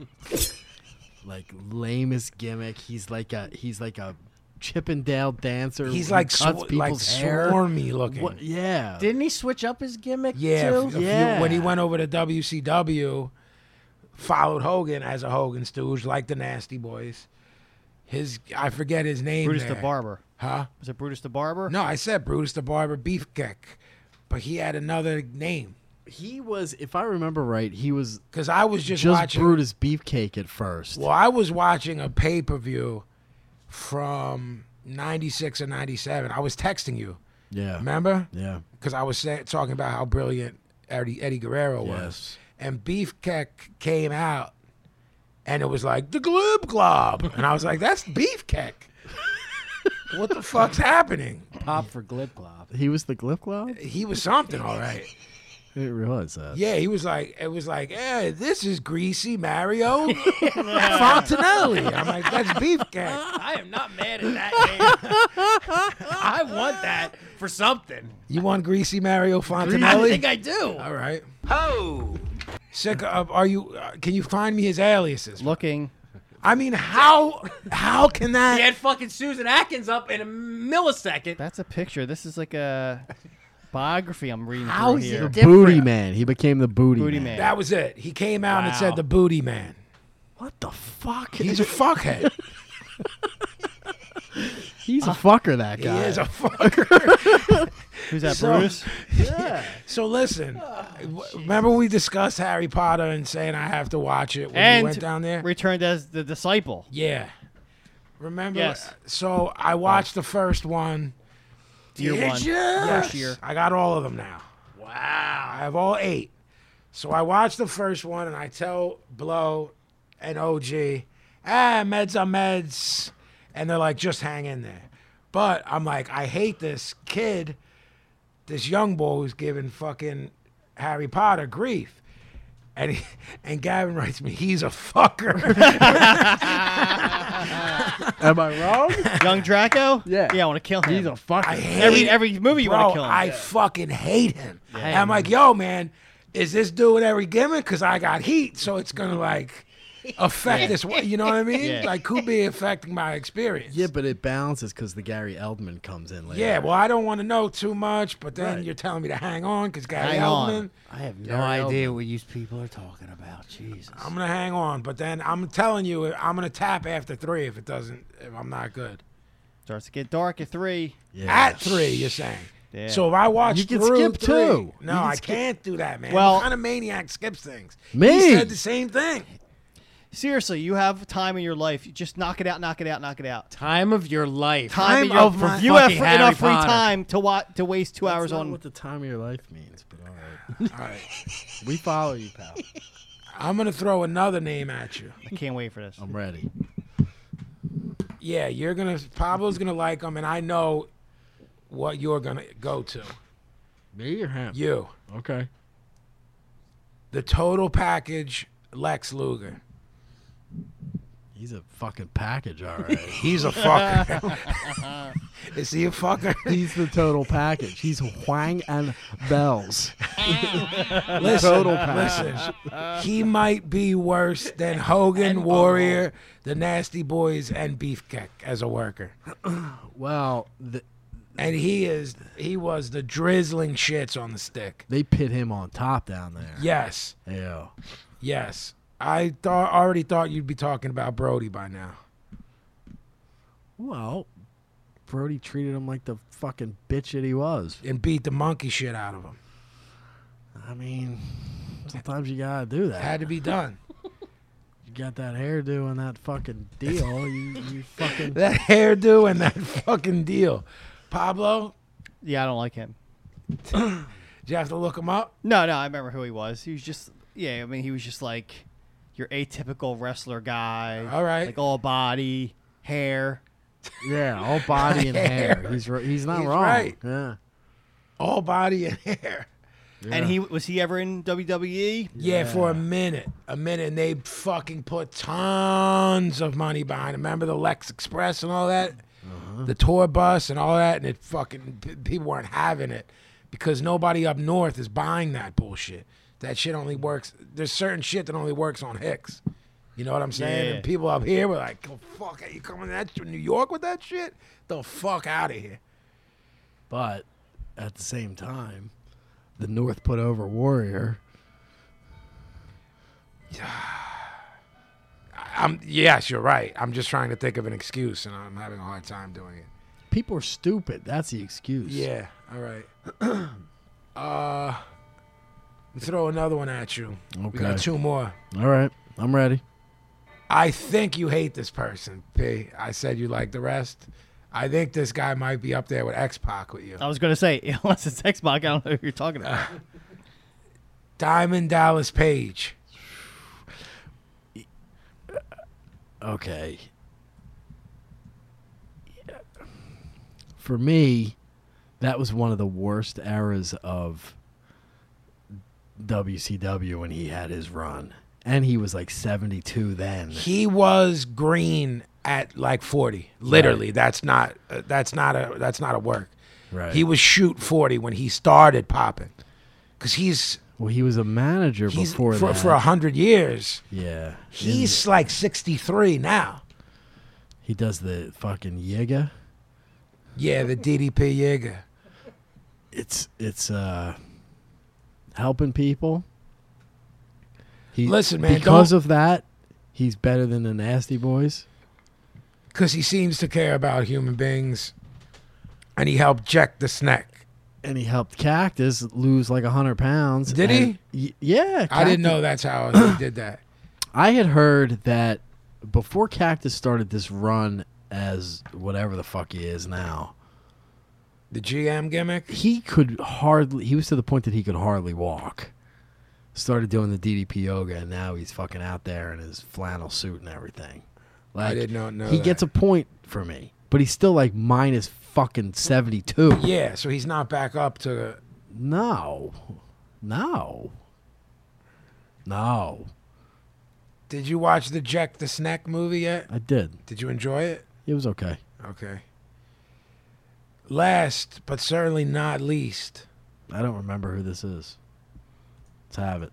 S4: like lamest gimmick. He's like a he's like a Chippendale dancer.
S3: He's
S4: who
S3: like
S4: cuts
S3: sw- like
S4: people's hair.
S3: swarmy looking.
S4: What- yeah.
S5: Didn't he switch up his gimmick
S3: Yeah,
S5: too?
S3: if- if you-
S4: Yeah.
S3: when he went over to WCW, followed Hogan as a Hogan stooge, like the Nasty Boys. His I forget his name.
S1: Brutus
S3: there.
S1: the Barber.
S3: Huh?
S1: Was it Brutus the Barber?
S3: No, I said Brutus the Barber Beefcake, but he had another name
S4: he was, if I remember right, he was
S3: because I was just,
S4: just
S3: watching.
S4: Brutus Beefcake at first.
S3: Well, I was watching a pay per view from '96 and '97. I was texting you.
S4: Yeah.
S3: Remember?
S4: Yeah.
S3: because I was say, talking about how brilliant Eddie, Eddie Guerrero was.
S4: Yes.
S3: And Beefcake came out, and it was like the Gloob Glob, and I was like, "That's Beefcake. what the fuck's happening?"
S5: Pop for Glib Glob.
S4: He was the Glip Glob?
S3: He was something, all right.
S4: I didn't realize that.
S3: Yeah, he was like, it was like, "Yeah, this is Greasy Mario Fontanelli." I'm like, "That's Beefcake."
S2: I am not mad at that name. I want that for something.
S3: You want Greasy Mario
S2: I
S3: Fontanelli?
S2: think I do.
S3: all right. Ho.
S5: Oh.
S3: Sick of? Are you? Uh, can you find me his aliases?
S1: Looking.
S3: I mean, how how can that?
S2: He had fucking Susan Atkins up in a millisecond.
S1: That's a picture. This is like a biography I'm reading
S3: How
S1: through
S3: is it
S1: here.
S3: different?
S4: Booty Man. He became the Booty,
S1: Booty man.
S3: That was it. He came out and said
S2: Wow.
S3: the booty man.
S4: What the fuck?
S3: He's a fuckhead.
S4: He's a fucker, that
S3: he
S4: guy.
S3: is a fucker.
S1: Who's that,
S3: So-
S1: Brutus?
S3: so listen,
S1: Oh,
S3: w- remember we discussed Harry Potter and saying I have to watch it when
S1: and
S3: we went down there.
S1: returned as the disciple.
S3: yeah. Remember?
S1: Yes.
S3: So I watched the first one.
S1: Year
S3: Did
S1: one.
S3: ya?
S1: First year.
S3: I got all of them now. Wow. I have all eight. So I watched the first one and I tell Blow and OG, ah, meds are meds. And they're like, just hang in there. But I'm like, I hate this kid, this young boy who's giving fucking Harry Potter grief. And, he, and Gavin writes me, he's a fucker.
S4: Am I wrong?
S1: Young Draco?
S4: Yeah.
S1: Yeah, I want to kill him.
S4: He's a fucker.
S3: I hate
S1: every every movie you
S3: Bro,
S1: want to kill him.
S3: I fucking hate him. And I'm like, yo, man, is this dude with every gimmick? Because I got heat, so it's gonna like affect this. one. You know what I mean?
S1: Yeah.
S3: Like, could be affecting my experience.
S4: yeah, but it balances because the Gary Eldman comes in later.
S3: Yeah, well, I don't want to know too much, but then
S4: Right.
S3: you're telling me to hang on because Gary
S1: Hang on.
S3: Eldman.
S5: I have no
S4: Gary
S5: idea what these people are talking about. Jesus.
S3: I'm gonna hang on, but then I'm telling you, I'm gonna tap after three if it doesn't, if I'm not good
S1: Starts to get dark at three.
S4: Yeah.
S3: at three. You're saying.
S1: Yeah.
S3: So if I watch
S4: You can
S3: through
S4: skip
S3: three-
S4: two. You
S3: No,
S4: can
S3: I
S4: skip-
S3: can't do that, man.
S1: Well-
S3: what kind of maniac skips things?
S4: Me.
S3: He said the same thing.
S1: Seriously, you have time in your life. You just knock it out, knock it out, knock it out.
S2: Time of your life.
S1: Time, in
S3: Time
S1: your,
S3: of my-
S1: you have
S2: fucking
S1: fr-
S2: Harry
S1: enough free
S2: Potter.
S1: time to wa- to waste two
S4: That's
S1: hours
S4: not
S1: on.
S4: what the time of your life means, but all right.
S3: All right.
S4: We follow you, pal.
S3: I'm gonna throw another name at you.
S1: I can't wait for this.
S3: Um,
S4: I'm ready.
S3: Yeah, you're gonna Pablo's gonna like them, and I know what you're gonna go to.
S4: Me or him?
S3: You,
S4: Okay.
S3: the total package, Lex Luger.
S4: He's a fucking package, all right.
S3: He's a fucker. Is he a fucker?
S4: He's the total package. He's Huang and Bells.
S3: listen,
S4: total package.
S3: listen. He might be worse than Hogan, Warrior, the Nasty Boys, and Beefcake as a worker.
S4: Well, th-
S3: And he is he was the drizzling shits on the stick.
S4: they pit him on top down there.
S3: Yes,
S4: Yeah.
S3: yes. I thought already thought you'd be talking about Brody by now.
S4: Well, Brody treated him like the fucking bitch that he was.
S3: and beat the monkey shit out of him.
S4: I mean, sometimes you gotta do that.
S3: Had to be done.
S4: You got that hairdo and that fucking deal. you, you fucking.
S3: that hairdo and that fucking deal. Pablo,
S1: Yeah, I don't like him.
S3: did you have to look him up?
S1: No, no, I remember who he was. He was just yeah. I mean, he was just like your atypical wrestler guy.
S3: All right.
S1: like all body, hair.
S4: Yeah, all body and hair. He's ri- he's not
S3: He's
S4: wrong.
S3: right.
S4: Yeah.
S3: All body and hair.
S1: And he was he ever in E? WWE?
S3: Yeah, for a minute. A minute. And they fucking put tons of money behind it. Remember the Lex Express and all that? The tour bus and all that? And it fucking, p- people weren't having it because nobody up north is buying that bullshit. That shit only works. There's certain shit that only works on Hicks. You know what I'm saying?
S1: Yeah.
S3: And people up here were like, oh, fuck, are you coming to that- to New York with that shit? The fuck out of here.
S4: But at the same time, the North put over Warrior.
S3: I'm yes, you're right. I'm just trying to think of an excuse, and I'm having a hard time doing it.
S4: People are stupid. That's the excuse.
S3: Yeah. All right. uh, let's throw another one at you. We got
S4: Okay.
S3: two more.
S4: All right. I'm ready.
S3: I think you hate this person, P. I said you like the rest. I think this guy might be up there with X Pac with you.
S1: I was gonna say unless it's Xbox, I don't know who you're talking about.
S3: Ah, Diamond Dallas Page.
S4: Okay. For me, that was one of the worst eras of WCW when he had his run. And he was like 72 then.
S3: He was green at like 40. Literally, that's not uh, that's not a that's not a work.
S4: Right.
S3: He was shoot 40 when he started popping. Cuz he's
S4: well, he was a manager
S3: he's
S4: before
S3: for
S4: that.
S3: for 100 years.
S4: yeah.
S3: He's like 63 now.
S4: He does the fucking Yiga.
S3: Yeah, the DDP Yeager.
S4: It's it's uh helping people. He,
S3: Listen, man,
S4: because
S3: don't-
S4: of that, he's better than the Nasty Boys.
S3: Cuz he seems to care about human beings and he helped Jack the Snack.
S4: and he helped Cactus lose like hundred pounds.
S3: Did
S4: and- Y- yeah,
S3: I didn't
S4: Cactus-
S3: know that's how he did that.
S4: I had heard that before Cactus started this run as whatever the fuck he is now,
S3: The GM gimmick?
S4: he could hardly. He was to the point that he could hardly walk. Started doing the DDP yoga, and now he's fucking out there in his flannel suit and everything. Like,
S3: did not know
S4: He
S3: that.
S4: gets a point for me, but he's still like minus fucking seventy two.
S3: Yeah, so he's not back up to
S4: No, no, no.
S3: Did you watch the Jack the Snack movie yet?
S4: I did.
S3: Did you enjoy it?
S4: It was okay.
S3: Okay. Last but certainly not least,
S4: I don't remember who this is. Let's have it.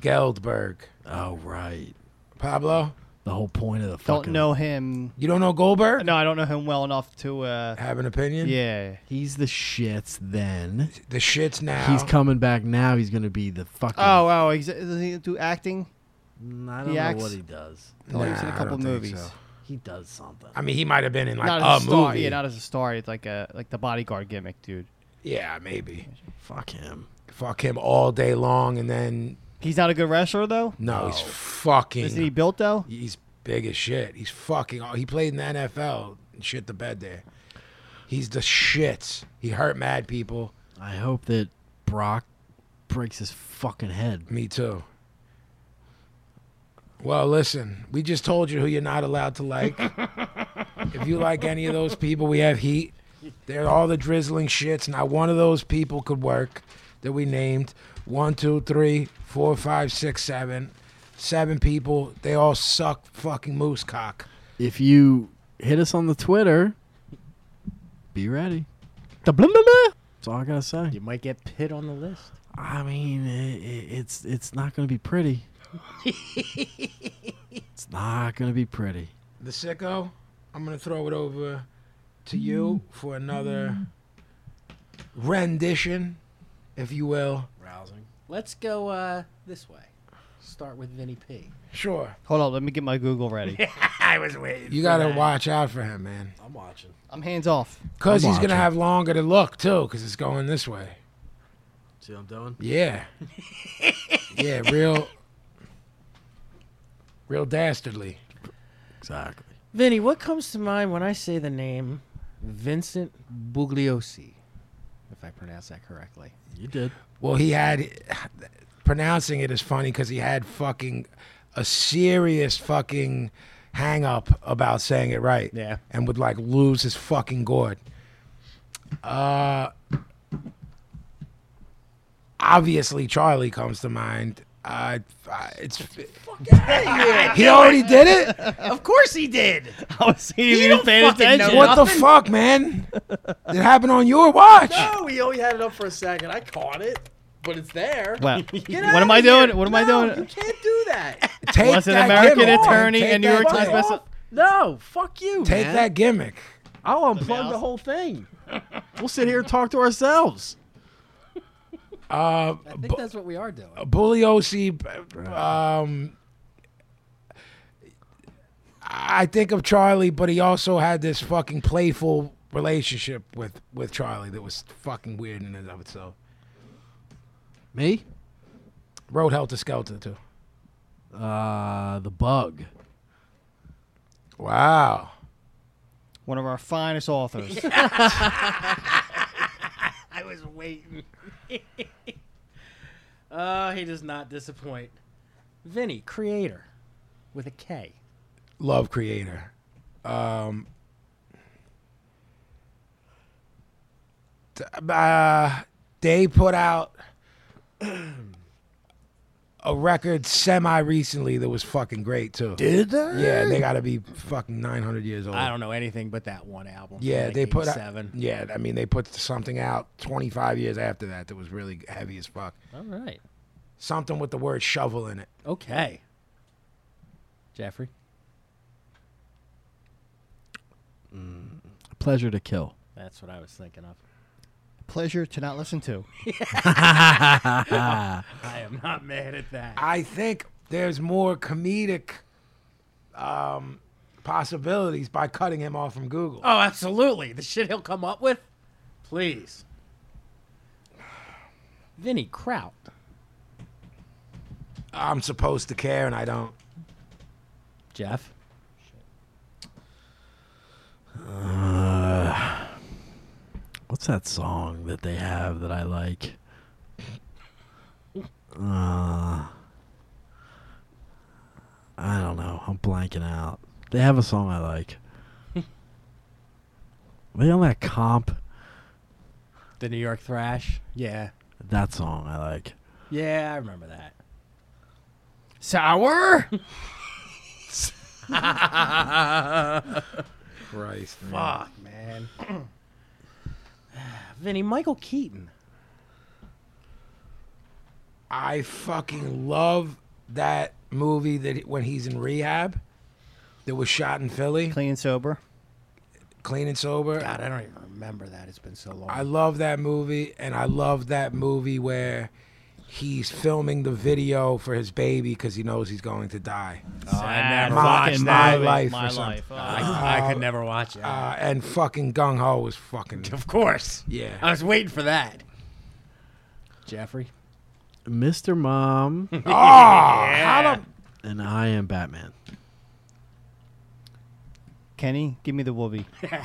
S3: Geldberg.
S4: Oh right.
S3: Pablo,
S4: The whole point of the
S1: Don't
S4: fucking
S1: know him.
S3: you don't know Goldberg?
S1: No, I don't know him well enough to. uh
S3: Have an opinion?
S1: Yeah,
S4: He's the shits then.
S3: The shit's now.
S4: He's coming back now. He's gonna be the fucking
S1: Oh, oh, he's, does he do acting?
S4: Mm, I
S1: he
S4: don't know
S1: acts-
S4: what he does.
S1: Oh, he was in a
S3: Nah, I
S1: couple
S3: don't think
S1: movies.
S3: so.
S4: He does something.
S3: I mean, he might have been in like
S1: not
S3: a,
S1: as a star.
S3: movie.
S1: Yeah, not as a star. It's like a like the bodyguard gimmick, dude.
S3: yeah, maybe.
S4: Fuck him.
S3: Fuck him all day long, and then
S1: He's not a good wrestler though.
S3: no, he's fucking.
S1: Isn't he built though?
S3: He's big as shit. He's fucking. He played in the NFL and shit the bed there. He's the shits. He hurt mad people.
S4: I hope that Brock breaks his fucking head.
S3: Me too. Well, listen, we just told you who you're not allowed to like. if you like any of those people, we have heat. They're all the drizzling shits. Not one of those people could work that we named. One, two, three, four, five, six, seven. Seven people. They all suck fucking moose cock.
S4: If you hit us on the Twitter, be ready. The blah, blah, blah. That's all I gotta say.
S5: You might get pit on the list.
S4: I mean, i i- it's it's not going to be pretty. it's not going to be pretty.
S3: The sicko, I'm going to throw it over to you for another rendition, if you will.
S4: Rousing.
S5: Let's go uh, this way. Start with Vinny P.
S3: Sure.
S1: Hold on, let me get my Google ready.
S5: I was waiting.
S3: You gotta watch out for him, man,
S4: I'm watching.
S1: I'm hands off.
S3: because
S4: I'm
S3: he's gonna
S4: watching.
S3: have longer to look too, because it's going this way.
S4: See what I'm doing?
S3: Yeah, yeah, real, real dastardly.
S4: Exactly.
S5: Vinny, what comes to mind when I say the name Vincent Bugliosi? If I pronounce that correctly.
S4: You did.
S3: Well, he had pronouncing it is funny because he had fucking a serious fucking hang up about saying it right.
S5: Yeah.
S3: and would like lose his fucking gourd. Uh, obviously Charlie comes to mind. Uh, it's he already did it.
S5: Of course he did.
S1: I was even
S5: You don't
S1: paying
S5: fucking know
S1: attention.
S3: What the fuck, man? It happened on your watch.
S5: Oh,
S4: we only had it up for a second. I caught it, but it's there.
S1: Wow. what am I doing? What am I doing?
S5: can't do that.
S3: Take
S1: Was an
S3: that
S1: American
S3: gimmick, man.
S1: attorney
S3: Take
S1: and New
S3: that
S1: York Times
S3: gimmick.
S1: best-
S5: off. No, fuck you,
S3: Take
S5: man.
S3: that gimmick.
S5: I'll unplug
S1: I'll-
S5: the whole thing.
S4: We'll sit here and talk to ourselves.
S3: Uh,
S5: I think that's what we are doing.
S3: Bugliosi, um, I think of Charlie, but he also had this fucking playful relationship with with Charlie that was fucking weird in and of itself.
S4: Me?
S3: Road Helter Skelter too.
S4: Uh, the bug.
S3: Wow.
S1: One of our finest authors.
S2: I was waiting. uh, he does not disappoint.
S5: Vinny, creator, with a K.
S3: Love creator. Um, t- uh, they put out a record semi recently that was fucking great too.
S4: Did that?
S3: Yeah, they got to be fucking 900 years old.
S2: I don't know anything but that one album. from
S3: Yeah, they put out,
S2: 1987.
S3: Yeah, I mean they put something out 25 years after that that was really heavy as fuck.
S2: All right.
S3: Something with the word shovel in it.
S2: Okay. Jeffrey.
S4: Pleasure to kill.
S2: That's what I was thinking of.
S1: Pleasure to not listen to.
S2: I am not mad at that.
S3: I think there's more comedic um, possibilities by cutting him off from Google.
S2: Oh, absolutely. The shit he'll come up with? Please.
S5: Vinny Kraut.
S3: I'm supposed to care and I don't.
S2: Jeff.
S4: What's that song that they have that I like? Uh, I don't know. I'm blanking out. They have a song I like. they on that comp.
S2: The New York Thrash. Yeah.
S4: That song I like.
S2: Yeah, I remember that.
S1: Sour?
S3: Christ.
S2: Fuck, man. Vinny, Michael Keaton.
S3: I fucking love that movie that when he's in rehab that was shot in Philly,
S1: Clean and sober.
S3: clean and sober.
S5: God, I don't even remember that. It's been so long.
S3: I love that movie, and I love that movie where he's filming the video for his baby because he knows he's going to die.
S2: I
S1: Sad
S2: never
S3: watched
S1: fucking
S3: that.
S1: movie.
S3: My Life
S1: My
S3: or something.
S1: life. Oh.
S4: Uh,
S2: I, I could never watch it.
S3: Uh, and fucking Gung Ho was fucking
S2: of course. I
S3: yeah.
S2: was waiting for that. Jeffrey.
S4: Mr. Mom Ah,
S3: Oh, how the-
S4: and I am Batman.
S1: Kenny, give me the whoopee. I,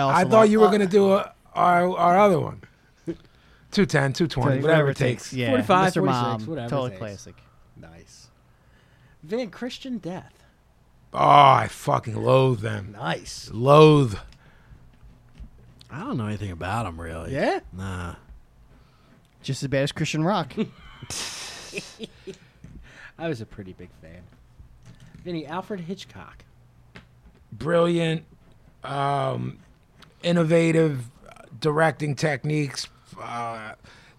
S1: also
S3: I
S1: love-
S3: thought you were
S1: uh,
S3: gonna do a, our our other one. 210, 220, whatever it takes.
S1: Yeah,
S2: 45,
S1: Mr.
S2: 46,
S1: Mom,
S2: whatever it
S1: total
S2: takes.
S1: classic.
S2: Nice. Vin, Christian Death.
S3: Oh, I fucking loathe them.
S2: Nice.
S3: Loathe.
S4: I don't know anything about him really.
S2: Yeah?
S4: Nah.
S1: Just as bad as Christian Rock.
S2: I was a pretty big fan. Vinny, Alfred Hitchcock.
S3: Brilliant, um, innovative uh, directing techniques. Uh,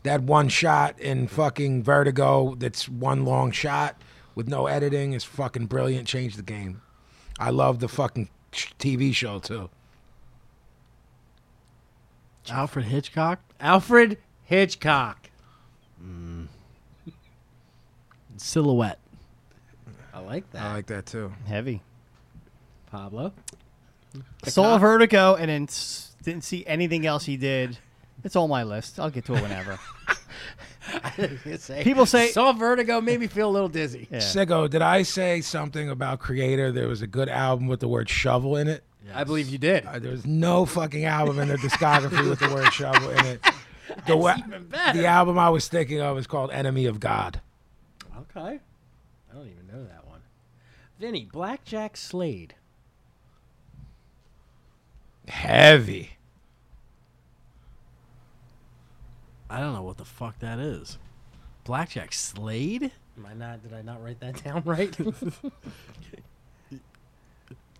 S3: that one shot in fucking Vertigo that's one long shot with no editing is fucking brilliant. Changed the game. I love the fucking sh- TV show too.
S4: Alfred Hitchcock?
S2: Alfred Hitchcock.
S4: Silhouette.
S2: I like that.
S3: I like that too.
S1: Heavy.
S4: Uh,
S2: Pablo.
S1: Saw Vertigo and then s- didn't see anything else he did. It's on my list. I'll get to it whenever. People say-
S2: saw Vertigo made me feel a little dizzy.
S1: Yeah.
S3: Siggo, did I say something about Creator? There was a good album with the word shovel in it.
S2: I believe you did.
S3: Uh, There's no fucking album in their discography with the word shovel in it. The, wa- the album I was thinking of is called Enemy of God.
S2: Okay. I don't even know that one. Vinny, Blackjack Slade.
S3: Heavy.
S4: I don't know what the fuck that is. Blackjack Slade?
S2: Am I not? Did I not write that down right?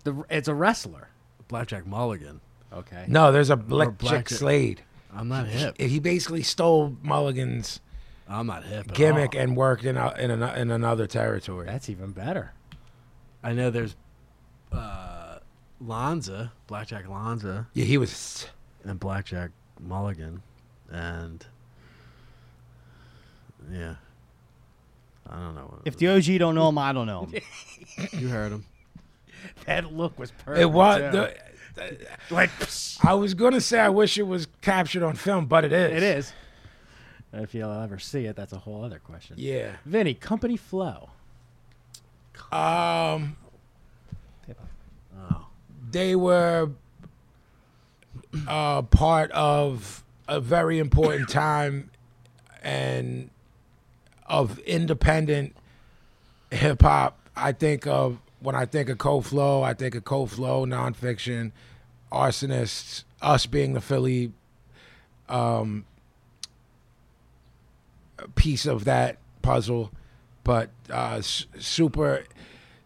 S2: the, it's a wrestler.
S4: Blackjack Mulligan.
S2: Okay.
S3: No, there's a Black
S4: Black-
S3: Slade.
S4: I'm not hip.
S3: He basically stole Mulligan's
S4: I'm not hip. at
S3: gimmick
S4: all.
S3: and worked in a, in, an, in another territory.
S2: That's even better.
S4: I know there's uh, Lonza, Blackjack Lonza,
S3: yeah, he was.
S4: and Blackjack Mulligan, and yeah, I don't know.
S1: If the OG don't know him, I don't know him.
S4: you heard him,
S2: That look was perfect.
S3: It was.
S2: too.
S3: the-
S2: like
S3: I was gonna say I wish it was captured on film, but it is.
S2: it is. If you'll ever see it, that's a whole other question.
S3: Yeah.
S2: Vinny, company flow.
S3: Um,
S2: Oh.
S3: they were uh, part of a very important time and of independent hip hop. I think of when I think of Cold Flow, I think of Cold Flow, nonfiction, arsonists, us being the Philly um, piece of that puzzle, but uh, s- super,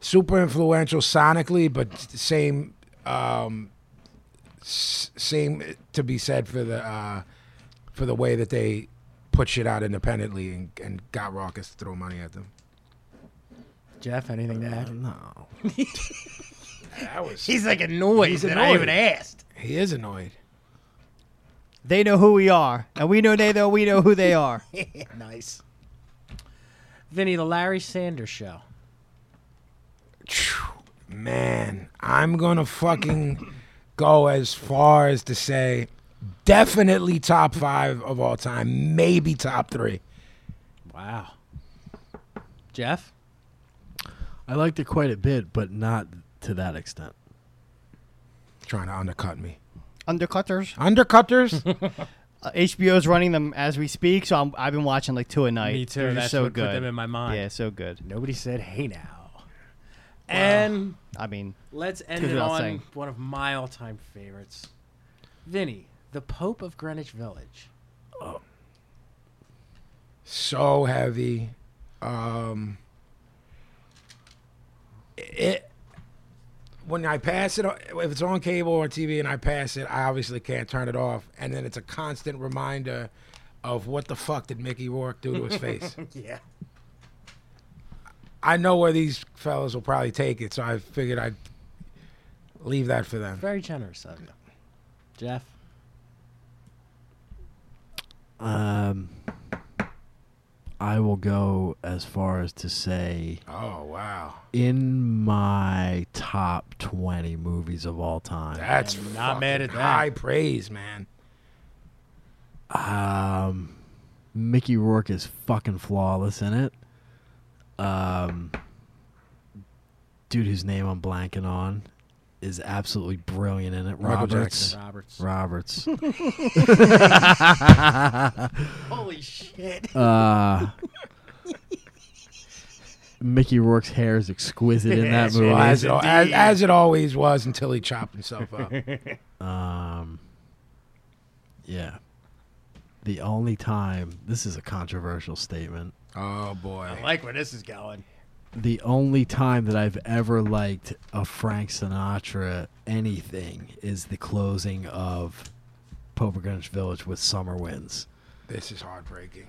S3: super influential sonically, but same, um, s- same to be said for the uh, for the way that they put shit out independently and, and got Rockets to throw money at them.
S2: Jeff, anything to add?
S4: no,
S3: That was
S5: He's like annoyed
S3: He's
S5: that I even
S3: annoyed.
S5: asked.
S3: he is annoyed.
S1: They know who we are, and we know they know we know who they are.
S5: nice.
S2: Vinny, the Larry Sanders Show.
S3: Man, I'm gonna fucking go as far as to say definitely top five of all time, maybe top three.
S2: Wow. Jeff?
S4: I liked it quite a bit, but not to that extent.
S3: Trying to undercut me.
S1: Undercutters.
S3: Undercutters?
S1: Uh, HBO's running them as we speak, so I'm, I've been watching like two a night.
S2: Me too.
S1: They're just
S2: That's
S1: so
S2: what
S1: good.
S2: put them in my mind.
S1: Yeah, so good.
S2: Nobody said hey now. And
S1: I mean,
S2: let's end
S1: Goes
S2: it
S1: without
S2: on
S1: saying.
S2: one of my all time favorites. Vinny, the Pope of Greenwich Village.
S3: so heavy. Um, it when I pass it, o- if it's on cable or TV, and I pass it, I obviously can't turn it off. And then it's a constant reminder of what the fuck did Mickey Rourke do to his face.
S5: Yeah.
S3: I know where these fellas will probably take it, so I figured I'd leave that for them.
S2: Very generous of you. Jeff?
S4: Um, I will go as far as to say
S3: Oh wow,
S4: in my top 20 movies of all time.
S3: that's
S2: not mad
S3: fucking
S2: at that.
S3: High praise, man.
S4: Um, Mickey Rourke is fucking flawless in it. Um, dude whose name I'm blanking on is absolutely brilliant in it.
S3: Michael
S4: Roberts.
S2: Roberts.
S4: Roberts.
S5: Holy shit.
S4: Uh, Mickey Rourke's hair is exquisite in that movie.
S3: Well, as, it, al- as, as it always was until he chopped himself up.
S4: Um, yeah. The only time, this is a controversial statement,
S3: oh boy.
S5: I like where this is going.
S4: the only time that I've ever liked a Frank Sinatra anything is the closing of Pope of Greenwich Village with Summer Winds.
S3: This is heartbreaking.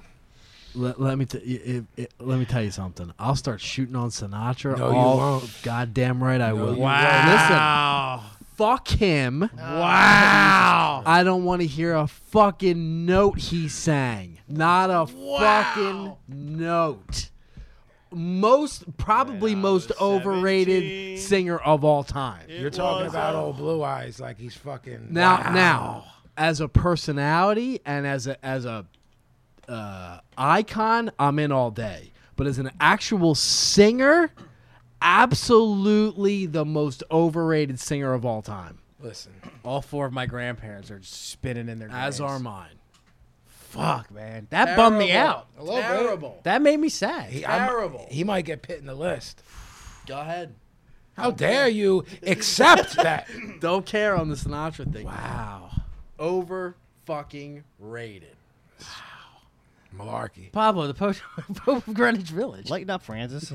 S4: Let, let me t- it, it, let me tell you something. I'll start shooting on Sinatra.
S3: No, you
S4: all
S3: won't.
S4: goddamn right I will.
S3: you
S2: Ah,
S4: Listen, fuck him.
S5: Wow.
S4: I don't want to hear a fucking note he sang. Not a fucking note. Most, probably most overrated singer of all time.
S3: You're talking about old blue eyes like he's fucking.
S4: Now, now, as a personality and as a as a uh, icon, I'm in all day. But as an actual singer, absolutely the most overrated singer of all time.
S3: listen.
S2: All four of my grandparents are spinning in their
S4: As
S2: graves.
S4: are mine.
S2: Fuck, man. That bummed me out.
S4: Terrible.
S2: That made me sad.
S3: He, I'm-
S4: Terrible.
S3: he might get pit in the list.
S4: Go ahead.
S3: How dare you accept that?
S4: Don't care on the Sinatra thing.
S2: wow.
S4: Over fucking rated.
S3: Malarkey.
S2: Pablo, the Pope, Pope of Greenwich Village.
S1: lighten up, Francis.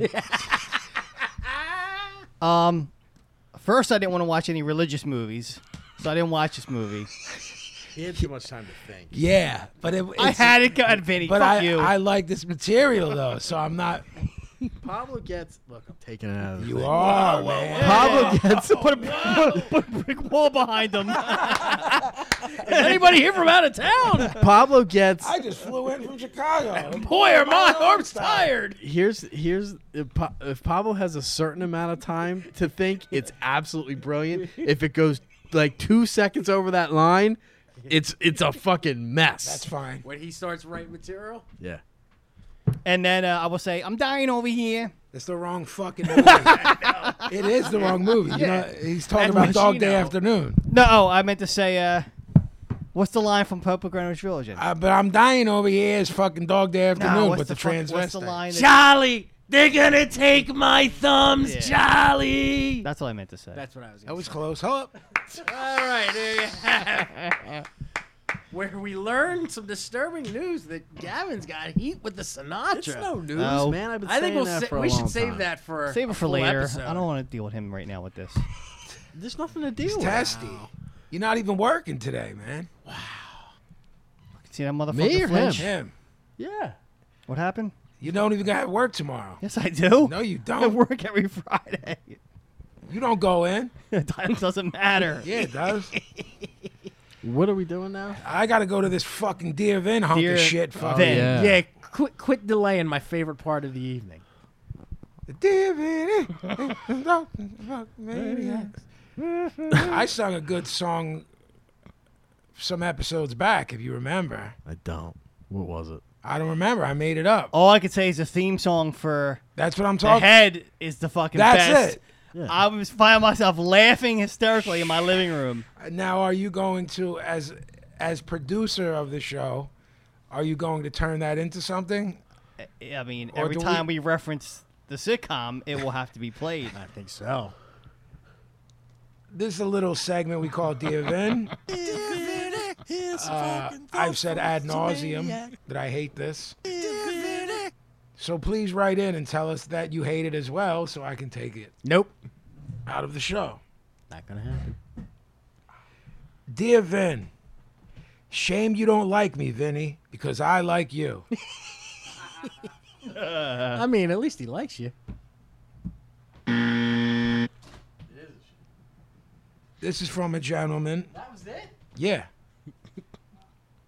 S1: um, first I didn't want to watch any religious movies, so I didn't watch this movie.
S8: He had too much time to think.
S3: Yeah, but it,
S1: I
S3: it's-
S1: had it good, Vinny.
S3: But
S1: Fuck
S3: I,
S1: you.
S3: I like this material though, so I'm not.
S4: Pablo gets. Look, I'm taking it out of the
S3: You
S4: thing.
S3: are man.
S4: Pablo gets.
S1: put, a, put a brick wall behind them.
S2: Anybody here from out of town?
S4: Pablo gets.
S3: I just flew in from Chicago.
S2: Boy, are my arms tired.
S4: Here's here's if, pa- if Pablo has a certain amount of time to think, it's absolutely brilliant. If it goes like two seconds over that line, it's it's a fucking mess.
S3: That's fine.
S2: When he starts writing material,
S4: yeah.
S1: and then uh, I will say, I'm dying over here.
S3: It's the wrong fucking movie. it is the wrong movie. You know, he's talking about Dog Day Afternoon.
S1: No, oh, I meant to say, uh, what's the line from Purple Greenwich Village? in?
S3: Uh, but I'm dying over here is fucking Dog Day
S1: Nah,
S3: Afternoon
S1: Uh, what's
S3: with the,
S1: fuck-
S3: transvestite.
S1: What's the line? that-
S2: Jolly, they're gonna take my thumbs,
S1: Yeah.
S2: Jolly.
S1: That's what I meant to say.
S2: That's what I was.
S3: That
S2: Gonna
S3: was close. Up.
S2: All right, there you have it. Where we learned some disturbing news that Gavin's got heat with the Sinatra.
S5: It's no news,
S1: No.
S5: man. I've been
S2: I think
S5: saying
S2: we'll
S5: that
S2: sa-
S5: for a
S2: we should
S5: long
S2: save
S5: time.
S2: that for
S1: Oh, Save it
S2: a
S1: for
S2: full
S1: later.
S2: episode.
S1: I don't want to deal with him right now with this.
S5: There's nothing to do. with.
S3: Testy. You're not even working today, man.
S1: See that motherfucker
S5: Me or
S1: flinch?
S3: Him.
S5: Yeah.
S1: What happened?
S3: You don't even got to work tomorrow.
S1: Yes, I do.
S3: No, you
S1: I
S3: don't.
S1: work every Friday.
S3: You don't go in.
S1: Time doesn't matter.
S3: Yeah, it does.
S5: What are we doing now?
S3: I got to go to this fucking Deer Vin hunk
S1: Dear
S3: of shit. Fuck.
S1: Vin.
S4: yeah.
S2: Yeah, quit quit delaying my favorite part of the evening.
S3: Dear Vin, eh, eh, don't fuck maniacs. I sung a good song some episodes back, if you remember.
S4: I don't. What was it?
S3: I don't remember. I made it up.
S1: All I could say is the theme song for
S3: That's what I'm
S1: Oh, The
S3: talking.
S1: Head is the fucking
S3: That's
S1: best.
S3: it.
S1: I was find myself laughing hysterically in my living room.
S3: Now, are you going to, as as producer of the show, are you going to turn that into something?
S1: I mean,
S3: Or
S1: every
S3: do we-
S1: time we reference the sitcom, it will have to be played.
S5: I think so.
S3: This is a little segment we call Dear Vin. Uh, I've said ad nauseum that I hate this. So please write in and tell us that you hate it as well, so I can take it
S5: Nope.
S3: out of the show.
S5: Not gonna happen.
S3: Dear Vin, shame you don't like me, Vinny, because I like you.
S5: I mean, at least he likes you.
S3: This is from a gentleman. That was it? Yeah.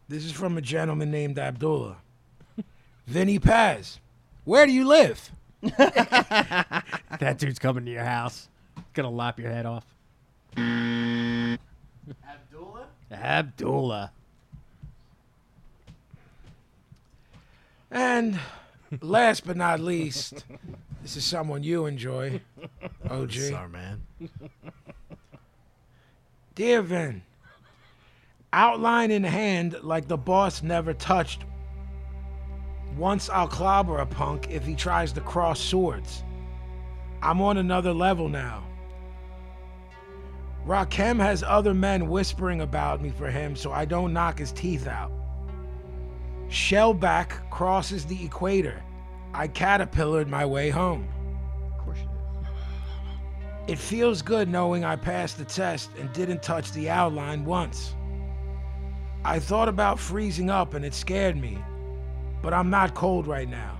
S3: this is from a gentleman named Abdullah. Vinny Paz, where do you live?
S5: That dude's coming to your house. Gonna lop your head off. Abdullah? Abdullah.
S3: And last but not least, this is someone you enjoy, OG.
S4: Sorry, man.
S3: Dear Vin, outline in hand like the boss never touched. Once I'll clobber a punk if he tries to cross swords. I'm on another level now. Rakim has other men whispering about me for him so I don't knock his teeth out. Shellback crosses the equator. I caterpillared my way home. It feels good knowing I passed the test and didn't touch the outline once. I thought about freezing up and it scared me, but I'm not cold right now.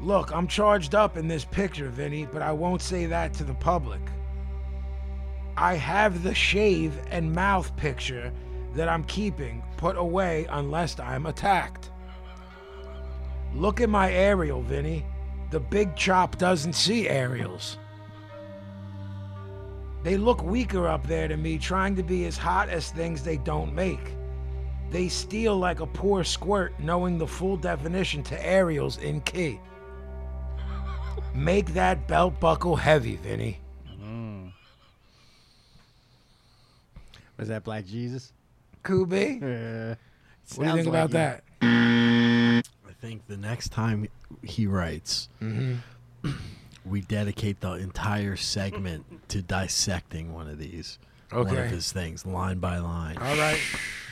S3: Look, I'm charged up in this picture, Vinny, but I won't say that to the public. I have the shave and mouth picture that I'm keeping put away unless I'm attacked. Look at my aerial, Vinny. The big chop doesn't see aerials. They look weaker up there to me, trying to be as hot as things they don't make. They steal like a poor squirt, knowing the full definition to aerials in key. Make that belt buckle heavy, Vinny.
S5: Was that Black Jesus?
S3: Kubi, what
S5: Uh,
S3: do you think about that?
S4: I think the next time he writes,
S5: Mm-hmm.
S4: we dedicate the entire segment to dissecting one of these. One
S3: Okay.
S4: of his things, line by line,
S3: All right,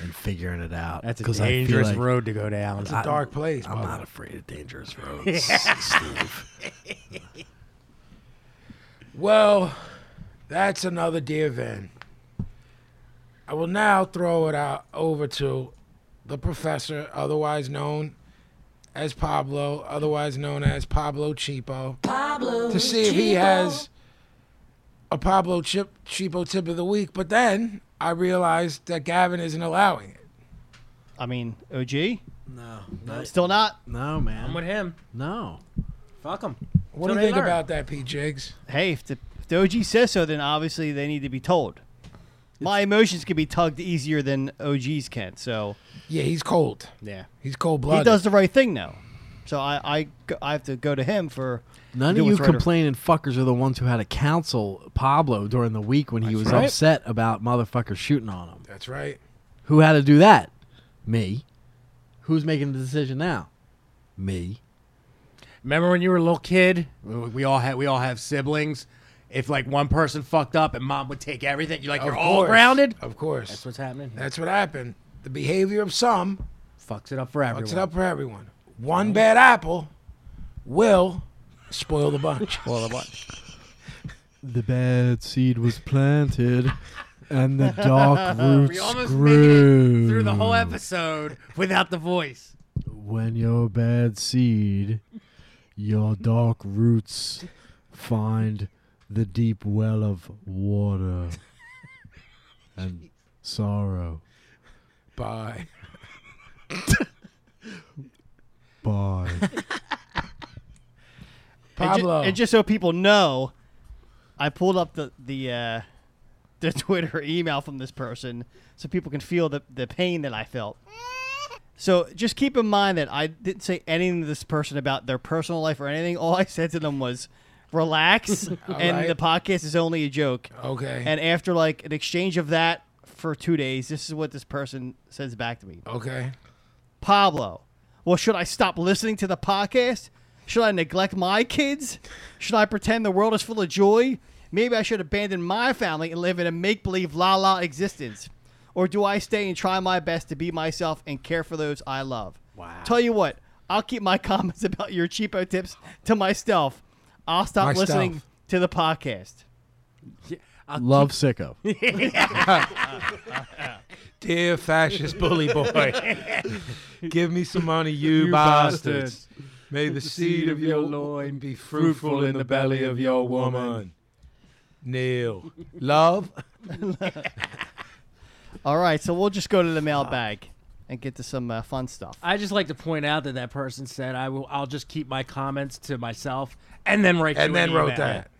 S4: and figuring it out.
S5: Oh. That's a
S4: 'Cause I feel
S5: dangerous
S4: like
S5: road to go down.
S4: I-
S3: dark place.
S4: I'm
S3: brother.
S4: not afraid of dangerous roads, Steve.
S3: Well, that's another dear Vin. I will now throw it out over to the professor, otherwise known as Pablo, otherwise known as Pablo Cheapo, to see if he has a Pablo Chip, Cheapo tip of the week. But then I realized that Gavin isn't allowing it.
S1: I mean, OG,
S4: No, not,
S1: still not.
S4: no,
S2: I'm with
S4: man,
S2: him.
S4: no.
S2: Fuck him.
S3: What
S2: Till
S3: do
S2: they
S3: you think
S2: learn.
S3: about that, Pete Jigs?
S1: Hey, if the, if the OG says so, then obviously they need to be told. My emotions can be tugged easier than OG's can. So
S3: Yeah, he's cold.
S1: yeah,
S3: He's cold
S1: he
S3: blooded.
S1: does the right thing now. So I, I go- I have to go to him for
S4: None
S1: do
S4: of you
S1: what's right or-
S4: complaining fuckers are the ones who had to counsel Pablo during the week when he was
S3: right.
S4: upset about motherfuckers shooting on him.
S3: That's right.
S4: Who had to do that? Me. Who's making the decision now? Me.
S5: Remember when you were a little kid? We we all had we all have siblings. If like one person fucked up and mom would take everything, you like you're
S3: Of
S5: all
S3: course.
S5: grounded.
S3: Of course.
S5: That's what's happening.
S3: That's what happened. The behavior of some
S5: fucks it up for everyone.
S3: fucks it up for everyone. One bad apple will spoil the bunch. Spoil the bunch.
S4: The bad seed was planted, and the dark
S5: We
S4: roots
S5: almost made it
S4: grew.
S5: through the whole episode without the voice.
S4: When your bad seed, your dark roots find the deep well of water and sorrow.
S3: Bye.
S4: Bye.
S1: And ju-
S3: Pablo.
S1: And, just so people know, I pulled up the the uh, the Twitter email from this person so people can feel the, the pain that I felt. So just keep in mind that I didn't say anything to this person about their personal life or anything. All I said to them was, "Relax," and
S3: right.
S1: the podcast is only a joke.
S3: okay.
S1: And after like an exchange of that for two days, this is what this person says back to me.
S3: okay.
S1: Pablo. Well, should I stop listening to the podcast? Should I neglect my kids? Should I pretend the world is full of joy? Maybe I should abandon my family and live in a make believe la la existence. Or do I stay and try my best to be myself and care for those I love? Wow. Tell you what, I'll keep my comments about your cheapo tips to myself. I'll stop
S3: Myself.
S1: listening to the podcast.
S4: Love sicko.
S3: Dear fascist bully boy, give me some money, you,
S2: You
S3: bastards.
S2: bastards.
S3: May the seed of your loin be fruitful in the belly of your woman. Neil. Love?
S1: All right, so we'll just go to the mailbag and get to some uh, fun stuff.
S2: I just like to point out that that person said, "I will. I'll just keep my comments to myself," and then write.
S3: And
S2: you
S3: then
S2: an
S3: wrote
S2: email.
S3: that.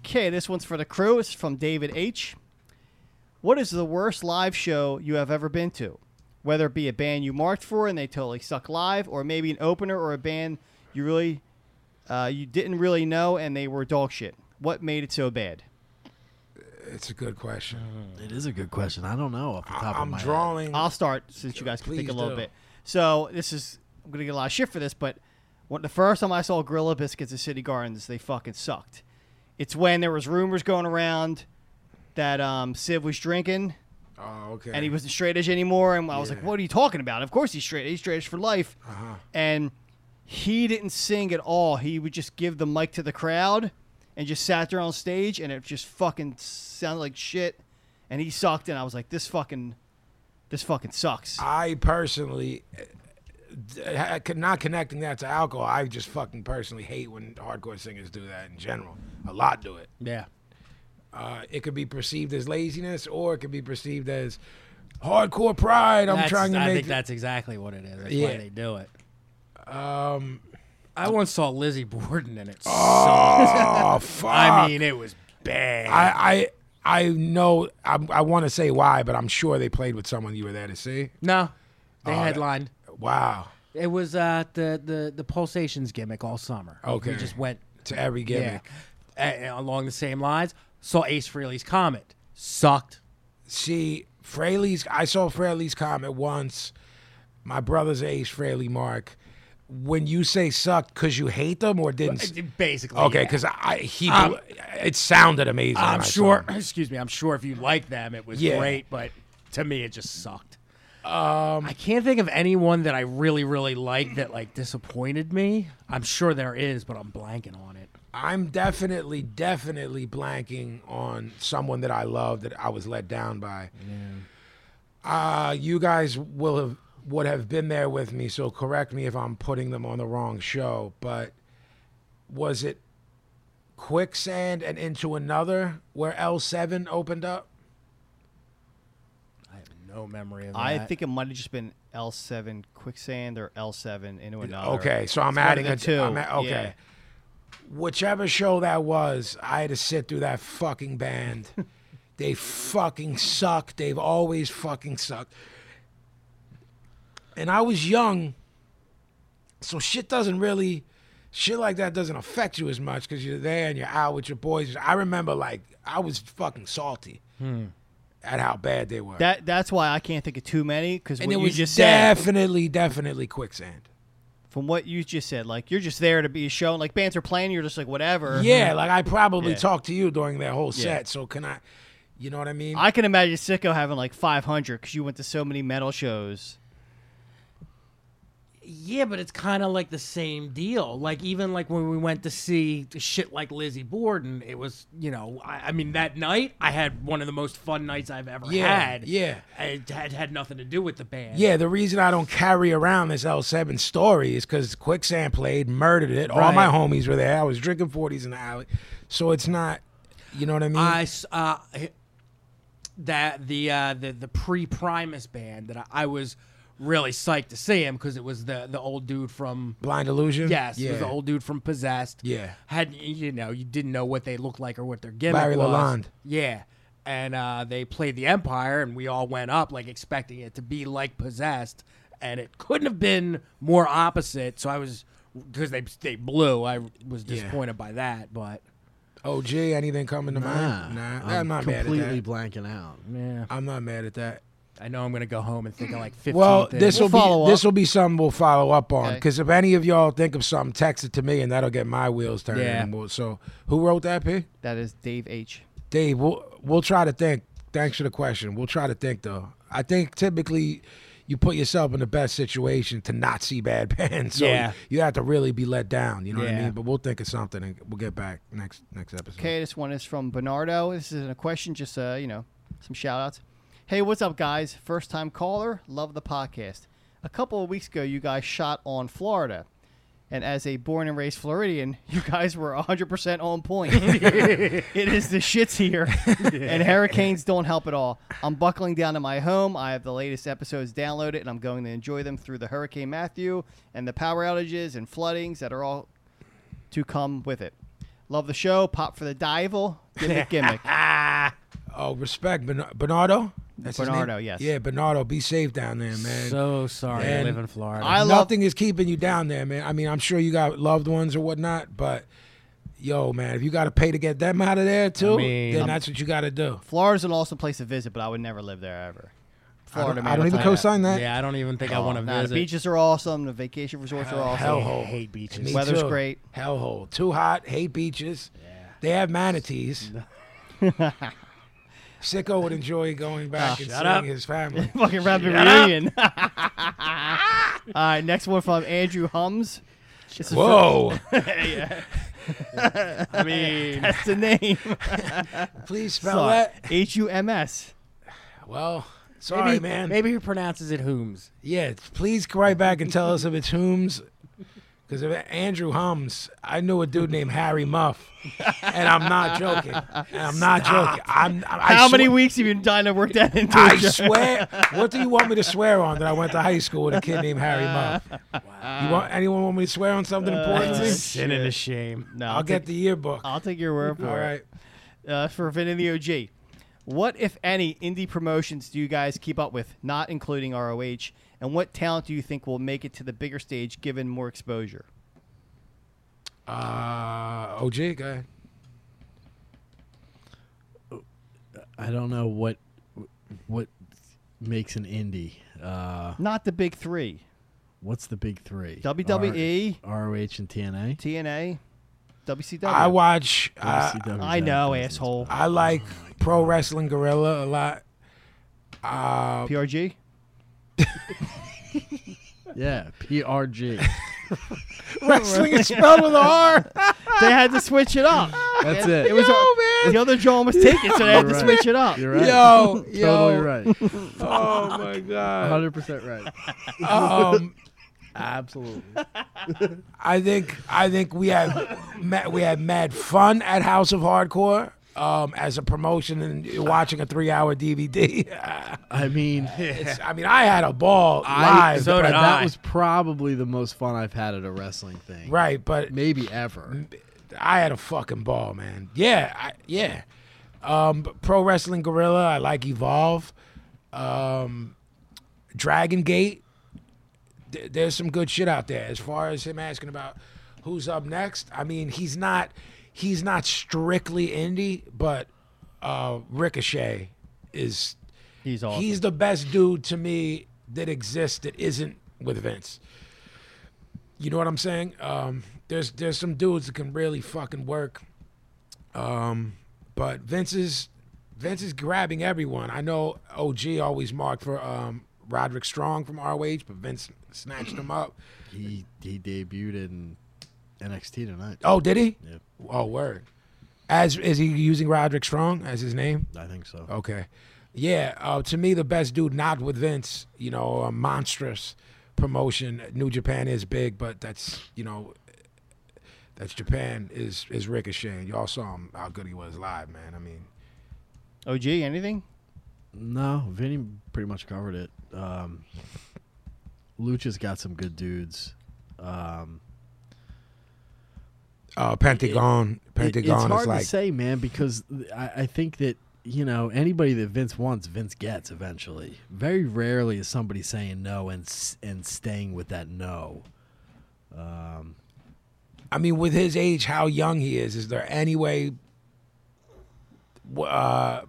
S1: Okay, this one's for the crew. It's from David H. What is the worst live show you have ever been to? Whether it be a band you marked for and they totally suck live, or maybe an opener or a band you really uh, you didn't really know and they were dog shit. What made it so bad?
S3: It's a good question.
S4: It is a good question. I don't know off the top of
S3: I'm
S4: my head.
S3: drawing.
S1: I'll start since you guys can think a
S3: Please
S1: little
S3: do.
S1: bit. So this is I'm gonna get a lot of shit for this, but when, the first time I saw Gorilla Biscuits at City Gardens, they fucking sucked. It's when there was rumors going around that um, Siv was drinking.
S3: Oh, okay.
S1: and he wasn't straight edge anymore. And I was like,
S3: Yeah. Uh-huh.
S1: "What are you talking about? Of course he's straight. He's straight edge for life." And he didn't sing at all. He would just give the mic to the crowd and just sat there on stage, and it just fucking sounded like shit. And he sucked, and I was like, "This fucking, this fucking sucks."
S3: I personally, uh, d- ha- not connecting that to alcohol, I just fucking personally hate when hardcore singers do that in general. A lot do it.
S5: Yeah.
S3: Uh, it could be perceived as laziness, or it could be perceived as hardcore pride. I'm
S5: That's-
S3: trying to
S5: I
S3: make.
S5: think that's exactly what it is. That's
S3: Yeah.
S5: why they do it.
S3: um,
S5: I once saw Lizzie Borden and it.
S3: oh fuck!
S5: I mean, it was bad.
S3: I I, I know. I, I want to say why, but I'm sure they played with someone you were there to see.
S5: no, they
S3: that-
S5: headlined.
S3: Wow.
S5: It was uh, the the the pulsations gimmick all summer.
S3: Okay.
S5: we just went
S3: To every
S5: yeah,
S3: gimmick,
S5: A- a- along the same lines. Saw Ace Frehley's Comet. Sucked.
S3: see Fraley's. I saw Fraley's comment once. My brother's ace, Fraley Mark. When you say sucked, cause you hate them or didn't? s-
S5: Basically.
S3: Okay,
S5: yeah. Um,
S3: because I, I he. bl- it sounded amazing. when
S5: I'm
S3: I saw
S5: sure.
S3: him.
S5: Excuse me. I'm sure if you like them, it was
S3: Yeah.
S5: great. But to me, it just sucked. Um, I can't think of anyone that I really, really liked that like disappointed me. I'm sure there is, but I'm blanking on it.
S3: I'm definitely, definitely blanking on someone that I love that I was let down by. Uh, you guys will have would have been there with me, so correct me if I'm putting them on the wrong show. But was it quicksand and into another where L7 opened up?
S5: I have no memory of that.
S1: I think it might have just been L7 quicksand or L7 into another.
S3: Okay, so
S1: It's one
S3: I'm
S1: of
S3: adding
S1: the
S3: a
S1: two.
S3: I'm a- okay.
S1: Yeah.
S3: Whichever show that was, I had to sit through that fucking band. they fucking suck. They've always fucking sucked. And I was young, so shit doesn't really, shit like that doesn't affect you as much because you're there and you're out with your boys. I remember like I was fucking salty at how bad they were.
S1: That Hmm. that's why I can't think of too many because what
S3: and it
S1: you
S3: was
S1: just said,
S3: definitely, definitely quicksand.
S1: from what you just said, like you're just there to be shown. Like bands are playing, you're just like whatever.
S3: Yeah, like I probably
S1: Uh-huh. Yeah.
S3: talked to you during that whole
S1: Yeah.
S3: set. So can I, you know what I mean?
S1: I can imagine Sicko having like 500 because you went to so many metal shows.
S2: Yeah, but it's kind of like the same deal. Like even like when we went to see shit like Lizzie Borden, it was you know I, I mean that night I had one of the most fun nights I've ever
S3: yeah,
S2: had.
S3: yeah,
S2: it had had nothing to do with the band.
S3: yeah. The reason I don't carry around this L seven story is because Quicksand played, murdered it. All my
S2: Right.
S3: homies were there. I was drinking forties in the alley, so it's not, you know what I mean?
S2: I s- uh, that the uh, the the pre Primus band that I, I was really psyched to see him because it was the the old dude from
S3: Blind Illusion.
S2: yes
S3: yeah.
S2: it was the old dude from Possessed
S3: Yeah.
S2: had you know you didn't know what they looked like or what their gimmick
S3: Barry
S2: was
S3: Lalonde.
S2: yeah and uh, they played the Empire and we all went up like expecting it to be like Possessed and it couldn't have been more opposite so I was because they they blew I was disappointed by that but
S3: OG. Anything coming to mind? Nah, I'm,
S4: I'm
S3: not mad at
S4: completely
S3: that.
S4: blanking out.
S2: yeah
S3: I'm not mad at that.
S2: I know I'm gonna go home and think of like
S5: Mm.
S2: 15
S3: Well,
S2: things.
S3: this will
S1: follow up.
S3: be this will be something we'll follow up on
S1: Okay.
S3: because if any of y'all think of something, text it to me and that'll get my wheels turning.
S2: Yeah.
S3: And we'll- so, who wrote that, P?
S1: That is Dave H.
S3: Dave, we'll we'll try to think. Thanks for the question. We'll try to think though. I think typically you put yourself in the best situation to not see bad bands. So
S2: Yeah.
S3: you have to really be let down. You know what I
S2: Yeah.
S3: mean? But we'll think of something and we'll get back next next episode.
S1: Okay, this one is from Bernardo. This isn't a question, just uh, you know, some shout outs. Hey, what's up, guys? First time caller, love the podcast. A couple of weeks ago, you guys shot on Florida. And as a born and raised Floridian, you guys were 100% on point. it is the shits here, and hurricanes don't help at all. I'm buckling down to my home. I have the latest episodes downloaded, and I'm going to enjoy them through the Hurricane Matthew and the power outages and floodings that are all to come with it. Love the show. Pop for the dival. Gimmick, gimmick.
S3: Oh, respect, Bern- Bernardo. That's his name?
S1: Bernardo, yes.
S3: Yeah, Bernardo. Be safe down there, man.
S2: so sorry I
S3: And-
S2: live in Florida.
S1: I love.
S3: Nothing is keeping you down there, man. I mean, I'm sure you got loved ones or whatnot, but yo, man, if you got to pay to get them out of there too,
S2: mean-
S3: then that's what you got to do.
S1: Florida's an awesome place to visit, but I would never live there ever.
S3: I
S1: Florida,
S3: don't,
S1: man.
S3: I don't
S1: I'll
S3: even
S1: tell you that.
S3: co-sign that.
S2: yeah, I don't even think I want to
S1: Oh, Nah, the
S2: visit.
S1: beaches are awesome. The vacation resorts are awesome.
S3: Hellhole.
S5: hate beaches.
S3: Me
S1: Weather's
S3: too.
S1: great.
S3: Hellhole. Too hot. Hate beaches. They have manatees. Sicko would enjoy going back and seeing
S2: up.
S3: his family.
S1: Fucking rapid reunion. All right, next one from Andrew Hums. This is
S3: Whoa!
S2: I mean,
S1: That's the name.
S3: Please spell that.
S1: H U M S.
S3: Well, sorry,
S2: maybe,
S3: man.
S2: maybe he pronounces it Hooms.
S3: Yeah, please write back and tell us if it's Hooms. Because if Andrew Hums, I knew a dude named Harry Muff, and I'm not joking. And I'm not joking. I'm, I, I
S1: How
S3: swe-
S1: many weeks have you been dying to work that into?
S3: I
S1: a joke?
S3: swear. What do you want me to swear on that I went to high school with a kid named Harry Muff? You want anyone want me to swear on something important? to me?
S2: Sin and a shame.
S1: No,
S3: I'll
S1: take,
S3: get the yearbook.
S1: I'll take your word for
S3: All
S1: it.
S3: right.
S1: uh, for Vin and the OG. What, if any, indie promotions do you guys keep up with, not including ROH? And what talent do you think will make it to the bigger stage given more exposure?
S3: Uh, OG, go ahead.
S4: I don't know what what makes an indie. Uh,
S1: Not the big three E,
S4: what's the big three? E,
S1: WWE,
S4: R- ROH, and TNA.
S1: TNA, WCW.
S3: I watch. I,
S4: WCW 's
S1: I know,
S4: out of business.
S1: asshole.
S3: I like pro wrestling gorilla a lot. Uh,
S1: PRG?
S4: Yeah, PRG.
S3: Wrestling is spelled with a R.
S1: They had to switch it up.
S4: That's it.
S1: It was a, the other John was taken, so they had
S4: You're
S1: to
S4: right.
S1: switch it up.
S4: You're right.
S3: Yo, yo.
S4: Totally right.
S3: Oh my god.
S4: 100% right.
S3: Um,
S4: Absolutely.
S3: I think I think we had ma- we had mad fun at House of Hardcore um, as a promotion and watching a three-hour DVD.
S4: I mean,
S3: It's- I mean, I had a ball live,
S2: so
S4: but
S2: did
S4: that
S2: I.
S4: was probably the most fun I've had at a wrestling thing.
S3: right? But
S4: Maybe ever.
S3: I had a fucking ball, man. Yeah, I, yeah. Um, but pro wrestling gorilla. I like evolve. Um, Dragon Gate. Th- there's some good shit out there. As far as him asking about who's up next, I mean, he's not he's not strictly indie, but uh, Ricochet is
S1: He's awesome.
S3: he's the best dude to me that exists that isn't with Vince. You know what I'm saying? Um, there's there's some dudes that can really fucking work. Um, but Vince is Vince is grabbing everyone. I know OG always marked for um, Roderick Strong from ROH, but Vince snatched him up.
S4: He he debuted in NXT tonight.
S3: Oh, did he?
S4: Yep.
S3: Oh, word. As is he using Roderick Strong as his name?
S4: I think so.
S3: Okay. Yeah, uh, to me, the best dude, not with Vince, you know, a monstrous promotion. New Japan is big, but that's, you know, that's Japan is is Ricochet. Y'all saw him, how good he was live, man. I mean,
S1: OG, anything?
S4: No, Vinny pretty much covered it. Um, Lucha's got some good dudes. Um,
S3: uh, Pentagon,
S4: it-
S3: Pentagon
S4: it's hard
S3: is like,
S4: to say, man, because th- I, I think that you know anybody that Vince wants, Vince gets eventually. Very rarely is somebody saying no and s- and staying with that no.
S3: I mean, with his age, how young he is, is there any way w- uh,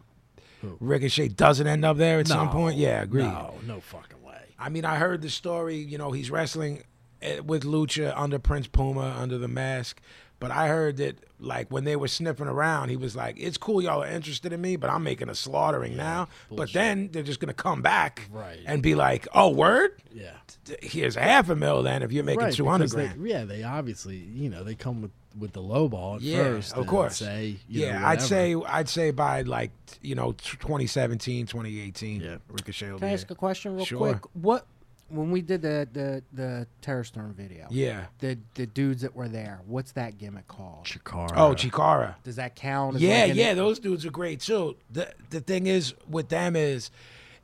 S3: Ricochet doesn't end up there at some
S4: No,
S3: point? Yeah, agreed.
S4: No, no fucking way.
S3: I mean, I heard the story. You know, he's wrestling eh, with Lucha under Prince Puma under the mask. But I heard that, like, when they were sniffing around, he was like, "It's cool, y'all are interested in me, but I'm making a slaughtering now." But then they're just gonna come back
S4: Right.
S3: and be like, "Oh, word!
S4: Yeah.
S3: Th- Here's half a mil then if you're making
S4: Right,
S3: two hundred
S4: because they-
S3: grand."
S4: yeah, they obviously, you know, they come with with the low ball at
S3: Yeah,
S4: first.
S3: of
S4: and
S3: course.
S4: Say, you know,
S3: yeah, I'd
S4: whatever.
S3: say I'd say by like t- you know t- 2017, 2018,
S4: Yeah.
S3: Ricochet. Will
S5: Can
S3: be
S5: I ask a
S3: there.
S5: question real
S3: Sure.
S5: quick? What when we did the the the Terror Storm video?
S3: Yeah.
S5: The the dudes that were there. What's that gimmick called?
S4: Chikara.
S3: Oh, Chikara.
S5: Does that count? as
S3: Yeah,
S5: like an-
S3: yeah, those dudes are great too. The the thing is with them is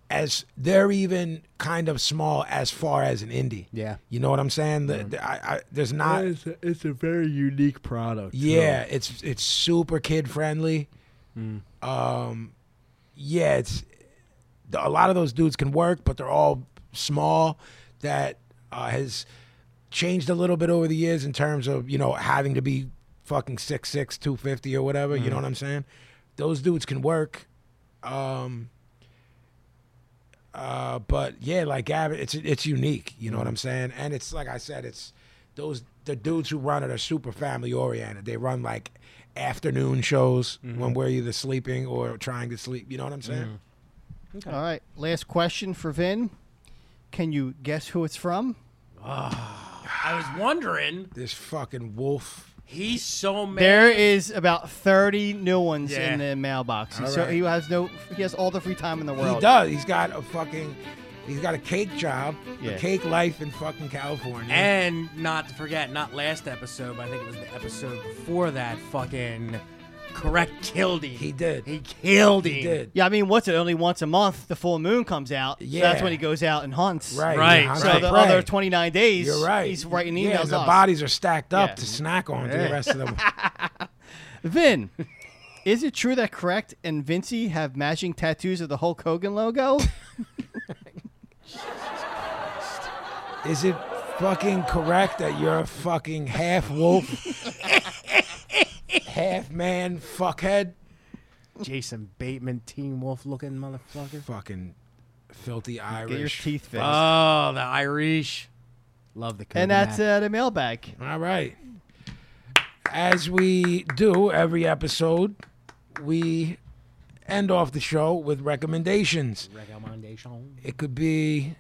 S3: as they're even kind of small as far as an indie.
S5: Yeah.
S3: You know what I'm saying? The, the- I, I, there's not.
S4: it's a, it's a very unique product.
S3: Yeah, it's it's super kid friendly. Um, yeah, it's a lot of those dudes can work, but they're all small. That uh, has changed a little bit over the years in terms of you know having to be fucking 6'6", 250 or whatever. You know what I'm saying? Those dudes can work. Um, uh, but yeah, like Gavin, it's it's unique. You know what I'm saying? And it's like I said, it's those the dudes who run it are super family oriented. They run like afternoon shows
S1: Mm-hmm.
S3: when we're either sleeping or trying to sleep. You know what I'm saying?
S1: All right. Last question for Vin. Can you guess who it's from?
S2: I was wondering.
S3: This fucking wolf.
S2: He's so mad.
S1: There is about thirty new ones
S2: Yeah.
S1: in the mailbox.
S3: All
S1: So
S3: right.
S1: he has no. He has all the free time in the world.
S3: He does. He's got a fucking. He's got a cake job,
S1: Yeah.
S3: a cake life in fucking California.
S2: And not to forget, not last episode, but I think it was the episode before that. Fucking correct killed him.
S3: he did.
S2: He killed him.
S3: He did.
S1: Yeah, I mean, what's it? Only once a month, the full moon comes out. So that's
S3: Yeah.
S1: when he goes out and hunts.
S3: Right.
S2: Right,
S3: Hunter
S1: So the
S3: Prey.
S1: other 29 days,
S3: You're right.
S1: he's writing
S3: Yeah,
S1: emails.
S3: the
S1: us.
S3: bodies are stacked up
S1: Yeah.
S3: to snack on to the rest of them.
S1: Vin, is it true that Correct and Vinci have matching tattoos of the Hulk Hogan logo?
S3: Is it fucking correct that you're a fucking half wolf, half man, fuckhead,
S5: Jason Bateman, Teen Wolf looking motherfucker.
S3: fucking filthy
S1: Get your
S3: Irish?
S1: teeth fixed.
S3: Uh,
S2: Oh, the Irish.
S5: Love the.
S1: and that's uh, the mailbag.
S3: All right. As we do every episode, we end off the show with recommendations.
S5: recommendation.
S3: It could be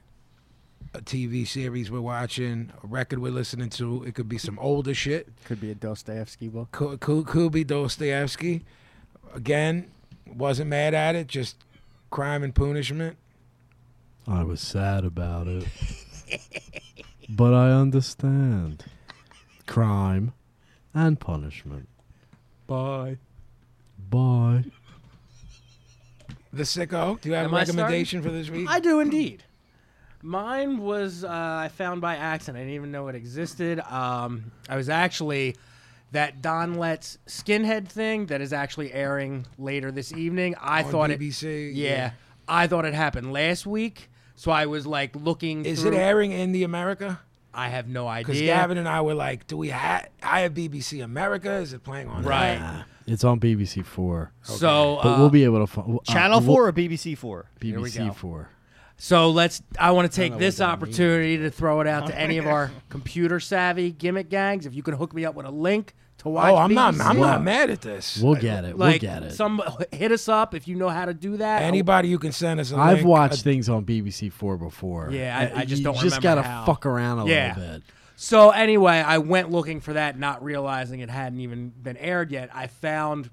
S3: a TV series we're watching, a record we're listening to. It could be some older shit.
S5: Could be a Dostoevsky book.
S3: Ku- Ku- Kubi Dostoevsky. Again, wasn't mad at it, just crime and punishment.
S4: I was sad about it. but I understand. Crime and punishment.
S2: Bye.
S4: Bye.
S3: The sicko. Do you have
S2: Am
S3: a
S2: I starting?
S3: recommendation for this week?
S2: I do indeed. Mine was uh, I found by accident. I didn't even know it existed. Um, I was actually that Don Letts skinhead thing that is actually airing later this evening. I
S3: On
S2: thought
S3: BBC,
S2: it.
S3: yeah.
S2: Yeah, I thought it happened last week. So I was like looking.
S3: Is it
S2: through-
S3: airing in the America?
S2: I have no
S3: Because
S2: idea.
S3: Gavin and I were like, "Do we have? I have BBC America. Is it playing on
S2: Right.
S3: that?
S4: It's on BBC Four.
S2: So
S4: But
S2: uh,
S4: we'll be able to find
S3: Uh,
S1: Channel 4 or BBC 4?
S2: Here we go.
S4: BBC Four.
S2: So let's. I want to take this opportunity to throw it out to any of our computer savvy gimmick gangs. If you can hook me up with a link to watch.
S3: Oh, I'm not.
S2: BBC.
S3: I'm not mad at this.
S4: We'll get it.
S2: Like
S4: we'll get it.
S2: some hit us up if you know how to do that. Oh,
S3: Anybody who can send us a
S4: I've
S3: link,
S4: watched things on BBC Four before.
S2: Yeah, I-
S4: Uh,
S2: I just
S4: you
S2: don't
S4: just
S2: remember
S4: gotta
S2: how.
S4: fuck around a
S2: Yeah.
S4: little bit.
S2: So anyway, I went looking for that, not realizing it hadn't even been aired yet. I found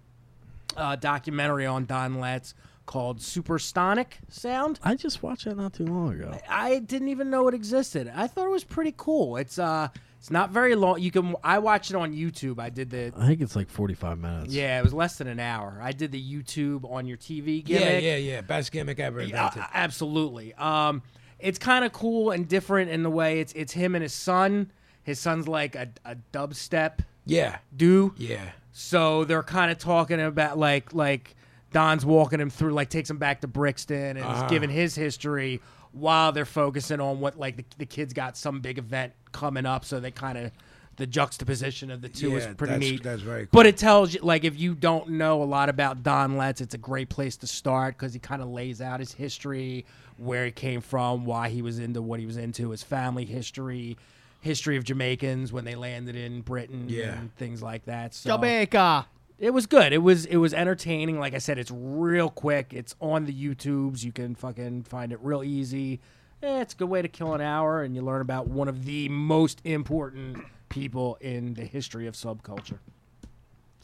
S2: a documentary on Don Letts called Supersonic Sound.
S4: I just watched that not too long ago.
S2: I didn't even know it existed. I thought it was pretty cool. It's uh, it's not very long. You can. I watched it on YouTube. I did the
S4: I think it's like 45 minutes.
S2: Yeah, it was less than an hour. I did the YouTube on your TV
S3: Yeah,
S2: gimmick.
S3: yeah, yeah. Best gimmick ever
S2: Yeah,
S3: invented.
S2: a- absolutely. Um, it's kind of cool and different in the way it's it's him and his son. His son's like a, a dubstep
S3: yeah,
S2: do.
S3: yeah.
S2: So they're kind of talking about like like Don's walking him through, like takes him back to Brixton and is
S3: Ah.
S2: giving his history while they're focusing on what like the, the kid's got some big event coming up. So they kind of the juxtaposition of the two is
S3: Yeah,
S2: pretty
S3: that's-
S2: neat.
S3: that's very
S2: But it tells you like if you don't know a lot about Don Letts, it's a great place to start because he kind of lays out his history, where he came from, why he was into what he was into, his family history. History of Jamaicans when they landed in Britain
S3: Yeah.
S2: and things like that. So
S1: Jamaica.
S2: it was good. It was it was entertaining. Like I said, it's real quick. It's on the YouTubes. You can fucking find it real easy. Eh, it's a good way to kill an hour, and you learn about one of the most important people in the history of subculture.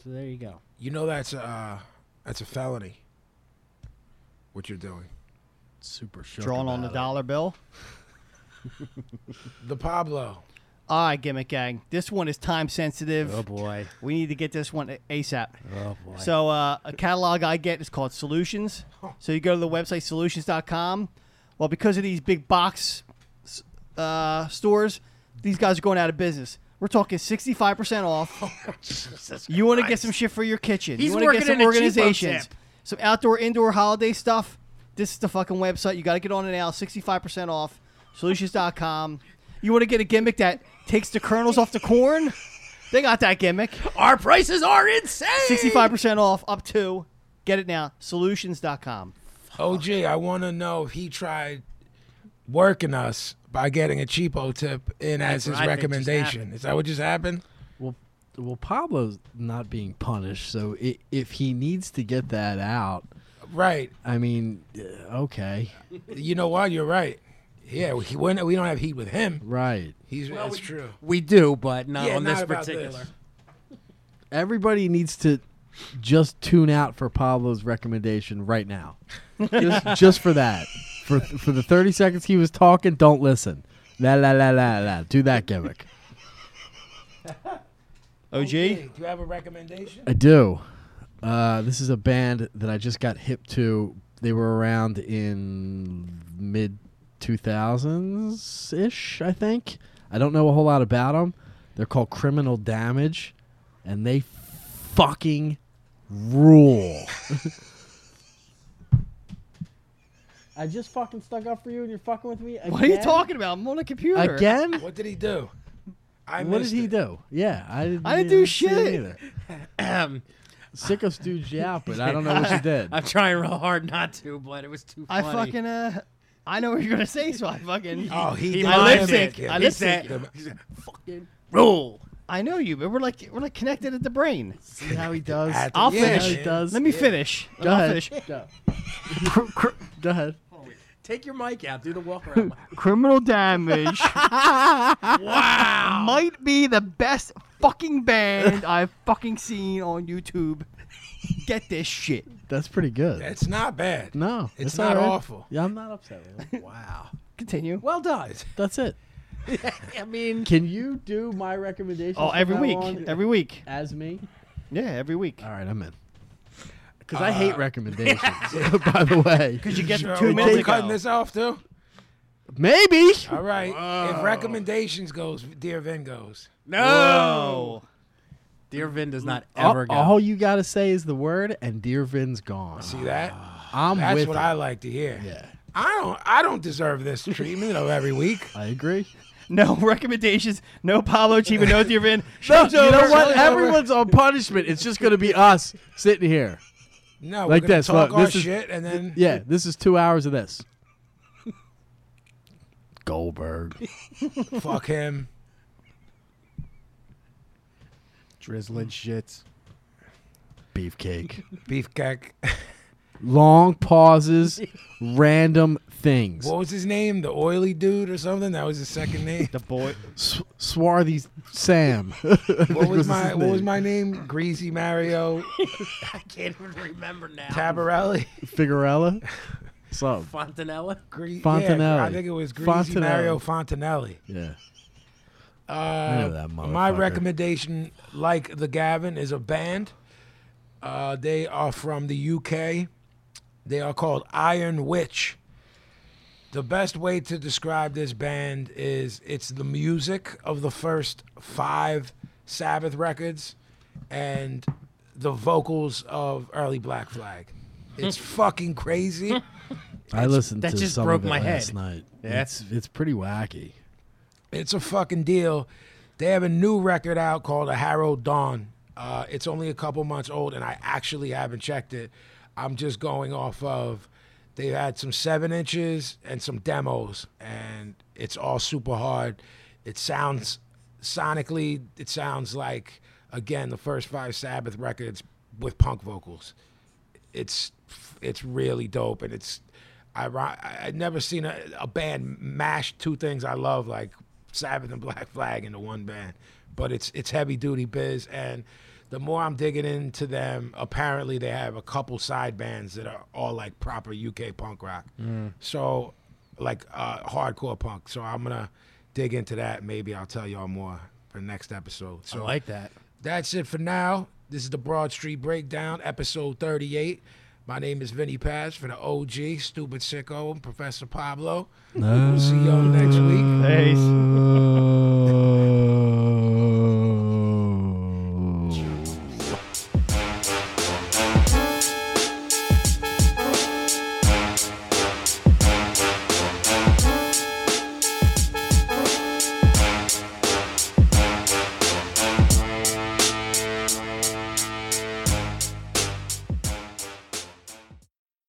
S2: So there you go.
S3: You know that's a uh, that's a felony. What you're doing.
S4: Super shook
S1: Drawn on the
S4: about it.
S1: dollar bill.
S3: The Pablo.
S1: All right, Gimmick Gang. This one is time sensitive.
S2: Oh boy.
S1: We need to get this one a- ASAP.
S2: Oh boy.
S1: So uh, a catalog I get is called Solutions. So you go to the website solutions.com. Well, because of these big box s- uh, stores, these guys are going out of business. We're talking 65% off. you want to get some shit for your kitchen.
S2: Oh, He's
S1: you want to
S2: working
S1: get some
S2: in a cheapo
S1: organizations.
S2: tip.
S1: Some outdoor, indoor holiday stuff. This is the fucking website. You got to get on it now. 65% off. Solutions.com. You want to get a gimmick that takes the kernels off the corn? They got that gimmick.
S2: Our prices are insane.
S1: 65% off up to get it now solutions.com
S3: OG, I want to know if he tried working us by getting a cheapo tip in
S2: That's
S3: as his
S2: what I think just
S3: recommendation. Is that what just happened?
S4: Well, well, Pablo's not being punished, so i if he needs to get that out,
S3: Right.
S4: I mean, uh, okay,
S3: You know what? You're right. Yeah, we, we're not- we don't have heat with him.
S4: right.
S3: He's that's true.
S2: We do, but not
S3: Yeah,
S2: on
S3: not
S2: this
S3: about
S2: particular.
S3: this.
S4: Everybody needs to just tune out for Pablo's recommendation right now, just, just for that. For for the thirty seconds he was talking, don't listen. La la la la la. Do that gimmick.
S1: og
S3: Hey, do you have a recommendation?
S4: I do. Uh, this is a band that I just got hip to. They were around in mid 2000s ish, I think. I don't know a whole lot about them. They're called Criminal Damage, and they fucking rule. I just fucking stuck up for you, and you're fucking with me again.
S1: what are you talking about i'm on a computer
S4: Again?
S3: What did he do? I
S4: What did
S3: missed
S4: he
S3: it.
S4: do? Yeah, I didn't.
S1: I didn't
S4: even
S1: do
S4: see it
S1: shit.
S4: either.
S2: Ahem.
S4: Sicko Stooge, yeah, but I don't know what you did.
S2: I'm trying real hard not to, but it was too
S1: i
S2: funny.
S1: fucking uh i know what you're gonna say so i fucking
S3: Oh, he,
S2: He
S3: did
S1: I
S2: mimed
S1: lip
S3: it.
S1: sync.
S2: it.
S1: I
S2: He
S1: lip
S2: said-
S1: sync.
S2: he said, "Fucking rule."
S1: i know you but we're like we're like connected at the brain
S4: See how he does.
S3: At the-
S1: I'll
S3: yeah,
S1: finish.
S3: man.
S4: does.
S1: let me finish
S4: Go
S1: I'll
S4: ahead.
S1: finish
S4: Go ahead.
S2: Take your mic out. Do the walk around.
S1: Criminal damage. wow. Might be the best fucking band I've fucking seen on YouTube. Get this shit.
S4: That's pretty good.
S3: It's not bad.
S4: no,
S3: it's, not
S4: all right.
S3: awful.
S4: Yeah, I'm not upset. with it. wow,
S1: Continue.
S2: well done.
S4: that's it.
S5: I mean,
S4: Can you do my recommendation?
S1: Oh, every week. Every week.
S4: as me.
S1: Yeah, every week.
S4: All right, I'm in. Because I hate recommendations. by the way,
S1: Because you get
S3: Sure,
S1: two
S3: we
S1: minutes
S3: cutting
S1: ago.
S3: this off too.
S4: maybe.
S3: All right. If recommendations goes, dear Vin goes.
S1: Oh.
S2: Dear Vin does not ever
S4: All,
S2: go.
S4: all you gotta say is the word, and dear Vin's gone.
S3: See that?
S4: I'm
S3: That's
S4: with
S3: what
S4: it.
S3: I like to hear.
S4: Yeah.
S3: I don't. I don't deserve this treatment of every week.
S4: I agree.
S1: No recommendations. No Pablo Chiba. No Dearvin.
S4: No,
S1: Show's
S4: you know
S1: over.
S4: what? Everyone's on punishment. It's just gonna be us sitting here.
S3: No,
S4: Like
S3: we're gonna
S4: this,
S3: Talk
S4: look,
S3: our
S4: this is-
S3: shit and then
S4: Yeah, this is two hours of this. Goldberg.
S3: fuck him.
S5: drizzling shits.
S4: Beefcake.
S3: Beefcake.
S4: Long pauses, random things.
S3: What was his name? The oily dude or something? That was his second name.
S1: The boy.
S4: S- swarthy Sam.
S3: What was
S4: was
S3: my
S4: his
S3: What was
S4: name.
S3: my name? Greasy Mario
S2: I can't even remember now.
S3: Tabarelli.
S4: Figurella. So,
S2: Fontanella.
S3: Gre- yeah,
S4: Fontanelli.
S3: I think it was Greasy
S4: Fontanelli.
S3: Mario Fontanelli.
S4: yeah.
S3: Uh,
S4: know that
S3: my
S4: motherfucker.
S3: recommendation, like the Gavin, is a band. Uh, they are from the UK. They are called Iron Witch. The best way to describe this band is it's the music of the first five Sabbath records and the vocals of early Black Flag. It's fucking crazy.
S4: I listened
S2: that
S4: to
S2: just
S4: some
S2: broke
S4: of it
S2: my
S4: last
S2: head.
S4: night. It's, it's pretty wacky.
S3: It's a fucking deal. They have a new record out called A Harrow Dawn. Uh, it's only a couple months old, and I actually haven't checked it. I'm just going off of they had some seven inches and some demos, and it's all super hard. It sounds sonically, it sounds like again the first five Sabbath records with punk vocals it's it's really dope and it's I I I'd never seen a, a band mash two things I love like Sabbath and Black Flag into one band, but it's it's heavy duty biz and the more I'm digging into them, apparently they have a couple side bands that are all like proper UK punk rock, so like uh, hardcore punk. So I'm gonna dig into that. Maybe I'll tell y'all more for next episode. So
S5: like that.
S3: that's it for now. This is the Broad Street Breakdown, episode 38. My name is Vinny Paz for the OG, Stupid Sicko, and Professor Pablo. We'll see y'all next week.
S1: Ace.
S4: Uh,